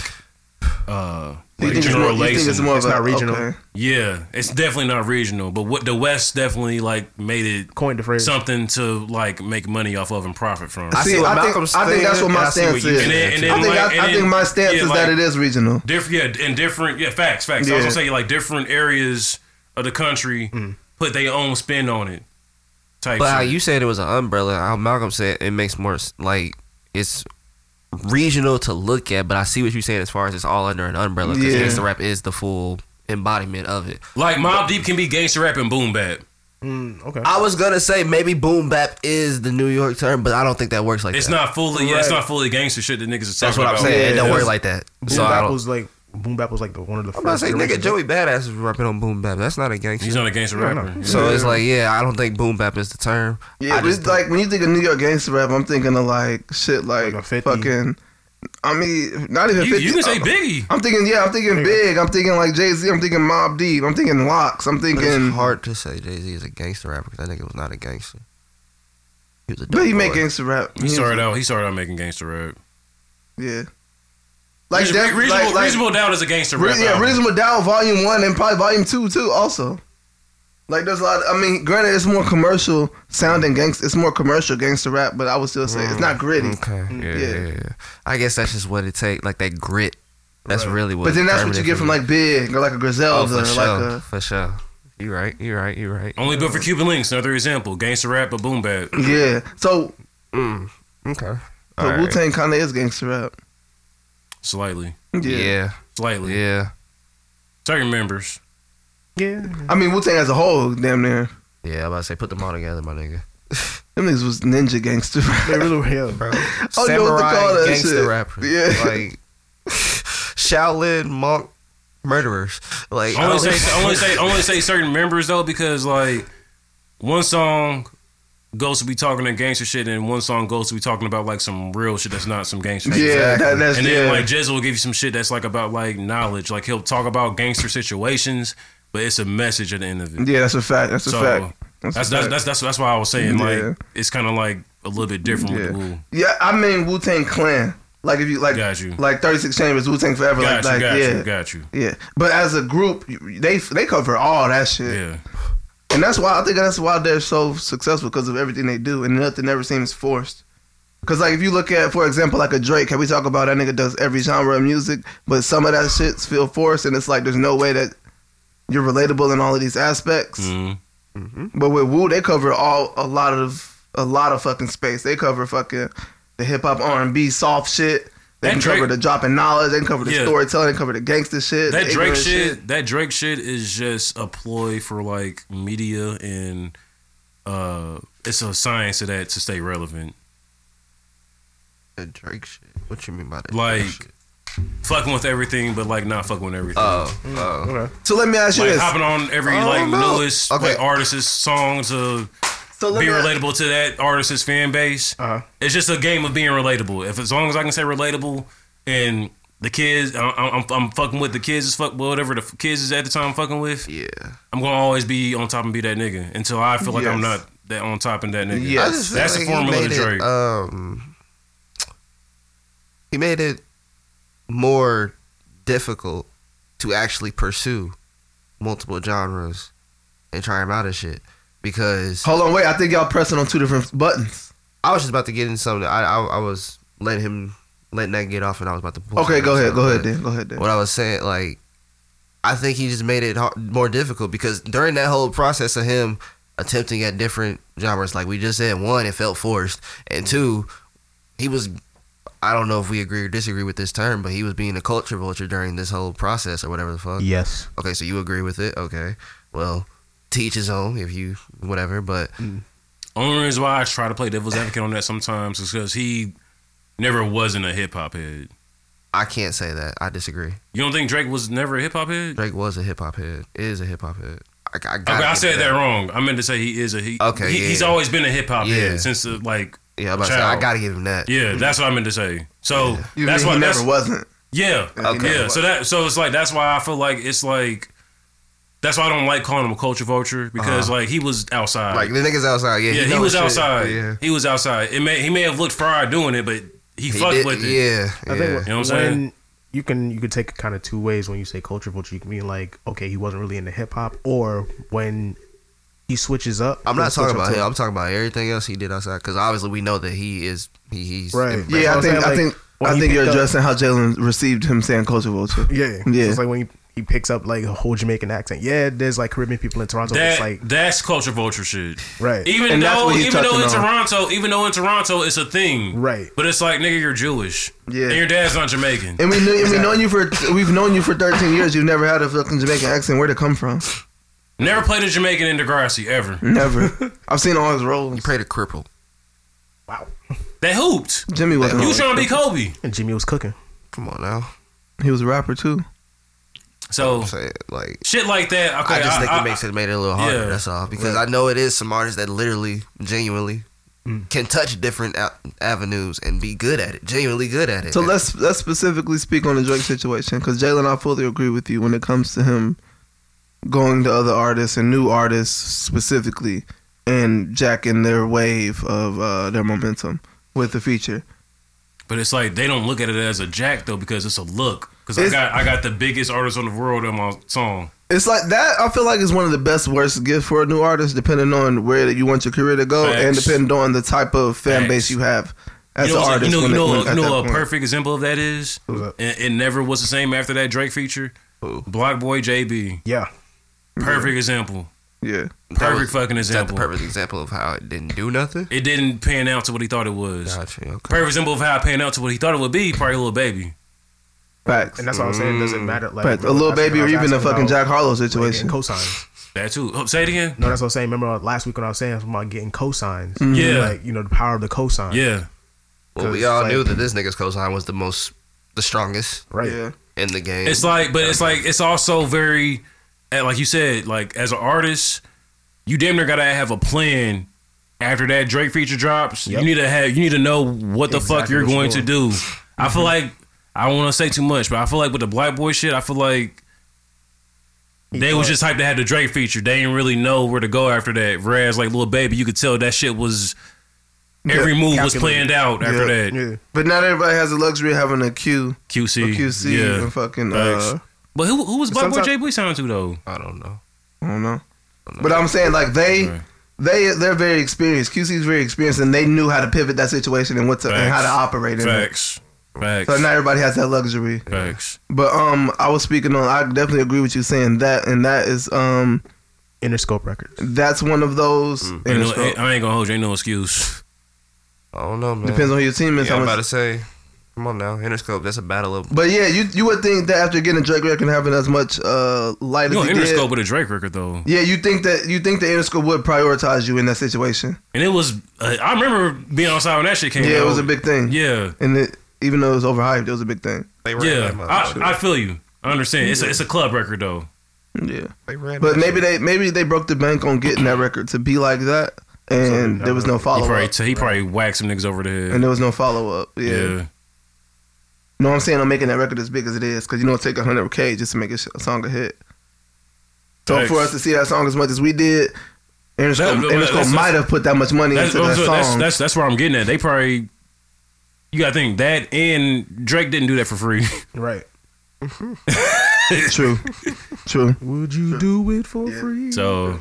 Speaker 2: uh
Speaker 5: you,
Speaker 2: like
Speaker 5: think it's more, you think it's
Speaker 2: generalization.
Speaker 5: more of
Speaker 3: It's
Speaker 5: a
Speaker 3: not regional.
Speaker 5: okay.
Speaker 2: Yeah, it's definitely not regional, but what the West definitely like made it
Speaker 3: Coined the phrase.
Speaker 2: something to like make money off of and profit from.
Speaker 1: I
Speaker 5: See,
Speaker 1: see what
Speaker 5: I think-
Speaker 1: Malcolm's
Speaker 5: I think
Speaker 1: saying,
Speaker 5: that's what my
Speaker 1: and I see
Speaker 5: stance
Speaker 1: you
Speaker 5: is.
Speaker 1: saying,
Speaker 2: And then- and
Speaker 1: too.
Speaker 5: I think
Speaker 2: like-
Speaker 5: I, I
Speaker 2: and
Speaker 5: think my
Speaker 2: then-
Speaker 5: stance
Speaker 2: yeah,
Speaker 5: is
Speaker 2: like-
Speaker 5: that it is regional.
Speaker 2: Different, yeah, and different, yeah, facts, facts. I was
Speaker 5: Yeah.
Speaker 2: gonna say like different areas of the country put their own spin on it. Type
Speaker 1: Mm. But how
Speaker 2: shit.
Speaker 1: you said it was an umbrella, how Malcolm said it makes more s- like it's regional to look at. But I see what you're saying as far as it's all under an umbrella because
Speaker 5: Yeah.
Speaker 1: gangster rap is the full embodiment of it.
Speaker 2: like Mob Deep can be gangster rap and boom bap.
Speaker 3: Mm, okay.
Speaker 1: I was gonna say maybe boom bap is the New York term, but I don't think that works like
Speaker 2: It's
Speaker 1: that.
Speaker 2: not fully, yeah, it's not fully gangster shit that niggas are
Speaker 1: That's
Speaker 2: talking
Speaker 1: what I'm
Speaker 2: about.
Speaker 1: saying. it
Speaker 5: Yeah,
Speaker 1: don't work
Speaker 5: that's-
Speaker 1: like that.
Speaker 3: Boom
Speaker 1: So I
Speaker 3: Bap
Speaker 1: don't.
Speaker 3: was like Boom Bap was like the one of the
Speaker 1: I'm
Speaker 3: first.
Speaker 1: about to say, nigga,
Speaker 3: iterations.
Speaker 1: Joey Badass is rapping on boom bap. That's not a gangster.
Speaker 2: He's not a gangster
Speaker 3: no.
Speaker 2: rapper.
Speaker 1: So it's like, yeah, I don't think boom bap is the term.
Speaker 5: Yeah,
Speaker 1: I
Speaker 5: but it's like when you think of New York gangster rap, I'm thinking of like shit like,
Speaker 3: Like a 50.
Speaker 5: fucking. I mean, not even
Speaker 2: You,
Speaker 5: 50.
Speaker 2: you can say
Speaker 5: I'm-
Speaker 2: Biggie.
Speaker 5: I'm thinking, yeah, I'm thinking big. I'm thinking like Jay Z. I'm thinking Mob Deep. I'm thinking Locks. I'm
Speaker 1: But it's
Speaker 5: thinking.
Speaker 1: hard to say Jay Z is a gangster rapper because that nigga was not a gangster. He was a
Speaker 5: But he
Speaker 1: dope
Speaker 5: make
Speaker 1: boy.
Speaker 5: gangster rap.
Speaker 2: He
Speaker 5: music.
Speaker 2: started out. He started out making gangster rap.
Speaker 5: Yeah. Like
Speaker 2: Reason-
Speaker 5: that.
Speaker 2: reasonable,
Speaker 5: like, like,
Speaker 2: reasonable doubt is a gangster
Speaker 5: Re-
Speaker 2: rap.
Speaker 5: yeah,
Speaker 2: album.
Speaker 5: Reasonable Doubt Volume One and probably Volume Two too. Also, like there's a lot. I mean, granted, it's more commercial sounding gangster. It's more commercial gangster rap, but I would still say it's
Speaker 2: Mm,
Speaker 5: not gritty.
Speaker 1: Okay. Yeah,
Speaker 5: Mm, Yeah.
Speaker 1: yeah. yeah, I guess that's just what it takes. Like that grit. That's really what.
Speaker 5: But then that's what you
Speaker 1: determined
Speaker 5: get
Speaker 1: it
Speaker 5: from
Speaker 1: for me.
Speaker 5: like Big or like a
Speaker 1: Oh,
Speaker 5: Griselda
Speaker 1: for
Speaker 5: or
Speaker 1: sure.
Speaker 5: like uh, a
Speaker 1: for sure. You right. You right. You right.
Speaker 2: Only built for Cuban links. Another example, gangster rap, but boom bap.
Speaker 5: yeah. So,
Speaker 1: Mm. Okay. All
Speaker 5: so
Speaker 1: right.
Speaker 5: Wu Tang kind of is gangster rap.
Speaker 2: Slightly,
Speaker 1: Yeah.
Speaker 2: slightly.
Speaker 1: Yeah.
Speaker 2: Certain members.
Speaker 3: Yeah.
Speaker 5: I mean Wu Tang as a whole, damn near.
Speaker 1: Yeah. I'm about to say, put them all together, my nigga.
Speaker 5: Them niggas was ninja gangster.
Speaker 3: They really were. Yeah.
Speaker 1: Bro.
Speaker 5: Oh, you know what they
Speaker 1: Samurai
Speaker 5: call that
Speaker 1: gangster
Speaker 5: shit.
Speaker 1: rappers.
Speaker 5: Yeah.
Speaker 1: Like Shaolin monk murderers. Like I
Speaker 2: Only
Speaker 1: don't-
Speaker 2: say, only say, only say certain members though, because like one song goes to be talking to gangster shit, and one song goes to be talking about like some real shit that's not some gangster. shit.
Speaker 5: Yeah, that, that's
Speaker 2: And then
Speaker 5: yeah.
Speaker 2: like Jez will give you some shit that's like about like knowledge. Like he'll talk about gangster situations, but it's a message at the end of it.
Speaker 5: yeah, that's a fact. That's a
Speaker 2: So,
Speaker 5: fact. That's,
Speaker 2: That's that's,
Speaker 5: a fact.
Speaker 2: that's that's that's why I was saying like
Speaker 5: Yeah.
Speaker 2: it's kind of like a little bit different with the rule.
Speaker 5: yeah. yeah, I mean Wu Tang Clan. Like if you like,
Speaker 2: Got you.
Speaker 5: like Thirty Six Chambers, Wu Tang Forever.
Speaker 2: Got
Speaker 5: like, like
Speaker 2: you, got
Speaker 5: yeah,
Speaker 2: you, got you.
Speaker 5: yeah. But as a group, they they cover all that shit,
Speaker 2: Yeah,
Speaker 5: and that's why I think that's why they're so successful because of everything they do, and nothing ever seems forced. Cause like if you look at, for example, like a Drake, can we talk about that nigga does every genre of music, but some of that shits feel forced, and it's like there's no way that you're relatable in all of these aspects.
Speaker 2: hmm
Speaker 1: Mm-hmm.
Speaker 5: But with Wu, they cover all a lot of a lot of fucking space. They cover fucking the hip hop, R and B, soft shit. They
Speaker 2: That
Speaker 5: can
Speaker 2: Drake-
Speaker 5: cover the dropping knowledge. They can cover the
Speaker 2: Yeah.
Speaker 5: storytelling. They can cover the gangster shit.
Speaker 2: that
Speaker 5: the
Speaker 2: Drake
Speaker 5: ignorant
Speaker 2: shit, that Drake shit is just a ploy for like media and uh, it's a science of that to stay relevant.
Speaker 1: That Drake shit. What you mean by that?
Speaker 2: Like
Speaker 1: Drake shit?
Speaker 2: fucking with everything, but like not fucking with everything.
Speaker 1: Oh, oh.
Speaker 3: Okay.
Speaker 4: So let me ask you
Speaker 2: like
Speaker 4: this.
Speaker 2: hopping on every
Speaker 4: I
Speaker 2: like
Speaker 4: don't know.
Speaker 2: newest
Speaker 4: Okay.
Speaker 2: like artist's song to
Speaker 4: So let
Speaker 2: be
Speaker 4: me ask-
Speaker 2: relatable to that artist's fan base.
Speaker 3: Uh-huh.
Speaker 2: It's just a game of being relatable. If as long as I can say relatable and the kids, I- I'm, I'm, I'm fucking with the kids as fuck, whatever the f- kids is at the time fucking with.
Speaker 1: yeah.
Speaker 2: I'm gonna always be on top and be that nigga until I feel like I'm
Speaker 5: Yes.
Speaker 2: not that on top and that nigga.
Speaker 5: Yes.
Speaker 1: I just feel
Speaker 2: That's the
Speaker 1: he
Speaker 2: formula to
Speaker 1: made it,
Speaker 2: Drake.
Speaker 1: um, he made it more difficult to actually pursue multiple genres and try him out and shit. Because
Speaker 5: Hold on, wait. I think y'all pressing on two different buttons.
Speaker 1: I was just about to get into something. I I, I was letting him letting that get off, and I was about to. pull
Speaker 5: Okay,
Speaker 1: something
Speaker 5: go
Speaker 1: else
Speaker 5: ahead.
Speaker 1: out,
Speaker 5: Go ahead,
Speaker 1: but
Speaker 5: then. Go ahead, then.
Speaker 1: What I was saying, like, I think he just made it har more difficult because during that whole process of him attempting at different genres, like we just said, one, it felt forced, and two, he was. I don't know if we agree or disagree with this term, but he was being a culture vulture during this whole process or whatever the fuck.
Speaker 3: Yes.
Speaker 1: Okay, so you agree with it? Okay. Well, teach his own if you whatever, but
Speaker 2: Only reason why I try to play devil's advocate on that sometimes is because he never wasn't a hip hop head.
Speaker 1: I can't say that. I disagree.
Speaker 2: You don't think Drake was never a hip hop head?
Speaker 1: Drake was a hip hop head. Is a hip hop head. I, I, gotta
Speaker 2: Okay, I
Speaker 1: give
Speaker 2: said
Speaker 1: it
Speaker 2: that wrong. I meant to say he is a he.
Speaker 1: Okay,
Speaker 2: he,
Speaker 1: yeah.
Speaker 2: he's always been a hip hop
Speaker 1: Yeah.
Speaker 2: head since the, like
Speaker 1: Yeah, I'm about to say, I
Speaker 2: Child.
Speaker 1: gotta give him that.
Speaker 2: yeah. That's what I meant to say. So
Speaker 5: You
Speaker 2: that's
Speaker 5: mean
Speaker 2: why
Speaker 5: he
Speaker 2: that's
Speaker 5: never wasn't.
Speaker 2: yeah
Speaker 5: He never
Speaker 2: yeah.
Speaker 5: was.
Speaker 2: So that so it's like that's why I feel like it's like that's why I don't like calling him a culture vulture because
Speaker 1: Uh-huh.
Speaker 2: like he was outside.
Speaker 1: Like the niggas outside. Yeah,
Speaker 2: yeah, he,
Speaker 1: knows
Speaker 2: was
Speaker 1: shit.
Speaker 2: outside.
Speaker 1: Yeah,
Speaker 2: He was outside. It may he may have looked fried doing it, but he,
Speaker 1: He
Speaker 2: fucked
Speaker 1: did-
Speaker 2: with it.
Speaker 1: Yeah,
Speaker 3: I think
Speaker 2: You
Speaker 1: yeah.
Speaker 2: know what I'm
Speaker 3: when
Speaker 2: saying?
Speaker 3: you can you can take it kind of two ways when you say culture vulture. You can be like, okay, he wasn't really into hip hop, or when he switches up.
Speaker 1: I'm
Speaker 3: he'll
Speaker 1: not
Speaker 3: switch up
Speaker 1: talking about
Speaker 3: to-
Speaker 1: him. I'm talking about everything else he did outside. Because obviously we know that he is. He, he's
Speaker 3: Right.
Speaker 1: impressive.
Speaker 5: Yeah, I
Speaker 3: That's what
Speaker 5: think,
Speaker 3: I'm
Speaker 5: I
Speaker 3: saying,
Speaker 5: think
Speaker 3: like, when
Speaker 5: I
Speaker 3: he
Speaker 5: think you're
Speaker 3: picked up-
Speaker 5: addressing how Jalen received him saying culture vulture.
Speaker 3: Yeah,
Speaker 5: Yeah.
Speaker 3: So it's like when he, he picks up like a whole Jamaican accent. Yeah, there's like Caribbean people in Toronto.
Speaker 2: That
Speaker 3: it's like
Speaker 2: that's culture vulture shit.
Speaker 3: right,
Speaker 2: Even
Speaker 5: And that's
Speaker 2: though
Speaker 5: what he's
Speaker 2: even though in
Speaker 5: touching
Speaker 2: Toronto, even though in Toronto it's a thing.
Speaker 3: Right.
Speaker 2: But it's like nigga, you're Jewish.
Speaker 5: Yeah.
Speaker 2: And your dad's not Jamaican.
Speaker 5: And we knew, and we known you for we've known you for 13 years. You've never had a fucking Jamaican accent. Where'd it come from?
Speaker 2: Never played a Jamaican in Degrassi ever.
Speaker 5: Never. I've seen all his
Speaker 1: He
Speaker 5: roles.
Speaker 1: played a cripple.
Speaker 2: They hooped.
Speaker 5: Jimmy wasn't.
Speaker 2: You
Speaker 5: on
Speaker 2: trying to be Kobe?
Speaker 3: and Jimmy was cooking.
Speaker 1: Come on now.
Speaker 5: it. He was a rapper too.
Speaker 2: So
Speaker 1: I'm saying like.
Speaker 2: shit like that. Okay,
Speaker 1: I just
Speaker 2: I,
Speaker 1: think
Speaker 2: I,
Speaker 1: it makes it made it a little harder.
Speaker 2: yeah.
Speaker 1: That's all because I know it is some artists that literally, genuinely, can touch different a- avenues and be good at it. Genuinely good at it.
Speaker 5: So
Speaker 1: And-
Speaker 5: let's let's specifically speak on the Drake situation because Jalen, I fully agree with you when it comes to him going to other artists and new artists specifically and jacking their wave of uh, their momentum with the feature.
Speaker 2: but it's like they don't look at it as a jack though because it's a look. Because I
Speaker 5: It's-
Speaker 2: got I got the biggest artist in the world on my song.
Speaker 5: It's like that. I feel like is one of the best worst gifts for a new artist, depending on where you want your career to go, and
Speaker 2: Facts.
Speaker 5: depending on the type of fan
Speaker 2: Facts.
Speaker 5: base you have as
Speaker 2: you know,
Speaker 5: an
Speaker 2: what's-
Speaker 5: artist.
Speaker 2: you know,
Speaker 5: when
Speaker 2: you
Speaker 5: it-
Speaker 2: know,
Speaker 5: when-
Speaker 2: you
Speaker 5: at
Speaker 2: know
Speaker 5: that
Speaker 2: a
Speaker 5: point.
Speaker 2: perfect example of that is,
Speaker 3: that?
Speaker 2: and it never was the same after that Drake feature. Block Boy JB,
Speaker 3: Yeah,
Speaker 2: perfect example,
Speaker 5: Yeah,
Speaker 1: That
Speaker 2: perfect
Speaker 1: was-
Speaker 2: fucking
Speaker 1: Is that the
Speaker 2: example.
Speaker 1: perfect example of how it didn't do nothing?
Speaker 2: It didn't pan out to what he thought it was.
Speaker 1: Gotcha. Okay.
Speaker 2: Perfect example of how it panned out to what he thought it would be. Probably little baby.
Speaker 5: facts.
Speaker 3: and that's what I'm saying. It doesn't matter. Like
Speaker 5: Facts. A little
Speaker 3: that's what
Speaker 5: baby,
Speaker 3: I
Speaker 5: or
Speaker 3: was
Speaker 5: even a
Speaker 3: asking
Speaker 5: fucking
Speaker 3: about,
Speaker 5: Jack Harlow
Speaker 3: like, getting
Speaker 5: situation.
Speaker 3: cosigns.
Speaker 2: That too. Oh, say it again.
Speaker 3: No, that's what I'm saying. Remember last week when I was saying something about getting cosigns?
Speaker 5: Mm-hmm.
Speaker 2: Yeah.
Speaker 3: like you know the power of the cosign.
Speaker 2: Yeah.
Speaker 1: Well, we
Speaker 3: 'Cause,
Speaker 1: all
Speaker 3: like-
Speaker 1: knew that this nigga's cosign was the most, the strongest
Speaker 3: right.
Speaker 5: Yeah.
Speaker 1: in the game.
Speaker 2: It's like, but it's like, it's also very, and like you said, like as an artist, you damn near gotta have a plan. After that Drake feature drops,
Speaker 3: Yep.
Speaker 2: you need to have, you need to know what the fuck
Speaker 3: Exactly
Speaker 2: you're
Speaker 3: what you're
Speaker 2: going to do. I feel like I don't want to say too much, but I feel like with the Black Boy shit, I feel like they was just hyped to have the Drake feature. They didn't really know where to go after that. Whereas like little baby, you could tell that shit was every move was planned out after that.
Speaker 3: Yeah.
Speaker 5: But not everybody has the luxury of having a Q, a
Speaker 2: QC,
Speaker 5: QC,
Speaker 2: yeah.
Speaker 5: and fucking. Uh,
Speaker 2: Facts. But who who was Black Boy
Speaker 3: Sometimes-
Speaker 2: J Boy sounding to though?
Speaker 1: I don't know.
Speaker 5: I don't know. But I'm saying like they.
Speaker 2: Right.
Speaker 5: They they're very experienced. QC is very experienced, and they knew how to pivot that situation and what to and how to
Speaker 2: Facts.
Speaker 5: operate in it.
Speaker 2: Facts. Facts.
Speaker 5: So not everybody has that luxury.
Speaker 2: Facts.
Speaker 5: But um, I was speaking on. I definitely agree with you saying that, and that is um,
Speaker 3: Interscope Records.
Speaker 5: that's one of those.
Speaker 2: Ain't
Speaker 5: and
Speaker 2: no,
Speaker 5: it's-
Speaker 2: ain't- I ain't gonna hold you. Ain't no excuse.
Speaker 1: I don't
Speaker 2: uh,
Speaker 1: know, man.
Speaker 5: depends on who your team is.
Speaker 1: Yeah,
Speaker 5: how
Speaker 1: I'm
Speaker 5: much-
Speaker 1: about to say, come on now, Interscope. That's a battle of.
Speaker 5: but yeah, you you would think that after getting a Drake record and having as much uh light
Speaker 2: You
Speaker 5: as
Speaker 2: gonna
Speaker 5: he
Speaker 2: Interscope
Speaker 5: did,
Speaker 2: with a Drake record though,
Speaker 5: yeah, you think that you think the Interscope would prioritize you in that situation.
Speaker 2: and it was. Uh, I remember being outside when that shit came out.
Speaker 5: Yeah, it was a big thing.
Speaker 2: Yeah,
Speaker 5: and it even though it was overhyped, it was a big thing.
Speaker 1: They ran
Speaker 2: Yeah,
Speaker 1: that motherfucker.
Speaker 2: I, I feel you. I understand. It's a, it's a club record though.
Speaker 5: Yeah.
Speaker 1: They ran
Speaker 5: But
Speaker 1: that
Speaker 5: maybe
Speaker 1: shit.
Speaker 5: they maybe they broke the bank on getting that record to be like that, and there was no
Speaker 2: He
Speaker 5: follow
Speaker 2: probably
Speaker 5: up,
Speaker 2: t- he probably whacked some niggas over the head.
Speaker 5: and there was no follow up. Yeah,
Speaker 2: yeah.
Speaker 5: no, I'm saying I'm making that record as big as it is because you don't take 100k just to make a, sh- a song a hit. So
Speaker 2: Facts.
Speaker 5: for us to see that song as much as we did,
Speaker 2: That-
Speaker 5: Interscope,
Speaker 2: that- that's-
Speaker 5: Interscope might have put that much money
Speaker 2: That's,
Speaker 5: into that
Speaker 2: that's, that's,
Speaker 5: song.
Speaker 2: that's that's where I'm getting at. They probably you gotta think that and Drake didn't do that for free.
Speaker 3: Right.
Speaker 5: true, true.
Speaker 3: Would you do it for free?
Speaker 2: so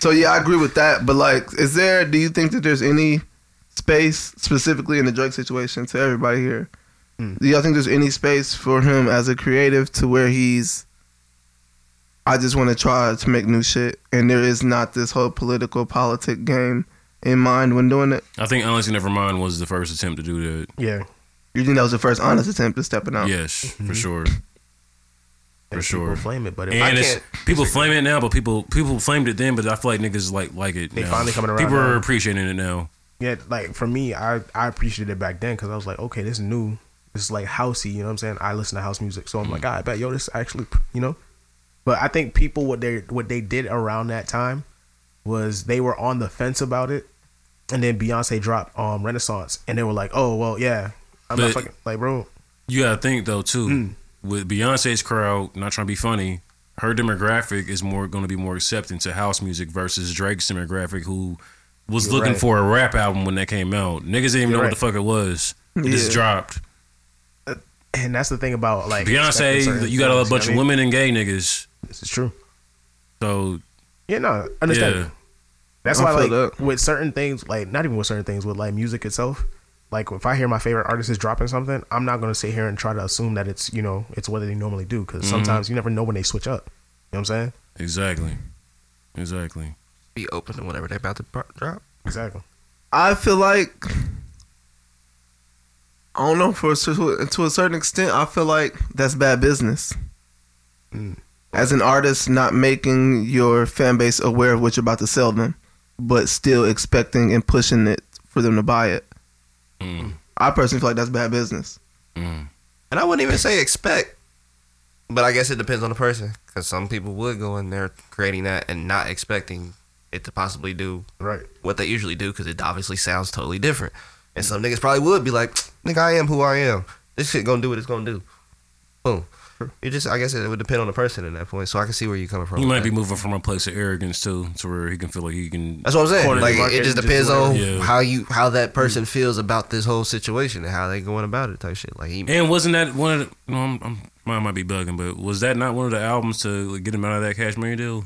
Speaker 5: So yeah, I agree with that. But like, is there? Do you think that there's any space specifically in the drug situation to everybody here? Do y'all think there's any space for him as a creative to where he's? I just want to try to make new shit, and there is not this whole political politic game in mind when doing it.
Speaker 2: I think honestly, Nevermind was the first attempt to do that.
Speaker 3: Yeah.
Speaker 5: You think that was the first honest attempt to stepping out?
Speaker 2: Yes,
Speaker 5: Mm-hmm.
Speaker 2: for sure. For
Speaker 3: And
Speaker 2: sure.
Speaker 3: People flame it, but it,
Speaker 2: And
Speaker 1: I
Speaker 2: it's
Speaker 1: can't
Speaker 2: people flame it now, but people people flamed it then, but I feel like niggas like like it.
Speaker 3: They
Speaker 2: now.
Speaker 3: finally coming around
Speaker 2: People are
Speaker 3: now.
Speaker 2: appreciating it now.
Speaker 3: yeah, like for me, I I appreciated it back then because I was like, okay, this is new. This is like housey. You know what I'm saying? I listen to house music, so I'm
Speaker 2: Mm.
Speaker 3: like, I bet yo, this actually, you know. But I think people what they what they did around that time was they were on the fence about it, and then Beyonce dropped um Renaissance, and they were like, oh well, yeah, I'm not
Speaker 2: But-
Speaker 3: fucking like bro,
Speaker 2: You gotta think though too.
Speaker 3: Hmm.
Speaker 2: With Beyonce's crowd, not trying to be funny, her demographic is more gonna be more accepting to house music versus Drake's demographic who was
Speaker 3: You're
Speaker 2: looking
Speaker 3: right.
Speaker 2: for a rap album when that came out. Niggas didn't even know
Speaker 3: You're
Speaker 2: what the fuck it was. It just
Speaker 5: Yeah.
Speaker 2: dropped.
Speaker 3: and that's the thing about like expecting
Speaker 2: Beyonce,
Speaker 3: certain
Speaker 2: you got a
Speaker 3: things,
Speaker 2: bunch
Speaker 3: you know
Speaker 2: of
Speaker 3: what
Speaker 2: women and gay
Speaker 3: I
Speaker 2: niggas.
Speaker 3: mean? This is true.
Speaker 2: So
Speaker 3: Yeah, no, understand.
Speaker 2: yeah.
Speaker 3: That's
Speaker 5: I
Speaker 3: why,
Speaker 5: feel
Speaker 3: like,
Speaker 5: that.
Speaker 3: with certain things, like not even with certain things, with like music itself, like if I hear my favorite artist is dropping something, I'm not gonna sit here and try to assume that it's you know it's what they normally do
Speaker 2: Mm-hmm.
Speaker 3: because sometimes you never know when they switch up. You know what I'm saying?
Speaker 2: Exactly. Exactly.
Speaker 1: be open to whatever they about to pro- drop.
Speaker 3: Exactly.
Speaker 5: I feel like I don't know for a cer- to a certain extent. I feel like that's bad business.
Speaker 3: Mm.
Speaker 5: As an artist, not making your fan base aware of what you're about to sell them, but still expecting and pushing it for them to buy it.
Speaker 2: Mm.
Speaker 5: I personally feel like that's bad business.
Speaker 3: Hmm.
Speaker 2: Mm.
Speaker 1: And I wouldn't even say expect, but I guess it depends on the person because some people would go in there creating that and not expecting it to possibly do
Speaker 3: Right.
Speaker 1: what they usually do because it obviously sounds totally different. And some niggas probably would be like, "Nigga, I am who I am. This shit gonna do what it's gonna do." Boom. It just, I guess, it would depend on the person at that point. So I can see where you're coming from.
Speaker 2: He
Speaker 1: with
Speaker 2: might
Speaker 1: that.
Speaker 2: be moving from a place of arrogance too, to where he can feel like he can
Speaker 1: That's what I'm saying.
Speaker 3: Corner
Speaker 1: Like
Speaker 3: market
Speaker 1: it
Speaker 3: and
Speaker 1: just
Speaker 3: just
Speaker 1: depends on
Speaker 2: whatever. Yeah.
Speaker 1: how you how
Speaker 5: Mm.
Speaker 1: that person feels about this whole situation and how they going about it type shit. Like he,
Speaker 2: And wasn't that one of the, no, I'm, I'm, mine might be bugging, but was that not one of the albums to get him out of that Cashmere deal?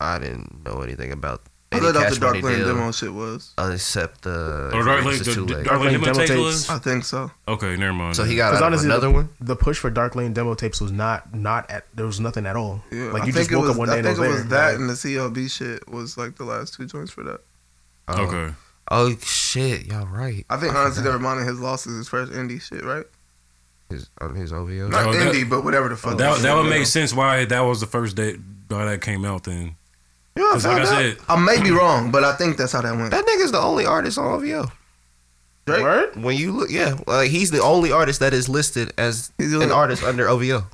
Speaker 1: I didn't know anything about
Speaker 5: I
Speaker 1: any
Speaker 5: thought that's
Speaker 1: Cash
Speaker 5: the Dark
Speaker 1: Money
Speaker 5: Lane
Speaker 1: deal
Speaker 5: demo shit was.
Speaker 1: uh, except the
Speaker 2: Or Dark Lane,
Speaker 1: Experience is
Speaker 2: Oh, the,
Speaker 1: Too Late.
Speaker 2: Dark Lane
Speaker 3: Lane
Speaker 2: demo
Speaker 3: demo
Speaker 2: tapes
Speaker 3: tapes.
Speaker 2: was?
Speaker 5: I think so.
Speaker 2: Okay, never mind.
Speaker 1: So he got out of
Speaker 3: honestly,
Speaker 1: another
Speaker 3: the,
Speaker 1: one.
Speaker 3: The push for Dark Lane demo tapes was not not at there was nothing at all.
Speaker 5: Yeah,
Speaker 3: like
Speaker 5: I
Speaker 3: you
Speaker 5: think
Speaker 3: just
Speaker 5: it
Speaker 3: woke
Speaker 5: was,
Speaker 3: up one day
Speaker 5: I
Speaker 3: and it
Speaker 5: think
Speaker 3: was
Speaker 5: it was that
Speaker 3: there.
Speaker 5: and the CLB shit was like the last two joints for that.
Speaker 1: Oh.
Speaker 2: okay.
Speaker 1: Oh shit, y'all right.
Speaker 5: I think honestly,
Speaker 1: forgot.
Speaker 5: never mind his losses, his first indie shit, right?
Speaker 1: his on his OVO.
Speaker 5: Not
Speaker 2: Oh, that-
Speaker 5: indie, but whatever the fuck.
Speaker 2: That that would
Speaker 5: shit
Speaker 2: make
Speaker 5: is.
Speaker 2: sense why that was the first day why that came out then.
Speaker 5: Yeah, I
Speaker 2: 'Cause like
Speaker 5: found
Speaker 2: I
Speaker 5: out.
Speaker 2: said-
Speaker 5: I may be wrong, but I think that's how that went.
Speaker 1: That nigga's the only artist on OVO.
Speaker 5: Drake?
Speaker 3: Word?
Speaker 1: When you look, yeah, like he's the only artist that is listed as
Speaker 5: He's the
Speaker 1: an
Speaker 5: only-
Speaker 1: artist under OVO.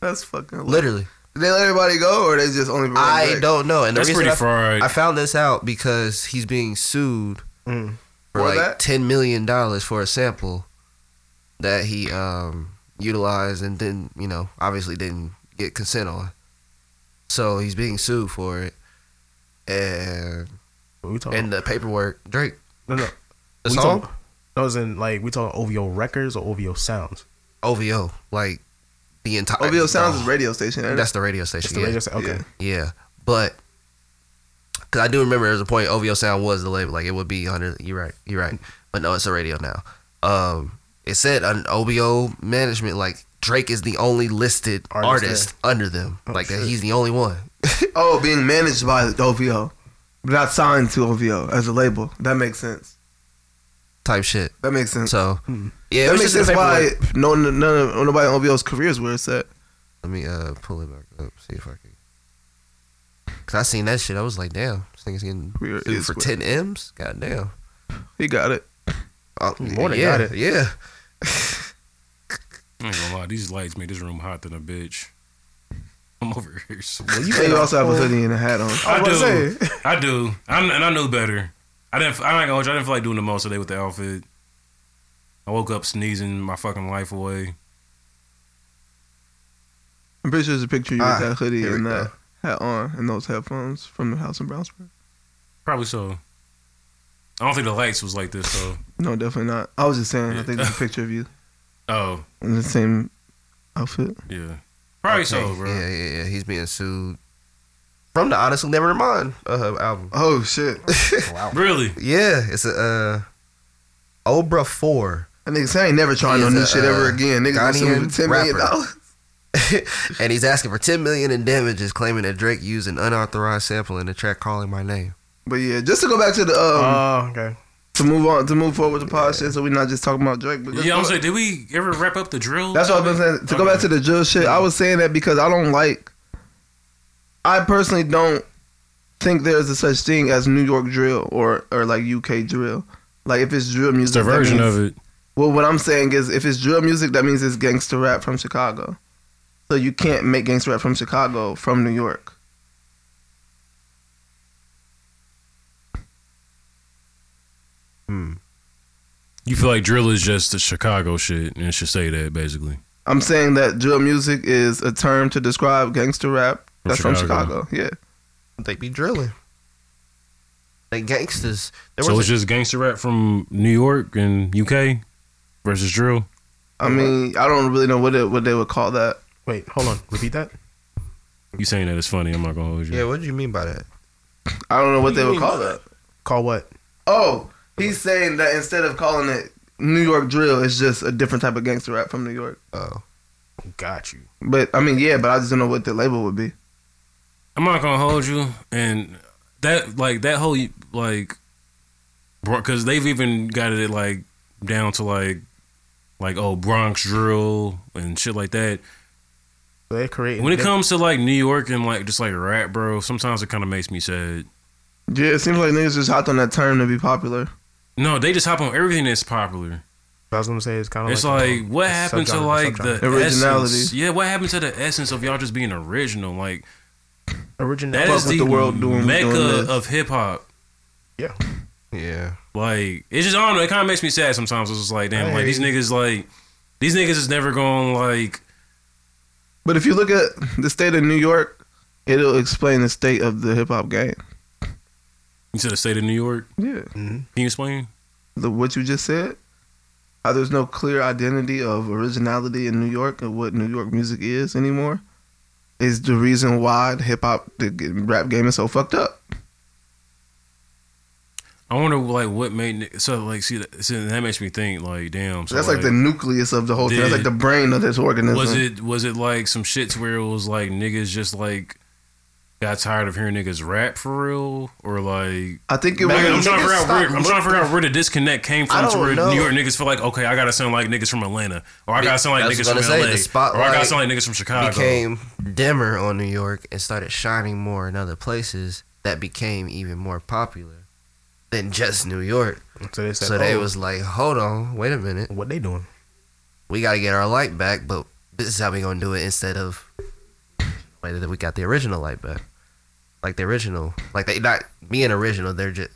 Speaker 5: That's fucking. Lit.
Speaker 1: Literally,
Speaker 5: They let everybody go, or they just only. bring
Speaker 1: I
Speaker 5: Drake?
Speaker 1: don't know. And the
Speaker 2: That's
Speaker 1: reason
Speaker 2: pretty
Speaker 1: I,
Speaker 2: fried.
Speaker 1: I found this out because he's being sued
Speaker 3: Mm.
Speaker 1: for
Speaker 5: For
Speaker 1: like
Speaker 5: that?
Speaker 1: ten million dollars for a sample that he um utilized and didn't, you know, obviously didn't get consent on. So he's being sued for it, and
Speaker 3: What we talking?
Speaker 1: and the paperwork. Drake,
Speaker 3: Oh. no, no.
Speaker 1: the
Speaker 3: we
Speaker 1: song
Speaker 3: Talking, no, as in like we talking OVO records or OVO sounds.
Speaker 1: OVO, like the entire
Speaker 5: OVO Sounds is
Speaker 1: Oh,
Speaker 5: radio station. ain't it?
Speaker 1: That's the radio station.
Speaker 3: It's the
Speaker 1: yeah. Um,
Speaker 3: radio. Okay.
Speaker 5: Yeah.
Speaker 1: Yeah, but because I do remember there was a point OVO Sound was the label, like it would be under. You're right, you're right. But no, it's a radio now. Um, it said an OVO management, like Drake is the only listed
Speaker 3: Artist,
Speaker 1: artist, under them, like that.
Speaker 3: shit.
Speaker 1: He's the only one.
Speaker 5: Oh, being managed by OVO, but not signed to OVO as a label. That makes sense.
Speaker 1: Type shit.
Speaker 5: That makes sense.
Speaker 1: So yeah, it
Speaker 5: Mm, that
Speaker 1: was
Speaker 5: makes
Speaker 1: just in
Speaker 5: sense
Speaker 1: the
Speaker 5: why
Speaker 1: paperwork.
Speaker 5: no, no, no, nobody on OVO's career is where it's at.
Speaker 1: Let me uh pull it back up, see if I can. Cause I seen that shit, I was like, damn, this thing is getting
Speaker 5: Career
Speaker 1: sued
Speaker 5: is
Speaker 1: for
Speaker 5: what-
Speaker 1: ten m's. God damn.
Speaker 5: He got it.
Speaker 1: Oh,
Speaker 3: More than
Speaker 1: yeah,
Speaker 3: got it.
Speaker 1: yeah.
Speaker 2: I ain't gonna lie, these lights make this room hot than a bitch. I'm over here. so-
Speaker 5: You, you also have a hoodie and a hat on.
Speaker 2: I,
Speaker 3: was gonna
Speaker 2: do. I do. I'm, and I knew better. I didn't. I'm not gonna. hold you, I didn't feel like doing the most today with the outfit. I woke up sneezing my fucking life away.
Speaker 5: I'm pretty sure there's a picture of you
Speaker 4: Ah,
Speaker 5: with that hoodie
Speaker 4: here we
Speaker 5: and that hat on and those headphones from the house in Brownsburg.
Speaker 2: Probably so. I don't think the lights was like this though.
Speaker 5: No, definitely not. I was just saying, I think there's a picture of you
Speaker 2: Oh
Speaker 5: in the same outfit.
Speaker 2: yeah, probably so, bro.
Speaker 1: Yeah, yeah, yeah. He's being sued from the Honestly Never Mind uh, album.
Speaker 4: Oh shit!
Speaker 2: Really?
Speaker 1: Yeah, it's a uh, Obra Four,
Speaker 5: That nigga said I ain't never trying no
Speaker 1: He's
Speaker 5: new
Speaker 1: a,
Speaker 5: shit ever
Speaker 1: uh,
Speaker 5: again. Niggas gonna sue me
Speaker 1: Ghanaian
Speaker 5: for ten million
Speaker 1: rapper.
Speaker 5: dollars.
Speaker 1: and he's asking for ten million in damages, claiming that Drake used an unauthorized sample in the track "Calling My Name."
Speaker 5: But yeah, just to go back to the
Speaker 3: Oh,
Speaker 5: um,
Speaker 3: okay.
Speaker 5: to move on to move forward with the pod shit, so we're not just talking about Drake. But just
Speaker 2: Yeah, I'm
Speaker 5: go-
Speaker 2: saying, did we ever wrap up the drill?
Speaker 5: That's what I've been saying. To go back to the drill shit, I was saying that because I don't like. I personally don't think there's a such thing as New York drill or or like UK drill. Like if it's drill music, that means-
Speaker 2: it.
Speaker 5: Well, what I'm saying is, if it's drill music, that means it's gangster rap from Chicago. So you can't make gangster rap from Chicago from New York.
Speaker 2: You feel like drill is just the Chicago shit, and it should say that basically.
Speaker 5: I'm saying that drill music is a term to describe gangster rap
Speaker 2: From
Speaker 5: that's from
Speaker 2: Chicago.
Speaker 5: Chicago. Yeah.
Speaker 1: They be drilling. They gangsters. There
Speaker 2: so
Speaker 1: was
Speaker 2: it's
Speaker 1: a-
Speaker 2: just gangster rap from New York and UK versus drill.
Speaker 5: I mean, I don't really know what it, what they would call that.
Speaker 3: Wait, hold on. Repeat that.
Speaker 2: You saying that is funny? I'm not gonna hold you.
Speaker 1: yeah. What do you mean by that?
Speaker 5: I don't know what they would call that.
Speaker 3: Call what?
Speaker 5: Oh, he's saying that instead of calling it New York drill, it's just a different type of gangster rap from New York.
Speaker 1: Oh,
Speaker 3: Got you.
Speaker 5: But I mean, yeah, but I just don't know what the label would be.
Speaker 2: I'm not gonna hold you, and that like that whole like, because they've even got it like down to like, like oh Bronx drill and shit like that.
Speaker 3: So they're creating.
Speaker 2: When it
Speaker 3: they-
Speaker 2: comes to like New York and like just like rap, bro, sometimes it kind of makes me sad.
Speaker 5: Yeah, it seems like niggas just hopped on that term to be popular.
Speaker 2: No, they just hop on everything that's popular.
Speaker 3: I was gonna say it's kind of.
Speaker 2: It's like,
Speaker 3: um,
Speaker 2: what
Speaker 3: a
Speaker 2: happened to
Speaker 3: subgenre,
Speaker 2: like
Speaker 3: subgenre.
Speaker 2: the
Speaker 5: Originality.
Speaker 2: Essence? Yeah, what happened to the essence of y'all just being original? Like
Speaker 3: um,
Speaker 2: that
Speaker 3: originality?
Speaker 2: is
Speaker 5: what
Speaker 2: the,
Speaker 5: the world doing-
Speaker 2: mecca
Speaker 5: doing this.
Speaker 2: of hip hop.
Speaker 1: yeah.
Speaker 2: Like it's just I don't know. It kind of makes me sad sometimes. It's just like damn, like these niggas like these niggas is never going to like
Speaker 5: But if you look at the state of New York, it'll explain the state of the hip hop game.
Speaker 2: you said the state of New York.
Speaker 5: Yeah,
Speaker 2: Can you explain?
Speaker 5: the what you just said. How there's no clear identity of originality in New York and what New York music is anymore is the reason why the hip hop, the g- rap game is so fucked up.
Speaker 2: I wonder like what made ni- so like see that, see, that makes me think like damn. So,
Speaker 5: That's like, the nucleus of the whole thing. That's like
Speaker 2: Did-
Speaker 5: the brain of this organism.
Speaker 2: was it was it like some shits where it was like niggas just like got tired of hearing niggas rap for real or like
Speaker 5: I think it
Speaker 2: Like, I'm
Speaker 5: was.
Speaker 2: trying to figure out
Speaker 1: stop
Speaker 2: where I'm trying to figure out where the disconnect came
Speaker 1: I
Speaker 2: from to
Speaker 1: don't
Speaker 2: where
Speaker 1: know.
Speaker 2: New York niggas feel like okay I gotta sound like niggas from Atlanta or I
Speaker 1: Be-
Speaker 2: gotta sound like
Speaker 1: that's
Speaker 2: niggas
Speaker 1: what
Speaker 2: from
Speaker 1: I was gonna say,
Speaker 2: LA
Speaker 1: the
Speaker 2: or I gotta
Speaker 1: spotlight
Speaker 2: sound like niggas from Chicago.
Speaker 1: became dimmer on New York and started shining more in other places that became even more popular than just New York.
Speaker 3: So they said,
Speaker 1: So they
Speaker 3: oh,
Speaker 1: was like, hold on, wait a minute.
Speaker 3: what they doing?
Speaker 1: We got to get our light back, but this is how we going to do it instead of the way that we got the original light back. Like the original. Like they not being original, they're just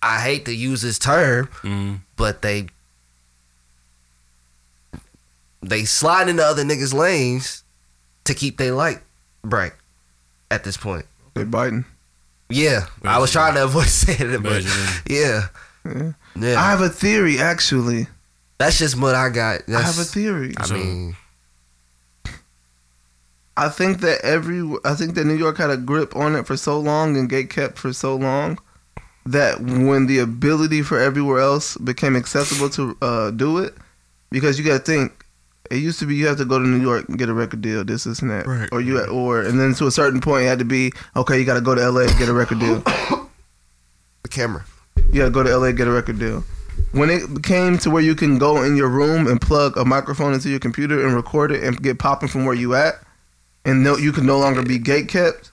Speaker 1: I hate to use this term,
Speaker 2: Mm.
Speaker 1: but they they slide into other niggas' lanes to keep their light bright at this point.
Speaker 5: They biting.
Speaker 1: Yeah, I was trying to avoid saying it, but
Speaker 2: Benjamin.
Speaker 1: yeah,
Speaker 5: Yeah.
Speaker 1: yeah,
Speaker 5: I have a theory, actually.
Speaker 1: that's just what I got.
Speaker 5: I have a
Speaker 1: That's,
Speaker 5: theory.
Speaker 1: I,
Speaker 2: So-
Speaker 1: mean,
Speaker 5: I think that every. I think that New York had a grip on it for so long and gate kept for so long that when the ability for everywhere else became accessible to uh, do it, because you got to think. It used to be you have to go to New York and get a record deal, this, this, and that,
Speaker 1: Right.
Speaker 5: or you, or and then to a certain point, it had to be okay. You got to go to LA and get a record deal.
Speaker 1: the camera.
Speaker 5: you gotta go to LA get a record deal. When it came to where you can go in your room and plug a microphone into your computer and record it and get popping from where you at, and no, you can no longer be gate kept.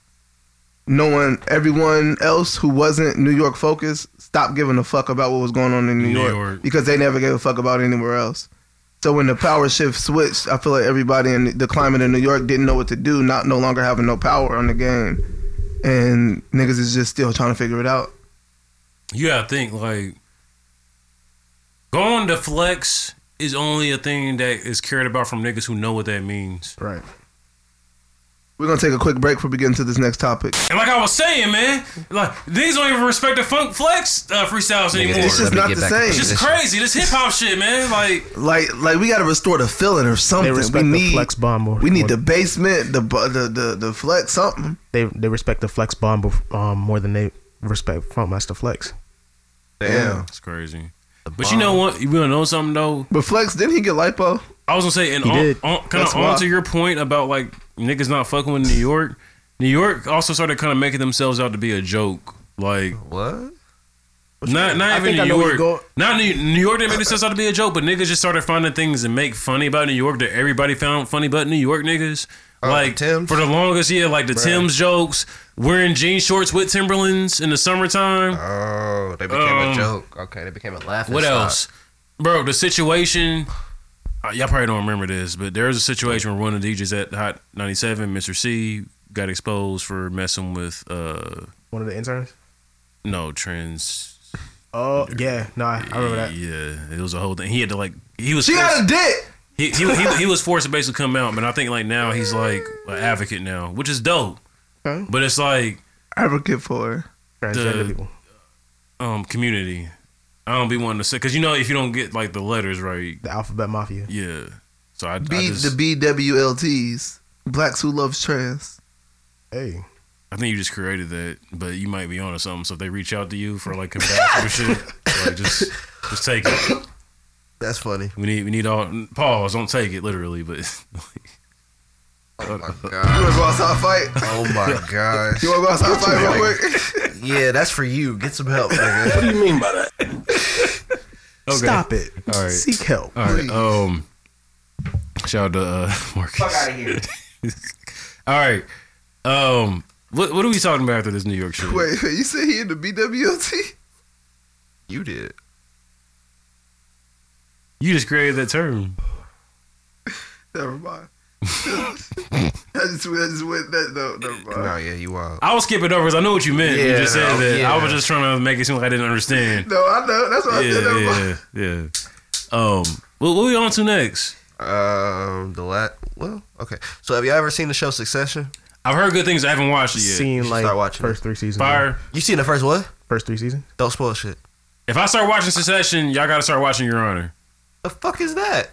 Speaker 5: No one, everyone else who wasn't New York focused, stopped giving a fuck about what was going on in New,
Speaker 2: New
Speaker 5: York,
Speaker 2: York.
Speaker 5: because they never gave a fuck about anywhere else. So when the power shift switched, I feel like everybody in the climate in New York didn't know what to do, not no longer having no power on the game, and niggas is just still trying to figure it out.
Speaker 2: You gotta think like going to flex is only a thing that is cared about from niggas who know what that means.
Speaker 3: Right.
Speaker 5: We're gonna take a quick break before we get into this next topic.
Speaker 2: And like I was saying, man, like these don't even respect the funk flex uh, freestyles
Speaker 1: Nigga,
Speaker 2: anymore.
Speaker 5: It's just
Speaker 1: let me
Speaker 5: not
Speaker 1: get
Speaker 5: the
Speaker 1: back into
Speaker 5: same.
Speaker 2: It's just
Speaker 1: this.
Speaker 2: crazy. This hip hop shit, man. Like
Speaker 5: Like, like we gotta restore the feeling or
Speaker 3: They
Speaker 5: something. We
Speaker 3: respect the
Speaker 5: need,
Speaker 3: flex bomb. More,
Speaker 5: we need the
Speaker 3: more-
Speaker 5: basement, the bu- the the the flex something.
Speaker 3: They they respect the flex bomb bef- um, more than they respect Funk Master Flex.
Speaker 5: Yeah.
Speaker 2: it's crazy. But you know what? You wanna know something though?
Speaker 5: But flex, didn't he get lipo?
Speaker 2: I was gonna say, and
Speaker 3: He
Speaker 2: on,
Speaker 3: did.
Speaker 2: on, kind
Speaker 5: That's
Speaker 2: of
Speaker 5: why.
Speaker 2: on to your point about like niggas not fucking with New York. New York also started kind of making themselves out to be a joke. Like
Speaker 1: What?
Speaker 2: not not
Speaker 3: I
Speaker 2: even
Speaker 3: think I
Speaker 2: New
Speaker 3: know where you
Speaker 2: York.
Speaker 3: go-
Speaker 2: Not New, New York didn't make themselves out to be a joke, but niggas just started finding things and make funny about New York that everybody found funny about New York niggas.
Speaker 3: Uh,
Speaker 1: Oh,
Speaker 2: like
Speaker 1: Timbs?
Speaker 2: for the longest, yeah, like the Tim's jokes, wearing jean shorts with Timberlands in the summertime.
Speaker 3: Uh,
Speaker 1: Oh, they became
Speaker 2: Um,
Speaker 1: a joke. Okay, they became a laughing.
Speaker 2: What
Speaker 1: stock.
Speaker 2: else, bro? The situation. uh, Y'all probably don't remember this, but there was a situation where one of the DJs at Hot 97, Mr. C, got exposed for messing with uh
Speaker 3: One of the interns.
Speaker 2: no trans.
Speaker 3: Oh yeah, no, I, I remember that.
Speaker 2: Yeah, it was a whole thing. He had to like he was
Speaker 5: She got
Speaker 2: forced,
Speaker 5: a dick.
Speaker 2: he, he, he, he was forced to basically come out, but I think like now he's like an advocate now, which is dope.
Speaker 3: Okay.
Speaker 2: But it's like
Speaker 5: Advocate for her.
Speaker 3: Transgender
Speaker 2: The-
Speaker 3: people.
Speaker 2: um community. I don't be wanting to say because you know if you don't get like the letters right,
Speaker 3: The Alphabet Mafia.
Speaker 2: yeah. So I, I
Speaker 5: B
Speaker 2: just,
Speaker 5: the BWLTs, blacks who loves trans.
Speaker 3: Hey,
Speaker 2: I think you just created that, but you might be onto something. So if they reach out to you for like compassion or shit, like just just take it.
Speaker 1: That's funny.
Speaker 2: We need we need all pause. Don't take it literally, but
Speaker 1: Oh my
Speaker 5: You
Speaker 1: god.
Speaker 5: wanna go outside fight?
Speaker 1: Oh my gosh.
Speaker 5: You wanna go outside fight real quick?
Speaker 1: Yeah, that's for you. Get some help, nigga.
Speaker 3: stop it.
Speaker 2: All right.
Speaker 3: Seek help.
Speaker 2: all right. Um, shout out to uh, Marcus.
Speaker 5: here.
Speaker 2: All right. Um, what what are we talking about after this New York shit?
Speaker 5: Wait, wait, you said he in the BWLT?
Speaker 1: you did.
Speaker 2: You just created that term.
Speaker 5: Never mind. I just, I just went that though. Never mind.
Speaker 1: No, yeah, you are.
Speaker 2: I was skipping over because I know what you meant. you
Speaker 1: Yeah,
Speaker 2: just said
Speaker 1: no,
Speaker 2: that. I
Speaker 1: yeah.
Speaker 2: was just trying to make it seem like I didn't understand.
Speaker 5: No, I know. That's what I said. Never mind.
Speaker 2: yeah, yeah, yeah. Um, what, what we on to next?
Speaker 1: Um, the lat. Well, okay. So, have you all ever seen the show Succession?
Speaker 2: I've heard good things. I haven't watched it yet.
Speaker 3: Seeing like
Speaker 1: start watching
Speaker 3: first three seasons.
Speaker 2: Fire.
Speaker 1: You seen the first one?
Speaker 3: First three seasons.
Speaker 1: Don't spoil shit.
Speaker 2: If I start watching Succession, y'all gotta start watching Your Honor.
Speaker 1: The fuck is that?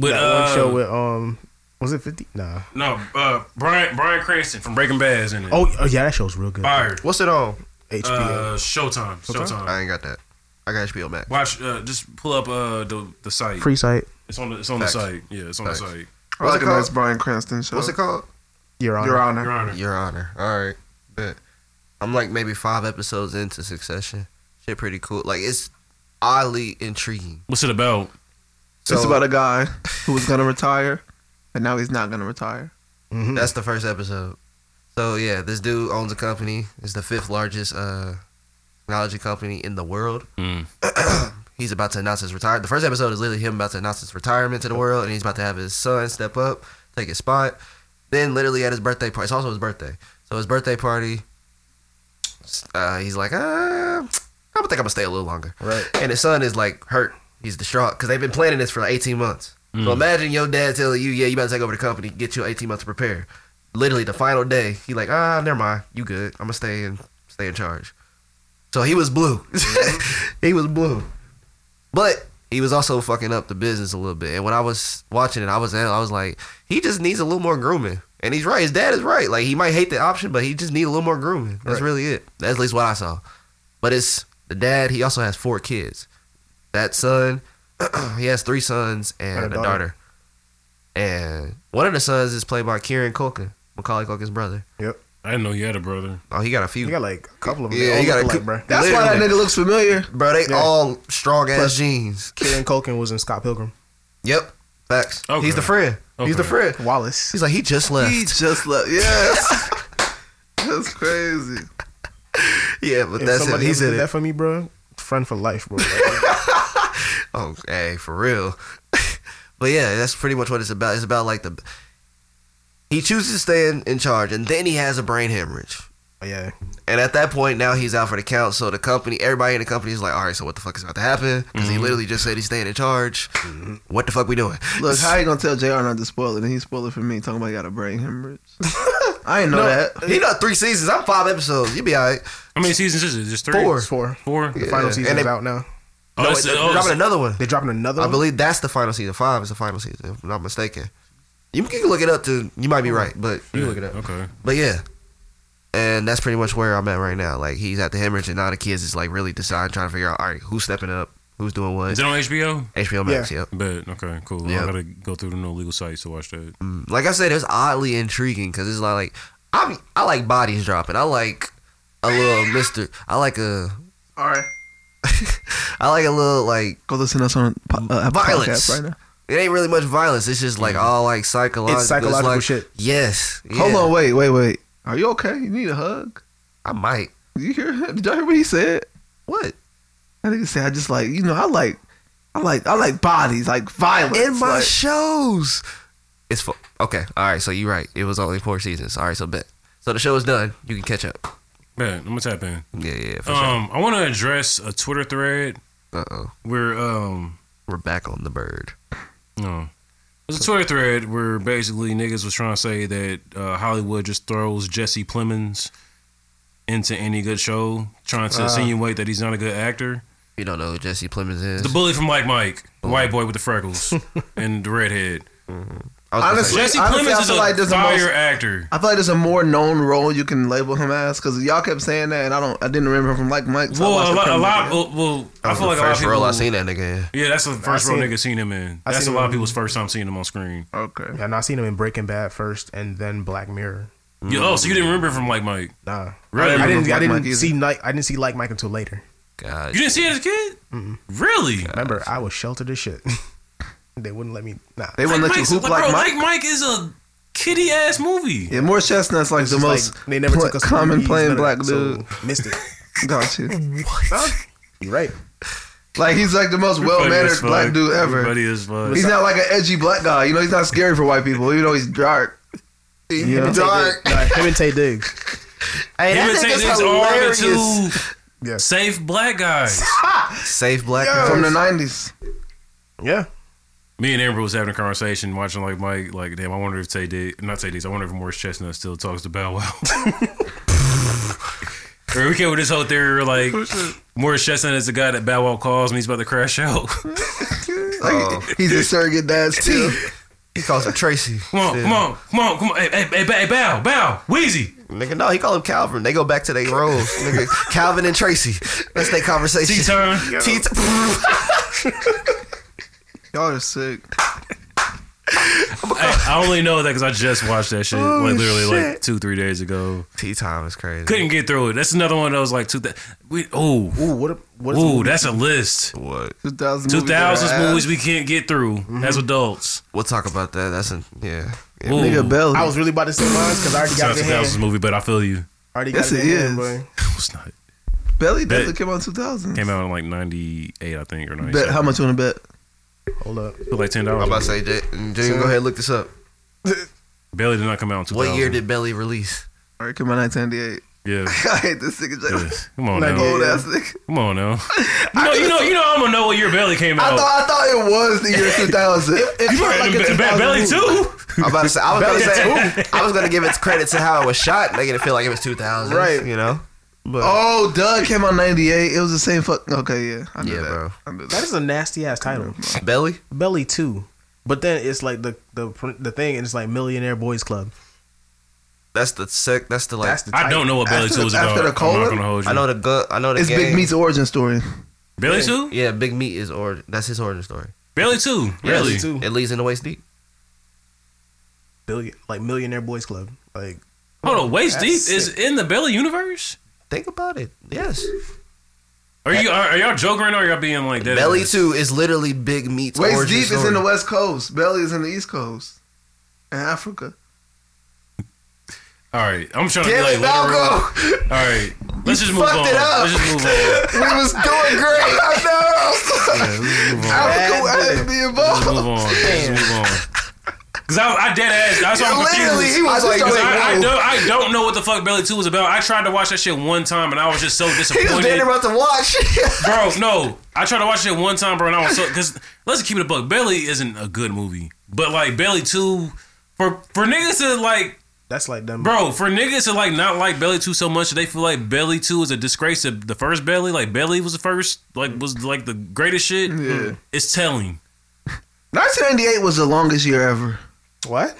Speaker 2: But
Speaker 3: That
Speaker 2: uh,
Speaker 3: one show with um, was it fifty? Nah.
Speaker 2: no, uh, Brian Brian Cranston from Breaking Bad is in it.
Speaker 3: Oh, oh yeah, that show's real good.
Speaker 2: fire.
Speaker 1: What's it on?
Speaker 3: HBO.
Speaker 2: Uh, Showtime. Showtime.
Speaker 1: I ain't got that. I got HBO Max.
Speaker 2: Watch. Uh, just pull up uh the the site.
Speaker 3: Free site.
Speaker 2: It's on the it's on
Speaker 1: Facts.
Speaker 2: the site. Yeah, it's on
Speaker 1: Facts.
Speaker 2: the site.
Speaker 5: I like
Speaker 1: it
Speaker 5: a
Speaker 1: called?
Speaker 5: nice Brian Cranston show.
Speaker 1: What's it called?
Speaker 3: Your Honor.
Speaker 5: Your Honor.
Speaker 2: Your Honor.
Speaker 1: Your Honor. All right. Bet. I'm like maybe five episodes into Succession. Shit, pretty cool. Like it's oddly intriguing.
Speaker 2: What's it about?
Speaker 1: So
Speaker 5: it's about a guy who was gonna retire, and now he's not gonna retire.
Speaker 3: Mhm.
Speaker 1: that's the first episode. So yeah, this dude owns a company. It's the fifth largest uh, technology company in the world.
Speaker 2: Mm.
Speaker 1: he's about to announce his retirement. The first episode is literally him about to announce his retirement to the world, and he's about to have his son step up, take his spot. Then, literally at his birthday party, it's also his birthday. So his birthday party, uh, he's like, uh, I'm gonna think I'm gonna stay a little longer.
Speaker 3: Right.
Speaker 1: And his son is like hurt. He's distraught because they've been planning this for like 18 months. So
Speaker 2: Mm.
Speaker 1: imagine your dad telling you, yeah, you better take over the company, get you 18 months to prepare. Literally the final day, he like, ah, never mind, you good. I'm gonna stay and stay in charge. So he was blue. he was blue. But he was also fucking up the business a little bit. And when I was watching it, I was I was like, he just needs a little more grooming. And he's right. His dad is right. Like he might hate the option, but he just needs a little more grooming. That's really it. That's at least what I saw. But it's the dad. He also has four kids. That son, he has three sons and,
Speaker 3: And
Speaker 1: a
Speaker 3: a
Speaker 1: daughter. And one of the sons is played by Kieran Culkin, Macaulay Culkin's brother.
Speaker 2: I didn't know you had a brother.
Speaker 1: Oh, he got a few.
Speaker 3: You got like a couple of them.
Speaker 1: Yeah,
Speaker 3: Yeah,
Speaker 1: you
Speaker 3: you
Speaker 1: got a
Speaker 3: got like,
Speaker 1: cou-
Speaker 3: bro.
Speaker 5: That's why that
Speaker 1: Literally.
Speaker 5: nigga looks familiar.
Speaker 1: Bro, they
Speaker 3: Yeah.
Speaker 1: all strong ass
Speaker 3: Plus-
Speaker 1: jeans.
Speaker 3: Kieran Culkin was in Scott Pilgrim.
Speaker 1: Yep. Facts.
Speaker 2: Okay.
Speaker 1: He's the friend. He's the
Speaker 2: Okay.
Speaker 1: friend.
Speaker 3: Wallace.
Speaker 1: He's like, he just left.
Speaker 5: He just left. Yes. That's crazy.
Speaker 1: yeah, but
Speaker 3: If
Speaker 1: that's it.
Speaker 3: somebody
Speaker 1: He
Speaker 3: else did
Speaker 1: said
Speaker 3: that
Speaker 1: it.
Speaker 3: for me, bro. Friend for life, bro. Like,
Speaker 1: Oh, hey, for real. But yeah, that's pretty much what it's about. It's about like the he chooses to stay in, in charge, and then he has a brain hemorrhage.
Speaker 3: But oh, yeah,
Speaker 1: And at that point, now he's out for the count. So the company, everybody in the company is like, all right, so what the fuck is about to happen? Because
Speaker 2: Mm-hmm.
Speaker 1: he literally just said he's staying in charge. What the fuck we doing?
Speaker 5: Look, how you gonna tell Jr. not to spoil it? And he spoiled it for me, talking about he got a brain hemorrhage. I didn't know that.
Speaker 1: He done three seasons. I'm five episodes. You'll be all right.
Speaker 2: How many seasons is it? Just three?
Speaker 1: Four.
Speaker 3: it's four.
Speaker 2: Four?
Speaker 3: The final
Speaker 1: Yeah,
Speaker 3: season
Speaker 1: and
Speaker 3: is
Speaker 1: they-
Speaker 3: out now.
Speaker 2: Oh,
Speaker 1: no,
Speaker 2: it's-
Speaker 1: they're
Speaker 2: oh,
Speaker 1: dropping
Speaker 2: it's-
Speaker 1: another one.
Speaker 3: They dropping another.
Speaker 1: I
Speaker 3: one?
Speaker 1: believe that's the final season. Five is the final season, if I'm not mistaken. You can look it up to. You might be right, but you look it up.
Speaker 2: Okay.
Speaker 1: But yeah. And that's pretty much where I'm at right now. Like he's at the hemorrhage, and now the kids is like really deciding, trying to figure out, all right, who's stepping up, who's doing what.
Speaker 2: Is it on HBO?
Speaker 1: HBO Max, yep.
Speaker 2: But okay, cool.
Speaker 1: Yeah.
Speaker 2: I gotta go through the no legal sites to watch that.
Speaker 1: Mm, Like I said, it's oddly intriguing because it's like, like I I like bodies dropping. I like a little Mister. I like a
Speaker 5: All right,
Speaker 1: I like a little like
Speaker 5: go listen to us on po- uh, Apple
Speaker 1: Violence.
Speaker 5: podcast right now.
Speaker 1: it ain't really much violence. It's just like all like psychological.
Speaker 3: It's psychological
Speaker 1: like-
Speaker 3: shit.
Speaker 1: Yes.
Speaker 5: Hold
Speaker 1: yeah.
Speaker 5: on, wait, wait, wait. Are you okay? You need a hug?
Speaker 1: I might.
Speaker 5: Did you hear? Did y'all hear what he said?
Speaker 1: What?
Speaker 5: I think he said, "I just like you know, I like, I like, I like bodies, like violence."
Speaker 1: In my
Speaker 5: like,
Speaker 1: shows. It's fu- okay. All right. So you're right. It was only four seasons. All right. So bet. So the show is done. You can catch up.
Speaker 2: Man, I'm gonna tap in.
Speaker 1: Yeah. Yeah. For sure.
Speaker 2: Um, I want to address a Twitter thread
Speaker 1: Uh oh.
Speaker 2: where um
Speaker 1: We're back on the bird.
Speaker 2: no, it's a Twitter thread where basically niggas was trying to say that uh, Hollywood just throws Jesse Plemons into any good show, trying to insinuate that he's not a good actor.
Speaker 1: You don't know who Jesse Plemons is.
Speaker 2: The bully from Like Mike, the white boy with the freckles and the redhead.
Speaker 1: I was gonna
Speaker 2: Jesse
Speaker 5: Honestly,
Speaker 1: say-
Speaker 5: honestly, I
Speaker 2: Plemons is a
Speaker 5: feel like this is the
Speaker 2: fire
Speaker 5: most-
Speaker 2: actor.
Speaker 5: I feel like there's a more known role you can label him as because y'all kept saying that, and I don't, I didn't remember him from like Mike. so I watched
Speaker 2: Well, a
Speaker 5: the
Speaker 2: lot, a
Speaker 5: Criminal
Speaker 2: lot.
Speaker 5: Minds.
Speaker 2: Well, well,
Speaker 1: that
Speaker 2: I
Speaker 1: was
Speaker 2: feel
Speaker 1: the
Speaker 2: like a lot of
Speaker 1: first
Speaker 2: people.
Speaker 1: role I seen that nigga. in.
Speaker 2: Yeah, that's the first role
Speaker 3: seen-
Speaker 2: nigga seen him in.
Speaker 3: I
Speaker 2: That's a
Speaker 3: seen
Speaker 2: lot of
Speaker 3: him-
Speaker 2: people's first time seeing him on screen.
Speaker 5: Okay.
Speaker 3: Yeah, and I seen him in Breaking Bad first, and then Black Mirror.
Speaker 2: You- oh, so you didn't remember from Like Mike?
Speaker 3: Nah,
Speaker 2: Really?
Speaker 3: I didn't. I
Speaker 5: Black
Speaker 3: didn't
Speaker 5: Mike either.
Speaker 3: see like I didn't see like Mike until later.
Speaker 1: God,
Speaker 2: You didn't see it as a kid? Really?
Speaker 3: Remember, I was sheltered as shit. they wouldn't let me. Nah,
Speaker 5: They wouldn't let you
Speaker 2: Mike's-
Speaker 5: hoop
Speaker 2: bro,
Speaker 5: like Mike.
Speaker 2: Mike is a kiddie ass movie.
Speaker 5: Yeah, Morris Chestnut's like the
Speaker 3: It's
Speaker 5: most
Speaker 3: like, they never
Speaker 5: pla-
Speaker 3: took us to
Speaker 5: common
Speaker 3: movies,
Speaker 5: plain
Speaker 3: none of
Speaker 5: black
Speaker 3: that,
Speaker 5: dude.
Speaker 3: So, missed it.
Speaker 5: Got you.
Speaker 3: You're right.
Speaker 5: Like he's like the most well
Speaker 2: Funny
Speaker 5: mannered
Speaker 2: as fuck.
Speaker 5: black dude ever.
Speaker 2: Funny as fuck.
Speaker 5: He's not like an edgy black guy. You know, he's not scary for white people, even though he's dark.
Speaker 3: Him and Tay
Speaker 4: Dark.
Speaker 3: Diggs. Nah, him and Tay Diggs.
Speaker 1: Hey,
Speaker 2: Him and
Speaker 1: that
Speaker 2: Tay
Speaker 1: nigga's
Speaker 2: Diggs are the two
Speaker 3: Yeah.
Speaker 2: safe black guys.
Speaker 1: Safe black
Speaker 5: From the
Speaker 1: guys.
Speaker 5: nineties.
Speaker 3: Yeah.
Speaker 2: Me and Amber was having a conversation watching like Mike. Like, damn, I wonder if Tay did not Tay Diggs. I wonder if Morris Chestnut still talks to Bow Wow. Or we came with this whole theory where,
Speaker 5: Oh,
Speaker 2: like Morris Chestnut is the guy that Bow Wow calls when he's about to crash out.
Speaker 5: Like,
Speaker 1: Oh.
Speaker 5: He's a surrogate dad's too.
Speaker 1: He calls him Tracy.
Speaker 2: Come on, come on, come on, come on. Hey, hey, hey, Bow- hey, Bow, Bow, Wheezy.
Speaker 1: Nigga, no, he called him Calvin. They go back to their roles. Nigga, Calvin and Tracy. That's their conversation.
Speaker 2: T turn.
Speaker 1: T-
Speaker 5: Y'all are sick.
Speaker 2: I, I only know that because I just watched that shit like literally like two three days ago.
Speaker 1: T time is crazy.
Speaker 2: Couldn't get through it. That's another one that was like two. Th- we oh
Speaker 3: Ooh, what? A, what is
Speaker 2: ooh, that's a list.
Speaker 1: What?
Speaker 5: Two thousands.
Speaker 2: Two thousands movies we can't get through as adults.
Speaker 1: We'll talk about that. That's a yeah. Yeah.
Speaker 2: Ooh,
Speaker 5: Nigga belly.
Speaker 3: I was really about to say mine because I already
Speaker 2: it's not
Speaker 3: got
Speaker 2: two
Speaker 3: it in hand.
Speaker 2: thousands movie, but I feel you.
Speaker 3: I already
Speaker 5: Yes,
Speaker 3: got it
Speaker 5: it
Speaker 3: in hand,
Speaker 5: is.
Speaker 3: boy.
Speaker 2: It's not.
Speaker 5: belly doesn't
Speaker 2: Bet.
Speaker 5: come out two thousands.
Speaker 2: Came out in like ninety eight, I think, or ninety
Speaker 5: Bet how
Speaker 2: seven.
Speaker 5: much you wanna bet?
Speaker 3: Hold up.
Speaker 2: Like ten
Speaker 1: I'm about to
Speaker 2: dollars.
Speaker 1: say, J- Junior, go ahead look this up.
Speaker 2: Belly did not come out in two thousand.
Speaker 1: What year did Belly release?
Speaker 5: Alright, come out nineteen ninety eight.
Speaker 2: Yeah.
Speaker 5: I hate this nigga
Speaker 2: yeah.
Speaker 5: Jay.
Speaker 2: Come on
Speaker 3: Like,
Speaker 2: now.
Speaker 5: Old ass nigga.
Speaker 2: Come on now. You know, you know, you know. I'm gonna know what year Belly came
Speaker 5: I
Speaker 2: out.
Speaker 5: thought I thought it was the year two thousand.
Speaker 2: You
Speaker 5: felt
Speaker 2: right,
Speaker 5: like
Speaker 2: Be-
Speaker 5: a
Speaker 2: Be-
Speaker 5: 2000
Speaker 2: Belly
Speaker 5: movie.
Speaker 2: too.
Speaker 1: I'm about to say. I was gonna say. I was gonna give it credit to how it was shot. Making it feel like it was 2000.
Speaker 5: Right.
Speaker 1: You know. But
Speaker 5: Oh, Doug came out ninety eight. It was the same fuck. Okay, yeah, I knew
Speaker 1: Yeah,
Speaker 5: that.
Speaker 1: bro.
Speaker 5: I knew that.
Speaker 3: That is a nasty ass title.
Speaker 1: Belly.
Speaker 3: Belly two, but then it's like the the pr- the thing, and it's like Millionaire Boys Club.
Speaker 1: That's the sec. That's the like.
Speaker 3: That's the
Speaker 2: I don't know what Belly
Speaker 5: After
Speaker 2: Two
Speaker 5: the-
Speaker 2: is
Speaker 5: after
Speaker 2: about.
Speaker 5: the
Speaker 2: I'm
Speaker 5: colon?
Speaker 2: not gonna hold you.
Speaker 1: I know the gut. I know the
Speaker 5: It's
Speaker 1: game.
Speaker 5: Big Meat's origin story.
Speaker 2: Belly Two.
Speaker 1: Yeah, Big Meat is or that's his origin story.
Speaker 2: Belly Two. Really?
Speaker 3: Belly two
Speaker 1: It leads into waist deep.
Speaker 3: billion like Millionaire Boys Club. Like
Speaker 2: Hold
Speaker 4: Oh,
Speaker 2: on. Waist Deep
Speaker 3: That's
Speaker 2: is in the Belly universe.
Speaker 1: Think about it. Yes,
Speaker 2: Are you are, are y'all joking right now? Or y'all being like that?
Speaker 1: Belly Two is literally Big Meat's
Speaker 5: Waist
Speaker 1: origin
Speaker 5: Deep
Speaker 1: story.
Speaker 5: is in the West Coast. Belly is in the East Coast. In Africa.
Speaker 2: All right. I'm trying to be
Speaker 1: Damn
Speaker 2: like
Speaker 1: it,
Speaker 2: literal. All
Speaker 1: Malcolm!
Speaker 2: right. Let's just move on.
Speaker 4: fucked it up.
Speaker 2: Let's just move on.
Speaker 4: We was doing great. I know.
Speaker 2: Yeah, let's
Speaker 4: I was cool. I
Speaker 2: move on.
Speaker 4: didn't be
Speaker 2: Let's
Speaker 4: involved.
Speaker 2: move on. Let's move on. Cause I, I dead ass. That's why I'm
Speaker 4: Literally,
Speaker 2: confused.
Speaker 4: he was like,
Speaker 2: Cause I, I
Speaker 4: whoa.
Speaker 2: don't, I don't know what the fuck Belly Two was about. I tried to watch that shit one time and I was just so
Speaker 4: He was
Speaker 2: disappointed,
Speaker 4: damn near about to watch.
Speaker 2: bro. No, I tried to watch it one time, bro, and I was so. Cause let's keep it a buck. Belly isn't a good movie, but like Belly Two, for for niggas to like
Speaker 3: That's like them.
Speaker 2: Bro, for niggas to like not like Belly Two so much, they feel like Belly Two is a disgrace. To the first Belly, like Belly was the first, like was like the greatest shit.
Speaker 5: Yeah.
Speaker 2: It's telling.
Speaker 5: 1998 was the longest year ever.
Speaker 3: What?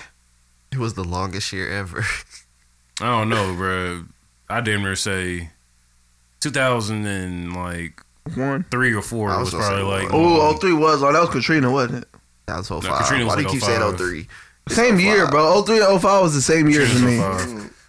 Speaker 1: It was the longest year ever.
Speaker 2: I don't know, bro. I damn near say two thousand and like
Speaker 5: One.
Speaker 2: three or four
Speaker 1: I
Speaker 2: was,
Speaker 1: was gonna
Speaker 2: probably
Speaker 1: say
Speaker 2: like.
Speaker 5: Oh, 03 was. Oh, that was Katrina, wasn't it?
Speaker 1: That was 05.
Speaker 2: No, Katrina was
Speaker 1: Why do
Speaker 2: like
Speaker 1: you keep saying
Speaker 2: 05.
Speaker 1: 03?
Speaker 5: Same year, bro. 03 and 05 was the same year to me.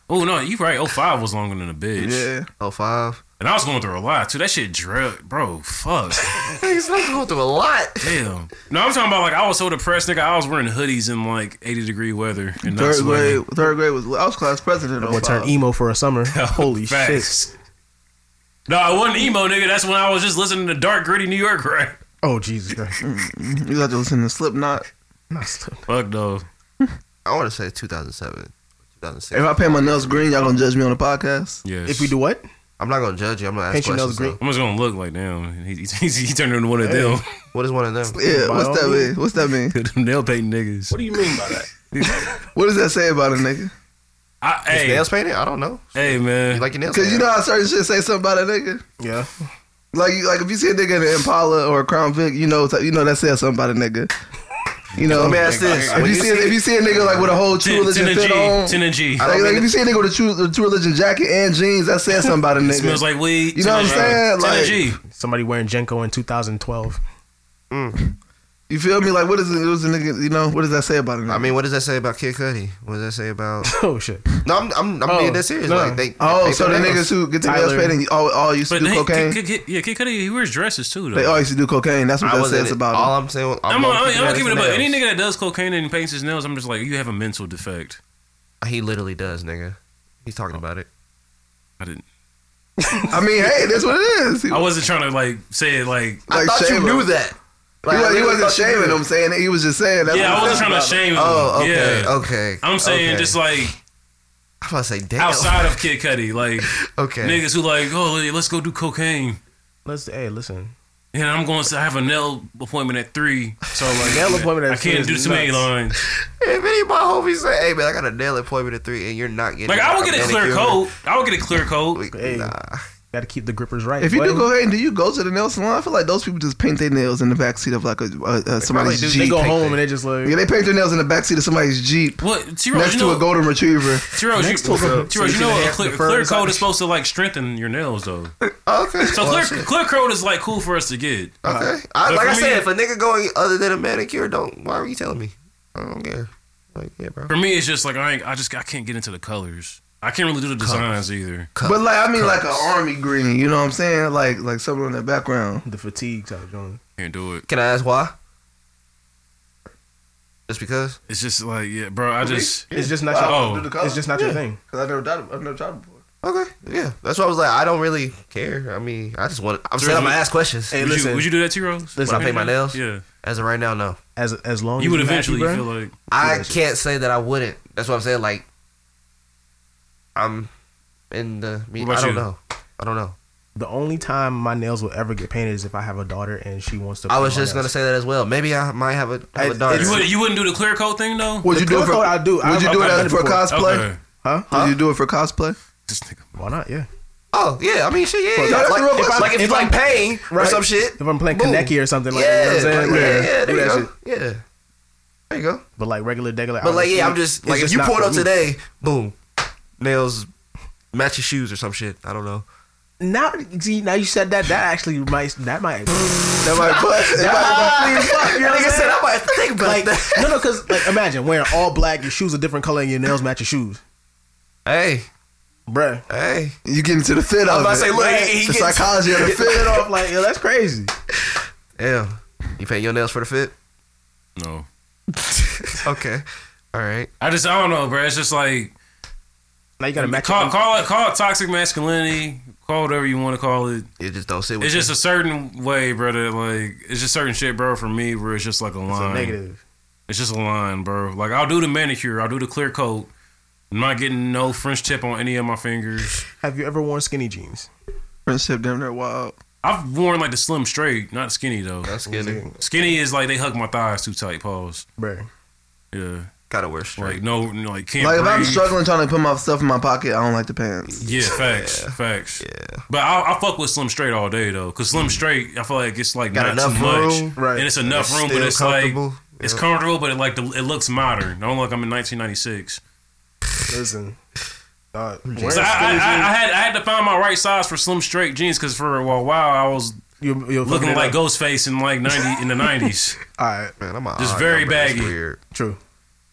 Speaker 2: Oh no, you right. Oh five was longer than a bitch,
Speaker 5: Yeah.
Speaker 1: 05?
Speaker 2: and I was going through a lot too. That shit drug, bro. Fuck,
Speaker 1: He's not going through a lot.
Speaker 2: damn. No, I'm talking about like I was so depressed, nigga. I was wearing hoodies in like 80 degree weather and not
Speaker 5: Third
Speaker 2: sweating.
Speaker 5: grade, third grade was I was class president. in
Speaker 3: Would turn
Speaker 5: 05.
Speaker 3: emo for a summer. Holy shit.
Speaker 2: Oh, Facts. No, I wasn't emo, nigga. That's when I was just listening to dark, gritty New York rap.
Speaker 3: Oh Jesus Christ.
Speaker 5: You had to listen to Slipknot.
Speaker 3: Not Slipknot.
Speaker 2: Fuck no.
Speaker 1: I want to say 2007, 2006.
Speaker 5: If I paint my nails green, y'all gonna judge me on the podcast.
Speaker 2: Yes.
Speaker 3: If we do what?
Speaker 1: I'm not going to judge you. I'm going to ask
Speaker 3: Paint your nails
Speaker 1: questions.
Speaker 3: green.
Speaker 1: though.
Speaker 2: I'm just gonna look like damn. He, he, he turned into one of them.
Speaker 1: What is one of them?
Speaker 5: Yeah,
Speaker 3: By all
Speaker 5: what's that
Speaker 3: means.
Speaker 5: mean? What's that mean?
Speaker 2: them nail painting niggas.
Speaker 3: do you mean by that?
Speaker 5: What does that say about a nigga?
Speaker 2: I, hey,
Speaker 1: Nails painted? I don't know.
Speaker 2: hey, man.
Speaker 1: You like your nails
Speaker 5: Cause you
Speaker 1: painted?
Speaker 5: know how certain shit say something about a nigga.
Speaker 3: Yeah.
Speaker 5: Like, you, like if you see a nigga in an Impala or a Crown Vic, you know, you know that says something about a nigga. You know,
Speaker 1: Let me ask this.
Speaker 5: If
Speaker 1: When
Speaker 5: you
Speaker 1: you
Speaker 5: see, if you see a nigga like with a whole true
Speaker 2: ten,
Speaker 5: religion
Speaker 2: ten and
Speaker 5: fit
Speaker 2: G.
Speaker 5: on, Ah,
Speaker 2: Ten and G.
Speaker 1: I-
Speaker 5: like, like if you see a nigga with a true, a true religion jacket and jeans, that says something about a nigga.
Speaker 2: Smells like weed.
Speaker 5: You know what I'm
Speaker 2: Ten
Speaker 5: saying? Like-
Speaker 2: and G.
Speaker 3: Somebody wearing Jenko in 2012.
Speaker 1: Mm.
Speaker 5: You feel me? Like, what is it? It was a nigga. You know, what does that say about him?
Speaker 1: I mean, what does that say about Kid Cudi? What does that say about?
Speaker 3: Oh shit.
Speaker 1: No, I'm I'm, I'm
Speaker 3: Oh,
Speaker 1: being that serious.
Speaker 3: no.
Speaker 1: Like they.
Speaker 5: oh,
Speaker 1: they
Speaker 5: so the
Speaker 1: paint their
Speaker 5: niggas
Speaker 1: nails.
Speaker 5: who get their nails
Speaker 3: Tyler.
Speaker 5: painted and all, all used to
Speaker 2: But
Speaker 5: do
Speaker 2: hey,
Speaker 5: cocaine.
Speaker 2: Kid, Kid, yeah, Kid Cudi, he wears dresses too, though.
Speaker 5: they all used to do cocaine. That's what
Speaker 1: I
Speaker 5: that
Speaker 1: was
Speaker 5: says about
Speaker 1: All
Speaker 5: him.
Speaker 1: I'm saying.
Speaker 2: I'm,
Speaker 1: not
Speaker 2: I'm, I'm,
Speaker 1: keeping that
Speaker 2: giving it
Speaker 1: as
Speaker 2: about any
Speaker 1: nails.
Speaker 2: nigga that does cocaine and paints his nails. I'm just like, you have a mental defect.
Speaker 1: He literally does, nigga. He's talking about it.
Speaker 2: I didn't.
Speaker 5: I mean, hey, that's what it is. He,
Speaker 2: I wasn't trying to like say it like.
Speaker 1: I
Speaker 5: Like
Speaker 1: thought
Speaker 5: shame
Speaker 1: you knew
Speaker 5: him.
Speaker 1: that.
Speaker 5: he wa-
Speaker 1: I
Speaker 5: he
Speaker 1: literally
Speaker 5: wasn't
Speaker 1: thought you knew
Speaker 5: shaming
Speaker 1: that.
Speaker 5: him, saying it. He was just saying. That's
Speaker 2: Yeah,
Speaker 5: what
Speaker 2: I
Speaker 5: it
Speaker 2: wasn't
Speaker 5: says
Speaker 2: trying to
Speaker 5: about him.
Speaker 2: shame him.
Speaker 1: Oh, okay,
Speaker 2: Yeah.
Speaker 1: okay.
Speaker 2: I'm saying
Speaker 1: okay.
Speaker 2: just like
Speaker 1: I'm about to say damn.
Speaker 2: outside of Kid Cudi, like
Speaker 1: Okay.
Speaker 2: niggas who like, oh, yeah, let's go do cocaine.
Speaker 3: Let's hey, listen.
Speaker 2: And I'm going to have a nail appointment at three, so like
Speaker 3: Nail appointment at
Speaker 2: I
Speaker 3: three
Speaker 2: can't
Speaker 3: is
Speaker 2: do too many
Speaker 3: nuts.
Speaker 2: lines.
Speaker 1: If any of my homies say, "Hey man, I got a nail appointment at three, and you're not getting,"
Speaker 2: Like I would get a clear
Speaker 1: manicure."
Speaker 2: coat. I would get a clear coat.
Speaker 1: Like,
Speaker 3: Hey.
Speaker 1: Nah.
Speaker 3: Got to keep the grippers right.
Speaker 5: If you do
Speaker 3: boy.
Speaker 5: cocaine, do you go to the nail salon? I feel like those people just paint their nails in the backseat of like a uh, uh, somebody's
Speaker 1: do.
Speaker 5: jeep.
Speaker 3: they go
Speaker 1: take
Speaker 3: home
Speaker 1: that.
Speaker 3: and they just like
Speaker 5: yeah, they paint their nails in the backseat of somebody's jeep
Speaker 2: What T Rose?
Speaker 5: next
Speaker 2: You
Speaker 5: to a
Speaker 2: know,
Speaker 5: golden retriever.
Speaker 2: T Rose, you,
Speaker 3: Next to a goat.
Speaker 2: T Rose,
Speaker 3: So you
Speaker 2: you know
Speaker 3: can
Speaker 2: a
Speaker 3: have
Speaker 2: clear,
Speaker 3: the fur
Speaker 2: clear
Speaker 3: inside.
Speaker 2: coat is supposed to like strengthen your nails though.
Speaker 1: Okay.
Speaker 2: So
Speaker 1: Well,
Speaker 2: clear
Speaker 1: shit.
Speaker 2: clear coat is like cool for us to get.
Speaker 1: Okay. I,
Speaker 2: But
Speaker 1: like
Speaker 2: for
Speaker 1: I
Speaker 2: me-
Speaker 1: said, if a nigga going other than a manicure, don't. Why are you telling me? I don't care. Like, yeah, bro.
Speaker 2: For me, it's just like I ain't, I just I can't get into the colors. I can't really do the designs either.
Speaker 5: But like, I mean, like an army green. You know what I'm saying? Like, like something on the background.
Speaker 3: the fatigue type joint.
Speaker 2: Can't do it.
Speaker 1: Can I ask why? Just because?
Speaker 2: It's just like yeah, bro. I just.
Speaker 3: It's just not
Speaker 2: Wow.
Speaker 3: your
Speaker 5: Do the color.
Speaker 3: it's just not your thing.
Speaker 5: Cause I've never tried. I've never tried before.
Speaker 1: Okay. Yeah. That's why I was like, I don't really care. I mean, I just want. I'm saying I'm gonna ask questions.
Speaker 3: Hey,
Speaker 2: Would you,
Speaker 3: listen.
Speaker 2: would you do that too, Rose?
Speaker 3: Listen,
Speaker 1: I paint my nails?
Speaker 2: Yeah.
Speaker 1: As of right now, no.
Speaker 3: as as long
Speaker 2: You
Speaker 3: as
Speaker 2: would
Speaker 3: happy,
Speaker 2: eventually
Speaker 3: bruh.
Speaker 2: feel like
Speaker 1: I can't say that I wouldn't. That's what I'm saying. Like, I'm in the. Me-
Speaker 2: What about
Speaker 1: I don't
Speaker 2: you?
Speaker 1: know. I don't know.
Speaker 3: the only time my nails will ever get painted is if I have a daughter and she wants to.
Speaker 1: I
Speaker 3: paint
Speaker 1: was
Speaker 3: my
Speaker 1: just gonna
Speaker 3: nails.
Speaker 1: say that as well. Maybe I might have a, have a
Speaker 3: I-
Speaker 1: daughter.
Speaker 3: it's-
Speaker 2: you would. You wouldn't do the clear coat thing though.
Speaker 5: Would you
Speaker 3: The
Speaker 5: do it for?
Speaker 3: color I do.
Speaker 5: Would you
Speaker 3: I-
Speaker 5: do
Speaker 3: I've done
Speaker 5: it
Speaker 3: it
Speaker 5: for
Speaker 3: before.
Speaker 5: cosplay?
Speaker 3: Huh?
Speaker 5: Would you do it for cosplay?
Speaker 2: This nigga.
Speaker 3: Why not? Yeah.
Speaker 1: Oh yeah, I mean shit, yeah,
Speaker 5: Well,
Speaker 1: yeah.
Speaker 5: that's
Speaker 1: Like,
Speaker 5: the real
Speaker 1: if, I,
Speaker 5: question.
Speaker 1: like if,
Speaker 5: If
Speaker 1: you like pain or
Speaker 3: right.
Speaker 1: some shit.
Speaker 3: If I'm playing
Speaker 1: boom.
Speaker 3: Kaneki or something like
Speaker 1: yeah,
Speaker 3: that, you know what I'm saying?
Speaker 1: like, yeah,
Speaker 3: Like,
Speaker 1: yeah, there
Speaker 3: do
Speaker 1: you
Speaker 3: that
Speaker 1: go.
Speaker 3: shit.
Speaker 1: Yeah, there you go.
Speaker 3: But like regular degular.
Speaker 1: But like, yeah, I'm
Speaker 3: honestly,
Speaker 1: just
Speaker 3: it's
Speaker 1: like if you
Speaker 3: not
Speaker 1: pulled
Speaker 3: for
Speaker 1: up
Speaker 3: me.
Speaker 1: today, boom, nails match your shoes or some shit. I don't know.
Speaker 3: Now, see, now you said that. That actually might. That might.
Speaker 5: That might bust. That might bust.
Speaker 3: fuck, you know what
Speaker 1: Like
Speaker 3: I'm
Speaker 1: I said,
Speaker 3: saying?
Speaker 1: I might think about
Speaker 3: Like
Speaker 1: that.
Speaker 3: no, no, because like imagine wearing all black, your shoes a different color, and your nails match your shoes,
Speaker 1: Hey,
Speaker 3: bruh.
Speaker 1: hey,
Speaker 5: You get into the fit of
Speaker 1: about to
Speaker 5: it.
Speaker 1: say, look, he- he
Speaker 5: the
Speaker 1: gets-
Speaker 5: psychology of the
Speaker 3: Get it
Speaker 5: fit.
Speaker 3: off like yo, that's crazy.
Speaker 1: damn, you paint your nails for the fit?
Speaker 2: No.
Speaker 1: okay, all right.
Speaker 2: I just I don't know, bro. It's just like
Speaker 3: Now you gotta match
Speaker 2: Call,
Speaker 3: it.
Speaker 2: call it call it toxic masculinity. Call it whatever you want to call it.
Speaker 1: It just don't sit with
Speaker 2: It's
Speaker 1: you.
Speaker 2: just a certain way, bro. that, Like it's just certain shit, bro. For me, where it's just like a
Speaker 3: It's
Speaker 2: line.
Speaker 3: a negative.
Speaker 2: It's just a line, bro. Like I'll do the manicure, I'll do the clear coat. I'm not getting no French tip on any of my fingers.
Speaker 3: Have you ever worn skinny jeans?
Speaker 5: Friendship damn near wild.
Speaker 2: I've worn like the slim straight, not skinny though.
Speaker 1: That's skinny.
Speaker 2: Skinny is like they hug my thighs too tight. Pause.
Speaker 3: Bro.
Speaker 2: Yeah,
Speaker 1: Gotta wear straight.
Speaker 2: like no, no, like can't
Speaker 5: Like if I'm
Speaker 2: breathe.
Speaker 5: struggling trying to put my stuff in my pocket, I don't like the pants.
Speaker 2: Yeah, facts, facts.
Speaker 1: Yeah.
Speaker 2: But I, I fuck with Slim Straight all day though, cause Slim Straight, I feel like it's like
Speaker 1: Mm. Got
Speaker 2: not too
Speaker 1: enough
Speaker 2: much,
Speaker 1: room,
Speaker 3: right.
Speaker 2: And it's enough
Speaker 1: It's
Speaker 2: room, but
Speaker 1: still
Speaker 2: it's like
Speaker 1: comfortable,
Speaker 2: it's
Speaker 1: yeah.
Speaker 2: comfortable, but it like the, it looks modern. I don't look I'm in 1996.
Speaker 3: Listen. Uh, wearing
Speaker 2: So I,
Speaker 3: skinny
Speaker 2: I, I, I
Speaker 3: jeans,
Speaker 2: had I had to find my right size for Slim Straight jeans, cause for a while, wow, I was
Speaker 3: you, you're
Speaker 2: looking like
Speaker 3: All
Speaker 2: Ghostface in like 90 in the 90s.
Speaker 3: right.
Speaker 1: Man, I'm a
Speaker 2: Just
Speaker 1: odd
Speaker 2: very
Speaker 1: number. That's
Speaker 2: baggy.
Speaker 1: Weird.
Speaker 3: True.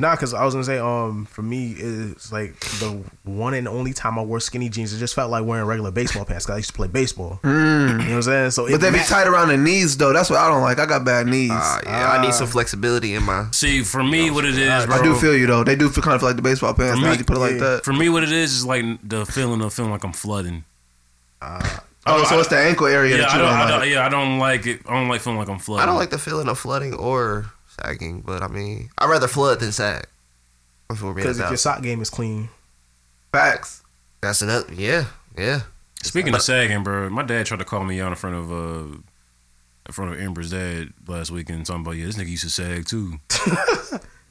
Speaker 3: Nah, cause I was gonna say, um, for me, it's like the one and only time I wore skinny jeans. It just felt like wearing regular baseball pants. Cause I used to play baseball.
Speaker 2: Mm.
Speaker 3: You know what I'm saying? So,
Speaker 5: But they be tight around the knees though. That's what I don't like. I got bad knees.
Speaker 1: Ah, yeah, I need some flexibility in my.
Speaker 2: See, for me,
Speaker 1: Oh,
Speaker 2: what it is, bro.
Speaker 5: I do feel you though. They do feel kind of like the baseball pants.
Speaker 2: For
Speaker 5: now
Speaker 2: me-
Speaker 5: you put it like
Speaker 3: yeah.
Speaker 5: that.
Speaker 2: for me, what it is is like the feeling of feeling like I'm flooding.
Speaker 5: Oh,
Speaker 2: I-
Speaker 5: so it's the ankle area
Speaker 2: Yeah,
Speaker 5: that
Speaker 2: I
Speaker 5: you
Speaker 2: don't,
Speaker 5: don't,
Speaker 2: I
Speaker 5: like.
Speaker 2: don't, yeah, I don't like it. I don't like feeling like I'm flooding.
Speaker 1: I don't like the feeling of flooding or sagging, but I mean, I'd rather flood than sag. If we're being
Speaker 3: because if your
Speaker 1: about.
Speaker 3: sock game is clean,
Speaker 5: Facts.
Speaker 1: That's another. Yeah, yeah.
Speaker 2: Speaking of sagging, bro, my dad tried to call me out in front of uh in front of Amber's dad last weekend talking about yeah, this nigga used to sag too.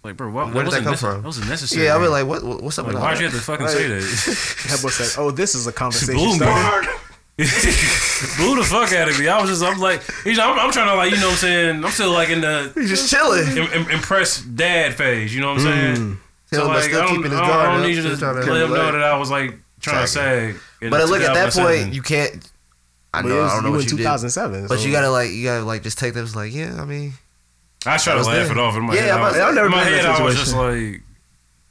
Speaker 2: like, bro, why,
Speaker 1: Where did that
Speaker 2: wasn't
Speaker 1: come
Speaker 2: nece-
Speaker 1: from?
Speaker 2: That wasn't necessary.
Speaker 1: Yeah, I'll be like, what, what- what's up
Speaker 2: Like,
Speaker 1: with
Speaker 2: why'd
Speaker 1: that?
Speaker 2: you have to fucking say that?
Speaker 3: that was like, oh, this is a conversation. starter.
Speaker 2: Bloomberg. Blew the fuck out of me. I was just, I'm like, he's, I'm, I'm trying to like, you know what I'm saying? I'm still like in the
Speaker 1: He's just chilling.
Speaker 2: im- im- impressed dad phase, you know what
Speaker 1: Mm.
Speaker 2: I'm saying?
Speaker 1: Hell,
Speaker 2: So
Speaker 1: but
Speaker 2: like, I
Speaker 1: still
Speaker 2: don't,
Speaker 1: keeping his
Speaker 2: I don't- I
Speaker 1: guard
Speaker 2: don't
Speaker 1: up,
Speaker 2: need you to
Speaker 1: still trying
Speaker 2: let
Speaker 1: to
Speaker 2: him know
Speaker 1: relate.
Speaker 2: that I was like trying to sag. in
Speaker 1: But look, at that
Speaker 2: 2007.
Speaker 1: point, you can't. I
Speaker 3: But
Speaker 1: know,
Speaker 3: it was-
Speaker 1: I don't know
Speaker 3: you
Speaker 1: what
Speaker 3: in
Speaker 1: you did.
Speaker 3: 2007,
Speaker 1: But
Speaker 3: so-
Speaker 1: you gotta like, you gotta like, just take that as like, yeah. I mean,
Speaker 2: I try
Speaker 1: That
Speaker 2: to
Speaker 1: was
Speaker 2: laugh
Speaker 1: then.
Speaker 2: it off in my
Speaker 1: Yeah,
Speaker 2: head.
Speaker 1: I'm
Speaker 2: I
Speaker 1: about
Speaker 2: was,
Speaker 1: to say, I've never
Speaker 2: in my
Speaker 1: been in
Speaker 2: head,
Speaker 1: that
Speaker 2: I was just like,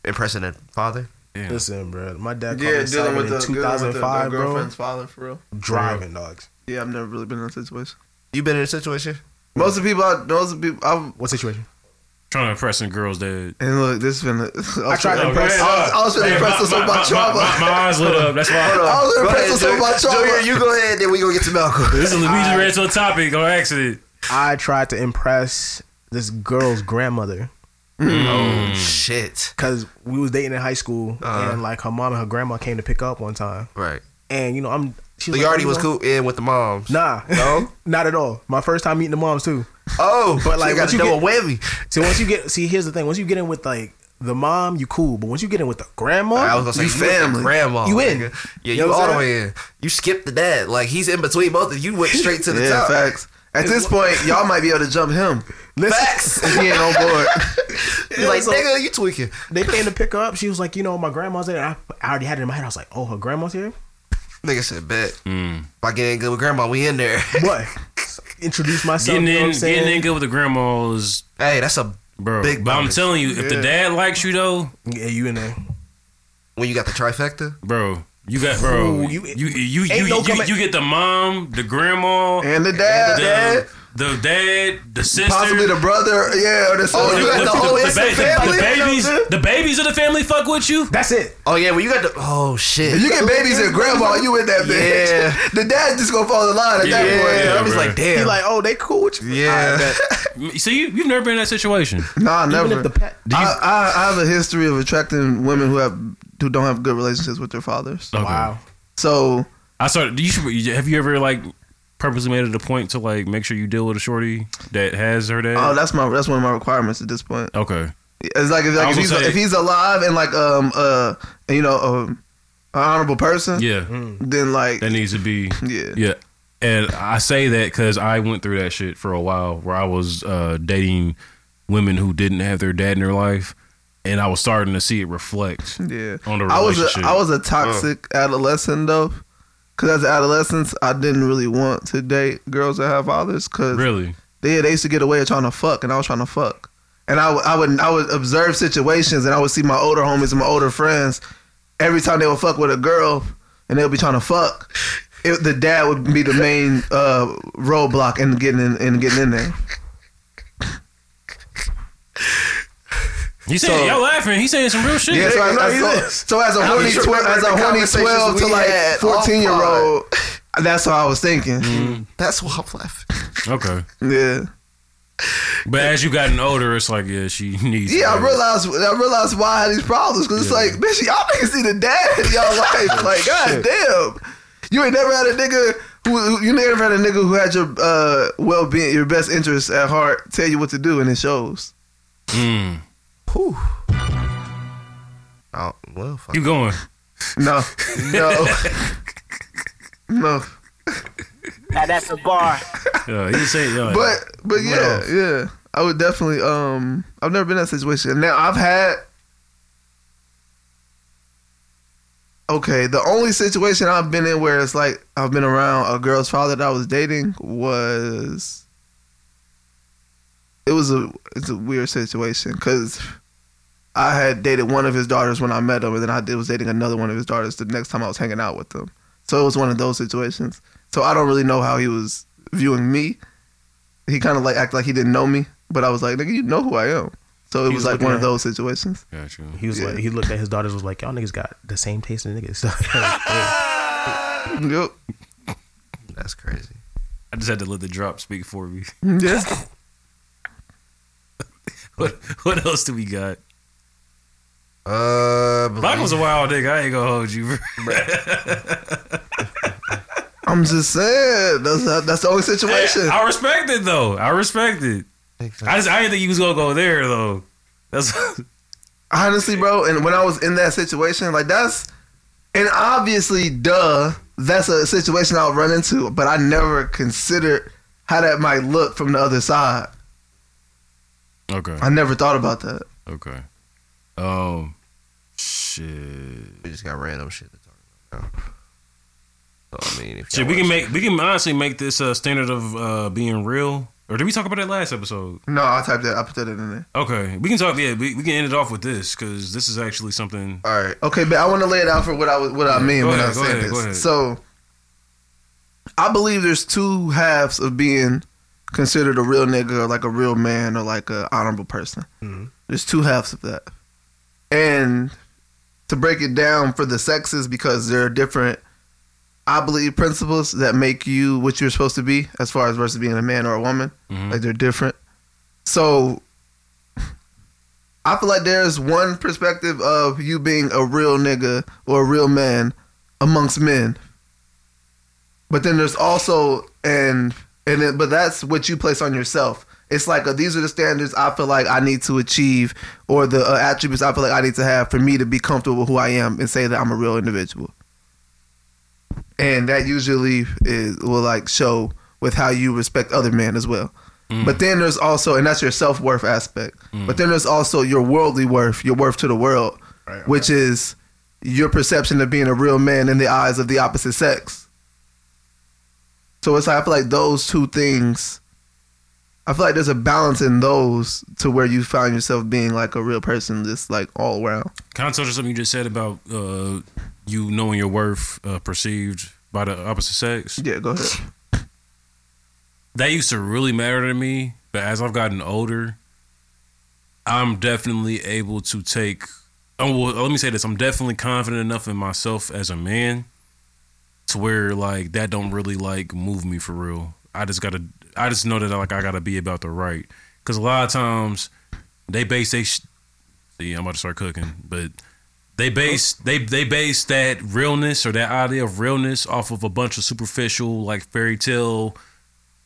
Speaker 1: impressing a father.
Speaker 2: yeah.
Speaker 3: Listen, bro, my dad called
Speaker 5: Yeah,
Speaker 3: me
Speaker 5: dealing with
Speaker 3: sagging
Speaker 5: the
Speaker 3: in 2005,
Speaker 5: girlfriend's
Speaker 3: bro.
Speaker 5: father for real.
Speaker 3: Driving dogs.
Speaker 5: Yeah, I've never really been in that situation.
Speaker 1: You been in a situation?
Speaker 5: Most of the people, I, most of the people, I've,
Speaker 3: What situation?
Speaker 2: trying to impress some girls that. Oh,
Speaker 5: and look, this has been. A, I,
Speaker 3: tried to
Speaker 5: I was,
Speaker 3: impress-
Speaker 5: I was trying to impress us
Speaker 2: my,
Speaker 5: with my trauma.
Speaker 2: My, my eyes lit up. That's why. I,
Speaker 5: I was impressed with some of my trauma.
Speaker 1: Junior, you go ahead, then we gonna get to Malcolm.
Speaker 2: this is we just ran to a topic on accident.
Speaker 3: I tried to impress this girl's grandmother
Speaker 1: oh shit!
Speaker 3: because we was dating in high school,
Speaker 1: Uh-huh.
Speaker 3: and like her mom and her grandma came to pick up one time,
Speaker 1: Right.
Speaker 3: and you know I'm. She
Speaker 1: So you
Speaker 3: like, "Oh,
Speaker 1: already
Speaker 3: you
Speaker 1: was
Speaker 3: know-
Speaker 1: cool in with the moms.
Speaker 3: Nah,
Speaker 1: No?
Speaker 3: not at all. My first time meeting the moms too.
Speaker 1: Oh,
Speaker 3: But,
Speaker 1: but
Speaker 3: like,
Speaker 1: like, got
Speaker 3: once you
Speaker 1: a double whammy.
Speaker 3: So once you get, see, here's the thing: once you get in with like the mom, you cool, but once you get in with the grandma,
Speaker 1: I was gonna say
Speaker 5: You
Speaker 1: you family,
Speaker 5: family.
Speaker 1: grandma,
Speaker 3: You in.
Speaker 1: nigga.
Speaker 3: You
Speaker 1: Yeah, you,
Speaker 3: know what I'm
Speaker 1: all the way in. You skipped the dad, like he's in between both of you. You Went straight to the
Speaker 5: yeah,
Speaker 1: top.
Speaker 5: facts. At this point, y'all might be able to jump him
Speaker 3: listen,
Speaker 1: Facts.
Speaker 5: if he ain't on board.
Speaker 1: You like
Speaker 3: so-
Speaker 1: nigga, you tweaking.
Speaker 3: they came to pick her up. She was like, you know, my grandma's there. I, I already had it in my head. I was like, oh, her grandma's here.
Speaker 1: Nigga said, bet. If I get in good with grandma, we in there.
Speaker 3: What? Introduce myself.
Speaker 2: Getting
Speaker 3: you know what
Speaker 2: in,
Speaker 3: I'm saying?
Speaker 2: getting in good with the grandma is,
Speaker 1: hey, that's a
Speaker 2: bro.
Speaker 1: Big
Speaker 2: but I'm
Speaker 1: bonus.
Speaker 2: telling you, if the dad likes you though,
Speaker 3: Yeah, you in there.
Speaker 1: when you got the trifecta.
Speaker 2: bro, you got bro.
Speaker 3: Ooh,
Speaker 2: you
Speaker 3: you-
Speaker 2: you you
Speaker 3: ain't
Speaker 2: you,
Speaker 3: no
Speaker 2: you-
Speaker 3: coming-
Speaker 2: you get the mom, the grandma,
Speaker 5: And the
Speaker 2: the
Speaker 5: dad,
Speaker 2: dad, the, dad, the sister,
Speaker 5: possibly the brother. Yeah, or the sister.
Speaker 1: Oh, you got the whole
Speaker 2: the,
Speaker 1: instant
Speaker 2: ba- the- the
Speaker 1: family.
Speaker 2: babies, the babies of the family fuck with you.
Speaker 3: That's it.
Speaker 1: Oh yeah, when you got the oh shit.
Speaker 5: If you get babies and grandma, you in that bitch.
Speaker 1: Yeah.
Speaker 5: The dad's just gonna fall in line at
Speaker 1: yeah,
Speaker 5: that point.
Speaker 2: Yeah,
Speaker 1: I was
Speaker 2: bruh.
Speaker 1: like, damn.
Speaker 3: He like, oh, they cool with you.
Speaker 1: yeah.
Speaker 2: So you you've never been in that situation.
Speaker 5: Nah,
Speaker 3: Even
Speaker 5: never.
Speaker 3: if the pet.
Speaker 5: I, I, I have a history of attracting women who have who don't have good relationships with their fathers.
Speaker 2: Okay.
Speaker 3: Wow.
Speaker 5: So
Speaker 2: I started. You should. you- Have you ever like purposely made it a point to like make sure you deal with a shorty that has her dad?
Speaker 5: oh, that's my that's one of my requirements at this point.
Speaker 2: okay.
Speaker 5: It's like, it's
Speaker 2: I
Speaker 5: like
Speaker 2: was
Speaker 5: if, he's,
Speaker 2: gonna say-
Speaker 5: if he's alive and like um uh you know um, an honorable person,
Speaker 2: Yeah,
Speaker 5: then like
Speaker 2: that needs to be.
Speaker 5: yeah.
Speaker 2: Yeah, and I say that because I went through that shit for a while, where I was uh, dating women who didn't have their dad in their life, and I was starting to see it reflect.
Speaker 5: Yeah,
Speaker 2: On the
Speaker 5: I was a,
Speaker 2: relationship. Uh.
Speaker 5: I was a toxic adolescent though, because as an adolescent, I didn't really want to date girls that have fathers because
Speaker 2: Really?
Speaker 5: they they used to get away with trying to fuck, and I was trying to fuck, and I, would- I would I would observe situations, and I would see my older homies and my older friends every time they would fuck with a girl, and they'll be trying to fuck. It, the dad would be the main uh, roadblock in getting in, in getting in there.
Speaker 2: You saying
Speaker 5: So-
Speaker 2: y'all laughing? He's saying some real shit.
Speaker 5: Yeah, so, I,
Speaker 4: No,
Speaker 5: I
Speaker 4: he
Speaker 5: saw-
Speaker 4: is.
Speaker 5: so as a
Speaker 4: I'm
Speaker 5: horny,
Speaker 4: sure
Speaker 5: twe-
Speaker 4: remember
Speaker 5: as a
Speaker 4: the
Speaker 5: horny
Speaker 4: conversations
Speaker 5: twelve to
Speaker 4: we
Speaker 5: like
Speaker 4: had
Speaker 5: fourteen year old, that's what I was thinking.
Speaker 4: Mm.
Speaker 1: That's why I'm laughing.
Speaker 2: Okay.
Speaker 5: Yeah,
Speaker 2: But as you gotten older, it's like, yeah, she needs.
Speaker 4: Yeah, I
Speaker 2: somebody.
Speaker 4: realize I realize why I had these problems because it's like, bitch, y'all niggas see the dad in y'all life. Like, god damn,
Speaker 5: you ain't never had a nigga who who- you never had a nigga who had your uh, well being, your best interests at heart, tell you what to do, and it shows.
Speaker 2: Mm.
Speaker 1: Oh, well, fuck.
Speaker 2: Keep going.
Speaker 5: No,
Speaker 4: no.
Speaker 5: no,
Speaker 6: Now that's a bar.
Speaker 2: Yeah, he saying, yeah,
Speaker 5: but but yeah,
Speaker 2: else?
Speaker 5: yeah, I would definitely. Um, I've never been in that situation. Now I've had. Okay, the only situation I've been in where it's like I've been around a girl's father that I was dating was. It was a it's a weird situation because I had dated one of his daughters when I met him, and then I did, was dating another one of his daughters the next time I was hanging out with him. So it was one of those situations. So I don't really know how he was viewing me. He kind of like acted like he didn't know me, but I was like, nigga, you know who I am. So it
Speaker 3: He
Speaker 5: was
Speaker 3: was
Speaker 5: like
Speaker 3: looking
Speaker 5: one of
Speaker 3: at-
Speaker 5: those situations.
Speaker 2: Got you.
Speaker 3: He was
Speaker 5: Yeah.
Speaker 3: like, he looked at his daughters, was like, y'all niggas got the same taste in niggas. So,
Speaker 5: Yep.
Speaker 1: That's crazy.
Speaker 2: I just had to let the drop speak for me.
Speaker 5: Yeah.
Speaker 2: What What else do we got?
Speaker 1: Uh,
Speaker 2: Black was a wild nigga. I ain't gonna hold you. bro.
Speaker 5: I'm just saying that's that's the only situation.
Speaker 2: I respect it though. I respect it. I just I didn't think you was gonna go there though. That's
Speaker 5: Honestly, bro, and when I was in that situation, like that's and obviously, duh, that's a situation I'll run into, but I never considered how that might look from the other side.
Speaker 2: okay.
Speaker 5: I never thought about that.
Speaker 2: Okay. Um. Shit.
Speaker 1: we just got random shit to talk about now. So, I mean, if
Speaker 2: Shit.
Speaker 1: y'all
Speaker 2: We
Speaker 1: want-
Speaker 2: can make. We can honestly make this a standard of uh, being real. Or did we talk about that last episode?
Speaker 5: No, I typed that. I put that in there.
Speaker 2: Okay, we can talk. Yeah, we, we can end it off with this because this is actually something.
Speaker 5: All right. Okay, but I want to lay it out for what I was, what I mean
Speaker 2: go
Speaker 5: when
Speaker 2: ahead,
Speaker 5: I
Speaker 2: go
Speaker 5: said
Speaker 2: ahead, go ahead.
Speaker 5: this. So, I believe there's two halves of being considered a real nigga or like a real man or like a honorable person.
Speaker 2: Mm-hmm.
Speaker 3: Mhm.
Speaker 5: There's two halves of that, and to break it down for the sexes because there are different, I believe, principles that make you what you're supposed to be as far as versus being a man or a woman.
Speaker 2: Mhm.
Speaker 5: Like they're different. So I feel like there's one perspective of you being a real nigga or a real man amongst men. But then there's also and and then, but that's what you place on yourself. It's like uh, these are the standards I feel like I need to achieve or the uh, attributes I feel like I need to have for me to be comfortable with who I am and say that I'm a real individual. And that usually is will like show with how you respect other men as well. But then there's also, and that's your self worth aspect. But then there's also your worldly worth, your worth to the world, which is your perception of being a real man in the eyes of the opposite sex. So it's like, I feel like those two things, I feel like there's a balance in those to where you find yourself being like a real person, just like all around.
Speaker 2: Kind of touched on something you just said about uh, you knowing your worth uh, perceived by the opposite sex.
Speaker 5: Yeah, go ahead.
Speaker 2: That used to really matter to me, but as I've gotten older, I'm definitely able to take. Oh, well, let me say this: I'm definitely confident enough in myself as a man to where like that don't really like move me for real. I just gotta, I just know that like I gotta be about the right because a lot of times they base they. Sh- See, I'm about to start cooking, but they base
Speaker 5: Oh.
Speaker 2: they they base that realness or that idea of realness off of a bunch of superficial like fairy tale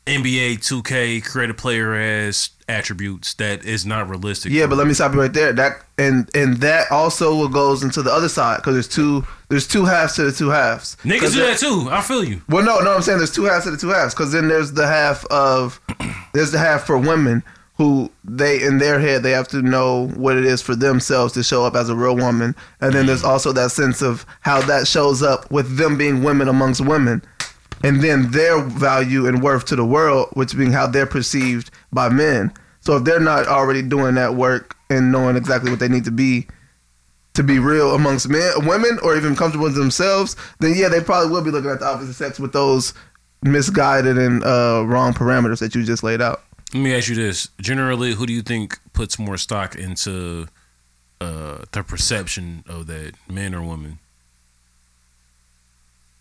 Speaker 2: NBA 2K creative player as attributes that is not realistic.
Speaker 5: Yeah, but let me stop you right there. That and and that also goes into the other side because there's two there's two halves to the two halves. 'Cause
Speaker 2: Niggas do
Speaker 5: there-
Speaker 2: that too. I feel you.
Speaker 5: Well, no, no, I'm saying there's two halves to the two halves because then there's the half of there's the half for women who they in their head they have to know what it is for themselves to show up as a real woman, and then there's also that sense of how that shows up with them being women amongst women, and then their value and worth to the world, which being how they're perceived by men. So if they're not already doing that work and knowing exactly what they need to be to be real amongst men, women, or even comfortable with themselves, then yeah, they probably will be looking at the opposite sex with those misguided and uh, wrong parameters that you just laid out.
Speaker 2: Let me ask you this. Generally, who do you think puts more stock into uh, the perception of that man or woman.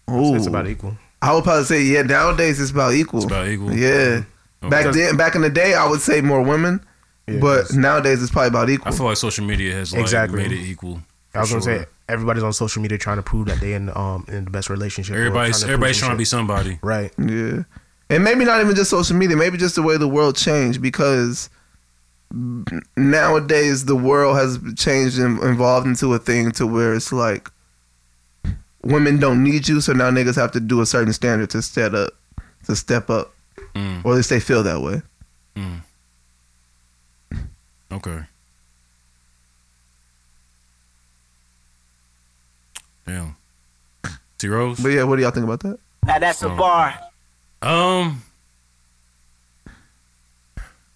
Speaker 5: Ooh.
Speaker 3: It's about equal.
Speaker 5: I would probably say yeah. Nowadays it's about equal.
Speaker 2: It's about equal.
Speaker 5: Yeah.
Speaker 2: Okay.
Speaker 5: Back then, back in the day, I would say more women,
Speaker 3: Yeah,
Speaker 5: but nowadays it's probably about
Speaker 2: I
Speaker 5: equal.
Speaker 2: feel like social media has like
Speaker 3: Exactly.
Speaker 2: made it equal.
Speaker 3: I was
Speaker 2: for
Speaker 3: gonna say everybody's on social media trying to prove that they in um in the best relationship. or
Speaker 2: everybody's
Speaker 3: trying to
Speaker 2: everybody's
Speaker 3: prove
Speaker 2: trying to be
Speaker 3: some
Speaker 2: somebody.
Speaker 3: shit. right.
Speaker 5: yeah, and maybe not even just social media. Maybe just the way the world changed because nowadays the world has changed and evolved into a thing to where it's like women don't need you, so now niggas have to do a certain standard to step up, to step up,
Speaker 2: Mm.
Speaker 5: or at least they feel that way.
Speaker 2: mm. Okay. Damn. T Rose.
Speaker 5: But yeah, what do y'all think about that?
Speaker 6: Now that's a bar.
Speaker 2: Um,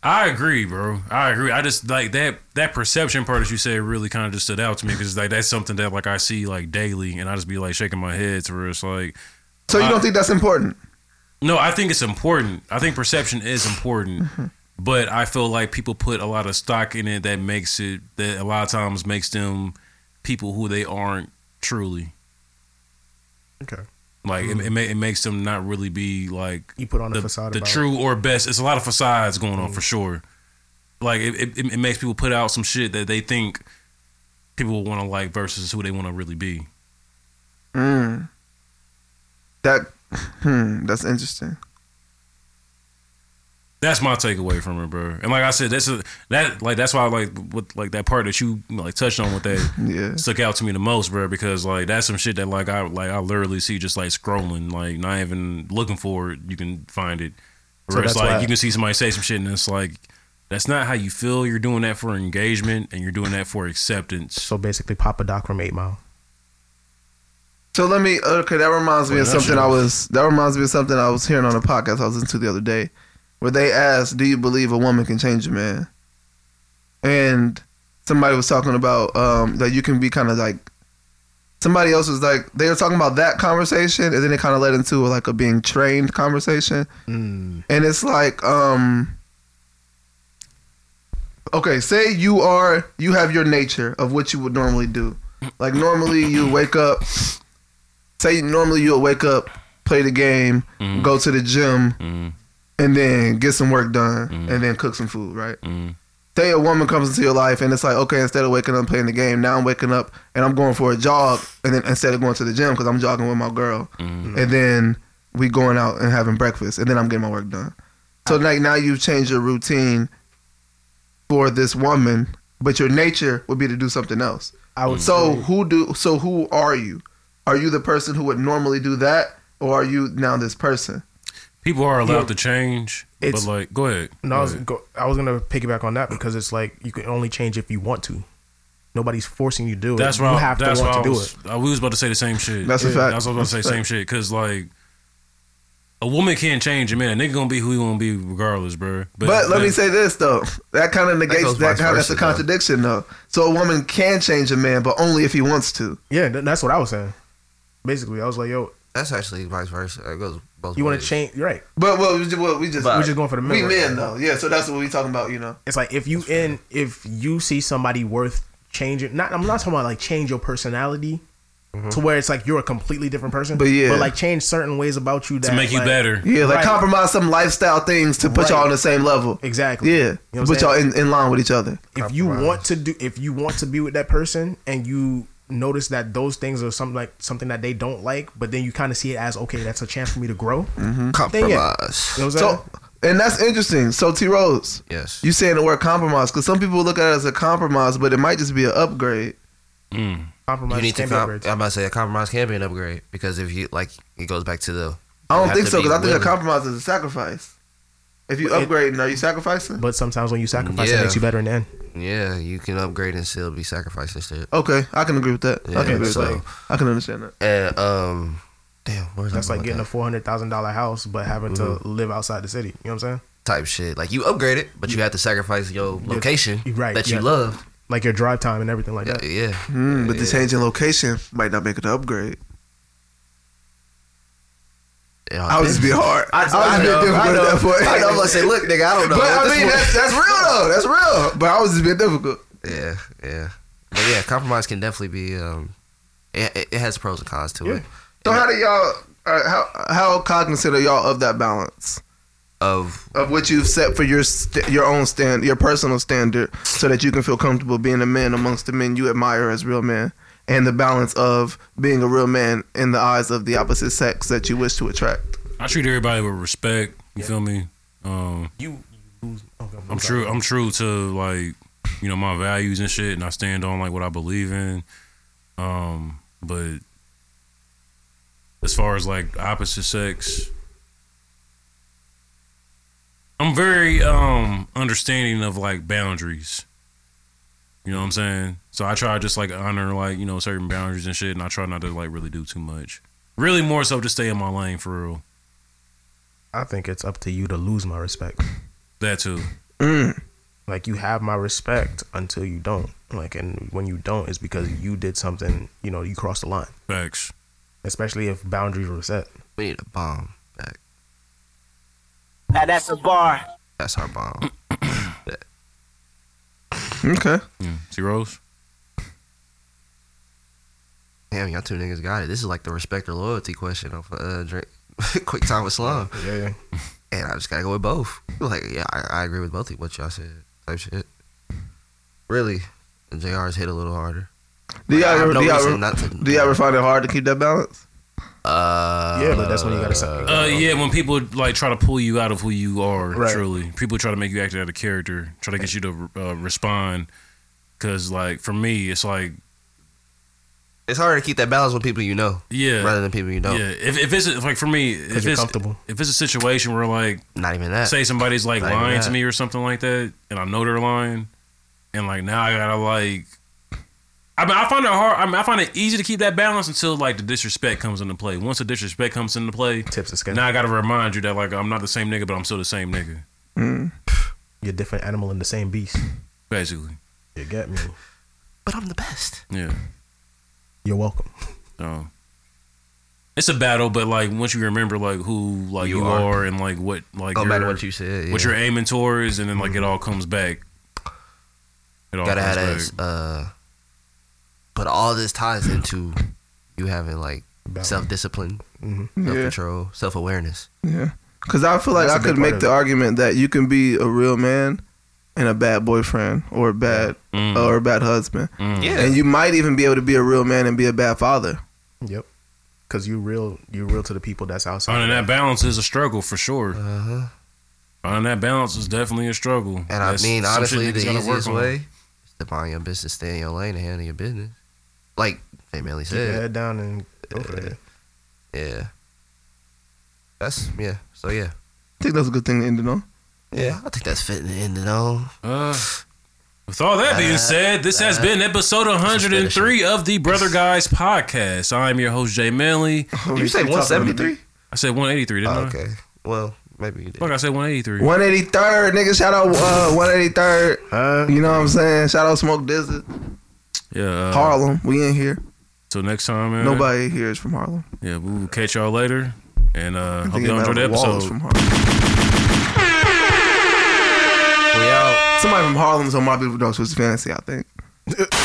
Speaker 2: I agree, bro. I agree. I just like that that perception part that you said really kind of just stood out to me because like that's something that like I see like daily, and I just be like shaking my head to where it's like,
Speaker 5: So you don't think that's important?
Speaker 2: no, I think it's important. I think perception is important, but I feel like people put a lot of stock in it that makes it that a lot of times makes them people who they aren't truly.
Speaker 3: Okay.
Speaker 2: Like it, it, ma- it makes them not really be like
Speaker 3: You put on
Speaker 2: the,
Speaker 3: a facade.
Speaker 2: the
Speaker 3: about, Mm.
Speaker 2: true or best. It's a lot of facades going on for sure. Like it, it, it makes people put out some shit that they think people want to like versus who they want to really be.
Speaker 5: Mm. That hmm, that's interesting.
Speaker 2: That's my takeaway from it, bro. And like I said, that's a, that like that's why like with like that part that you like touched on with that
Speaker 5: Yeah.
Speaker 2: stuck out to me the most, bro. Because like that's some shit that like I like I literally see just like scrolling, like not even looking for it. You can find it.
Speaker 3: So
Speaker 2: Where it's
Speaker 3: that's
Speaker 2: like
Speaker 3: why-
Speaker 2: you can see somebody say some shit and it's like that's not how you feel. You're doing that for engagement and you're doing that for acceptance.
Speaker 3: So basically, Papa Doc from Eight Mile.
Speaker 5: So let me okay, that reminds me
Speaker 2: Well,
Speaker 5: of
Speaker 2: that's
Speaker 5: something
Speaker 2: your-
Speaker 5: I was that reminds me of something I was hearing on a podcast I was listening to the other day where they asked, Do you believe a woman can change a man? And somebody was talking about um that you can be kinda like somebody else was like they were talking about that conversation and then it kinda led into like a being trained conversation.
Speaker 3: Mm.
Speaker 5: and it's like um okay say you are you have your nature of what you would normally do like normally you wake up say normally you'll wake up play the game
Speaker 2: Mm.
Speaker 5: go to the gym
Speaker 2: Mm,
Speaker 5: and then get some work done
Speaker 2: Mhm.
Speaker 5: and then cook some food right
Speaker 2: mm,
Speaker 5: say a woman comes into your life and it's like okay instead of waking up playing the game now i'm waking up and i'm going for a jog and then instead of going to the gym because i'm jogging with my girl
Speaker 2: mm.
Speaker 5: and then we going out and having breakfast, and then I'm getting my work done. So like now you've changed your routine for this woman, but your nature would be to do something else.
Speaker 3: I would
Speaker 5: So
Speaker 3: say-
Speaker 5: who do? So who are you? Are you the person who would normally do that, or are you now this person?
Speaker 2: People are allowed to change, but
Speaker 3: It's-
Speaker 2: like, go ahead.
Speaker 3: No, I
Speaker 2: Go
Speaker 3: was,
Speaker 2: ahead.
Speaker 3: go, I was gonna piggyback on that because it's like you can only change if you want to. Nobody's forcing you to do it.
Speaker 2: that's
Speaker 3: you
Speaker 2: why.
Speaker 3: have
Speaker 2: that's
Speaker 3: to want to
Speaker 2: why I
Speaker 3: do
Speaker 2: was,
Speaker 3: it.
Speaker 2: I- we was about to say the same shit.
Speaker 5: That's a fact.
Speaker 2: I was about to say same shit because like. A woman can't change a man. A nigga gonna be who he gonna be regardless, bro.
Speaker 5: But let me say this though, that kind of negates
Speaker 1: goes
Speaker 5: that.
Speaker 1: vice
Speaker 5: Kind that's a
Speaker 1: versa, though.
Speaker 5: contradiction though. So a woman can change a man, but only if he wants to.
Speaker 3: Yeah, th- that's what I was saying. Basically, I was like, yo,
Speaker 1: That's actually vice versa. That goes both
Speaker 3: you want
Speaker 1: ways.
Speaker 3: to change? You're right.
Speaker 5: But well, we just, well, we just
Speaker 3: We're just going for the
Speaker 5: we
Speaker 3: middle.
Speaker 5: men though, yeah. So that's what we talking about, you know.
Speaker 3: It's like if you in if you see somebody worth changing. Not I'm not talking about like change your personality to where it's like you're a completely different person.
Speaker 5: Mm-hmm. But yeah.
Speaker 3: but like change certain ways about you that
Speaker 2: to make you
Speaker 3: like-
Speaker 2: better.
Speaker 5: Yeah, like
Speaker 3: Right.
Speaker 5: compromise some lifestyle things to put
Speaker 3: Right.
Speaker 5: y'all on the same level.
Speaker 3: Exactly.
Speaker 5: Yeah,
Speaker 3: You know what I'm
Speaker 5: put y'all
Speaker 3: saying?
Speaker 5: in, in line with each other.
Speaker 3: if you want to do if you want to be with that person and you notice that those things are something like something that they don't like but then you kind of see it as okay that's a chance for me to grow you Thing it.
Speaker 1: compromise.
Speaker 3: know what I'm saying?
Speaker 5: So, and that's interesting. So T Rose,
Speaker 1: Yes.
Speaker 5: you saying the word compromise because some people look at it as a compromise, but it might just be an upgrade.
Speaker 2: Mm.
Speaker 1: You
Speaker 3: compromise
Speaker 1: need to.
Speaker 3: can be
Speaker 1: Com- I'm
Speaker 3: upgrades.
Speaker 1: about to say a compromise can be an upgrade because if you like, it goes back to the.
Speaker 5: I
Speaker 1: you
Speaker 5: don't
Speaker 1: have
Speaker 5: think
Speaker 1: to
Speaker 5: so
Speaker 1: be
Speaker 5: because I think a
Speaker 1: willing.
Speaker 5: compromise is a sacrifice. If you
Speaker 3: It-
Speaker 5: upgrading, are you sacrificing?
Speaker 3: but sometimes when you sacrifice
Speaker 1: Yeah.
Speaker 3: it makes you better in the end
Speaker 1: Yeah, you can upgrade and still be sacrificing shit.
Speaker 5: Okay, I can agree with that. I
Speaker 1: Yeah,
Speaker 5: can agree with
Speaker 1: so-
Speaker 5: that. I can understand that.
Speaker 1: And um, damn, where's
Speaker 3: that's
Speaker 1: I going
Speaker 3: like
Speaker 1: with
Speaker 3: getting a $400000 house but having
Speaker 5: Mm-hmm.
Speaker 3: to live outside the city you know what i'm saying
Speaker 1: that? type shit. Like you upgrade it, but you have to sacrifice your location
Speaker 3: you're right,
Speaker 1: that
Speaker 3: yeah.
Speaker 1: you love.
Speaker 3: like your drive time and everything like
Speaker 1: Yeah,
Speaker 3: that
Speaker 1: yeah.
Speaker 5: Mm, but the
Speaker 1: Yeah.
Speaker 5: change in location might not make it an upgrade.
Speaker 1: yeah.
Speaker 5: I would just be hard.
Speaker 1: I,
Speaker 5: I would just
Speaker 1: I know,
Speaker 5: be difficult
Speaker 1: I know.
Speaker 5: at that point.
Speaker 1: I know. I'm gonna say, look, nigga, I don't know.
Speaker 5: But
Speaker 1: At
Speaker 5: I
Speaker 1: this
Speaker 5: mean,
Speaker 1: point-
Speaker 5: that's, that's real though. That's real. But I was just being difficult.
Speaker 1: yeah, yeah. But yeah, compromise can definitely be. Um, it, it- it has pros and cons to it.
Speaker 5: So how do y'all? Uh, how how cognizant are y'all of that balance
Speaker 1: Of
Speaker 5: of what you've set for your st- your own stand your personal standard so that you can feel comfortable being a man amongst the men you admire as real men and the balance of being a real man in the eyes of the opposite sex that you wish to attract.
Speaker 2: I treat everybody with respect. You feel me? Um,
Speaker 3: You, you lose. Okay,
Speaker 2: I'm true. I'm true to like you know my values and shit, and I stand on like what I believe in. Um, but as far as like opposite sex, I'm very um understanding of like boundaries. You know what I'm saying? So I try to just like honor like you know certain boundaries and shit, and I try not to like really do too much. Really, more so just stay in my lane for real.
Speaker 3: I think it's up to you to lose my respect.
Speaker 2: That too.
Speaker 5: Mm,
Speaker 3: Like you have my respect until you don't. Like, and when you don't, it's because you did something. You know, you crossed the line.
Speaker 2: Facts.
Speaker 3: Especially if boundaries were set.
Speaker 1: we need a bomb back.
Speaker 6: Now that's a bar.
Speaker 1: That's our bomb.
Speaker 5: Okay.
Speaker 2: Yeah. See Rose?
Speaker 1: Damn, y'all two niggas got it. This is like the respect or loyalty question of uh, Drake. Quick time with Slum,
Speaker 3: Yeah, yeah.
Speaker 1: and I just gotta go with both. Like, yeah, I, I agree with both of what y'all said. Type shit. Really, Jr's hit a little harder.
Speaker 5: Do
Speaker 1: Like, I
Speaker 5: y'all
Speaker 1: have
Speaker 5: ever,
Speaker 1: no
Speaker 5: do y'all
Speaker 1: reason
Speaker 5: ever,
Speaker 1: not to-
Speaker 5: do y'all ever find it hard to keep that balance?
Speaker 1: Uh,
Speaker 3: Yeah, but that's when you gotta set.
Speaker 2: Uh, yeah, when people like try to pull you out of who you are,
Speaker 3: Right.
Speaker 2: truly, people try to make you act out of character, try to get you to uh, respond. Cause like for me, it's like
Speaker 1: It's harder to keep that balance with people you know
Speaker 2: yeah,
Speaker 1: rather than people you don't.
Speaker 2: yeah. If, if it's like for me, if
Speaker 3: you're
Speaker 2: it's
Speaker 3: comfortable.
Speaker 2: if it's a situation where like
Speaker 1: Not even that.
Speaker 2: say somebody's like
Speaker 1: Not even
Speaker 2: lying to
Speaker 1: that.
Speaker 2: me or something like that, and I know they're lying, and like now I gotta like. I mean, I find it hard. I mean, I find it easy to keep that balance until like the disrespect comes into play. Once the disrespect comes into play,
Speaker 3: Tips the skin.
Speaker 2: now I gotta remind you that like I'm not the same nigga, but I'm still the same nigga,
Speaker 5: Mm,
Speaker 3: You're a different animal in the same beast.
Speaker 2: basically.
Speaker 3: You get me.
Speaker 1: but I'm the best.
Speaker 2: Yeah.
Speaker 3: You're welcome.
Speaker 2: So it's a battle, but like once you remember like who like you,
Speaker 1: You
Speaker 2: are.
Speaker 1: are.
Speaker 2: and like what like
Speaker 1: Go
Speaker 2: your,
Speaker 1: back to what you said. Yeah. Mm-hmm.
Speaker 2: what you're aiming towards, and then like it all comes back. It all
Speaker 1: gotta
Speaker 2: comes
Speaker 1: have
Speaker 2: back.
Speaker 1: that. Uh, but all this ties into you having like
Speaker 3: Balance.
Speaker 1: self discipline,
Speaker 3: Mm-hmm.
Speaker 1: self
Speaker 5: Yeah.
Speaker 1: control, self awareness.
Speaker 5: Yeah. Because I feel like
Speaker 3: That's a
Speaker 5: I
Speaker 3: big
Speaker 5: could
Speaker 3: part
Speaker 5: make
Speaker 3: of
Speaker 5: the
Speaker 3: it.
Speaker 5: argument that you can be a real man and a bad boyfriend or a bad
Speaker 2: Mm.
Speaker 3: Mm-hmm.
Speaker 5: or a bad husband.
Speaker 2: Mm.
Speaker 5: And you might even be able to be a real man and be a bad father.
Speaker 3: Yep. Cause you real, you real to the people that's outside.
Speaker 2: Finding that balance is a struggle for sure.
Speaker 1: Uh huh.
Speaker 2: Finding that balance is definitely a struggle.
Speaker 1: And
Speaker 2: That's
Speaker 1: I mean,
Speaker 2: some shit
Speaker 1: honestly,
Speaker 2: niggas
Speaker 1: the
Speaker 2: gotta work
Speaker 1: easiest
Speaker 2: on.
Speaker 1: way is to mind your business, stay in your lane, and handle your business. Like they mainly
Speaker 3: Keep your
Speaker 1: said.
Speaker 3: head down and go for
Speaker 2: Uh,
Speaker 3: it.
Speaker 1: Yeah. That's yeah. So yeah.
Speaker 5: I think that's a good thing to end it on.
Speaker 1: Yeah, I think that's fitting to end it on.
Speaker 2: Uh, with all that being said, this has been episode 103 of the Brother Guys podcast. I am your host Jay Manley.
Speaker 1: you say 173?
Speaker 2: I said 183, didn't
Speaker 1: Oh,
Speaker 2: I?
Speaker 1: okay. Well, maybe you did.
Speaker 2: Fuck, I said 183.
Speaker 5: 183rd, nigga. Shout out uh, 183rd. You know what I'm saying? Shout out Smoke Desert.
Speaker 2: Yeah. Uh,
Speaker 5: Harlem. We in here.
Speaker 2: Till next time,
Speaker 3: Uh-huh.
Speaker 2: man.
Speaker 5: Nobody in here is from Harlem.
Speaker 2: Yeah, we will catch y'all later. And uh, hope
Speaker 5: Thinking
Speaker 2: y'all enjoyed
Speaker 5: about
Speaker 2: the
Speaker 5: the wall is
Speaker 2: episode.
Speaker 5: From Harlem.
Speaker 1: We out.
Speaker 5: Somebody from Harlem's on my beautiful Dark Twisted Fantasy, I think.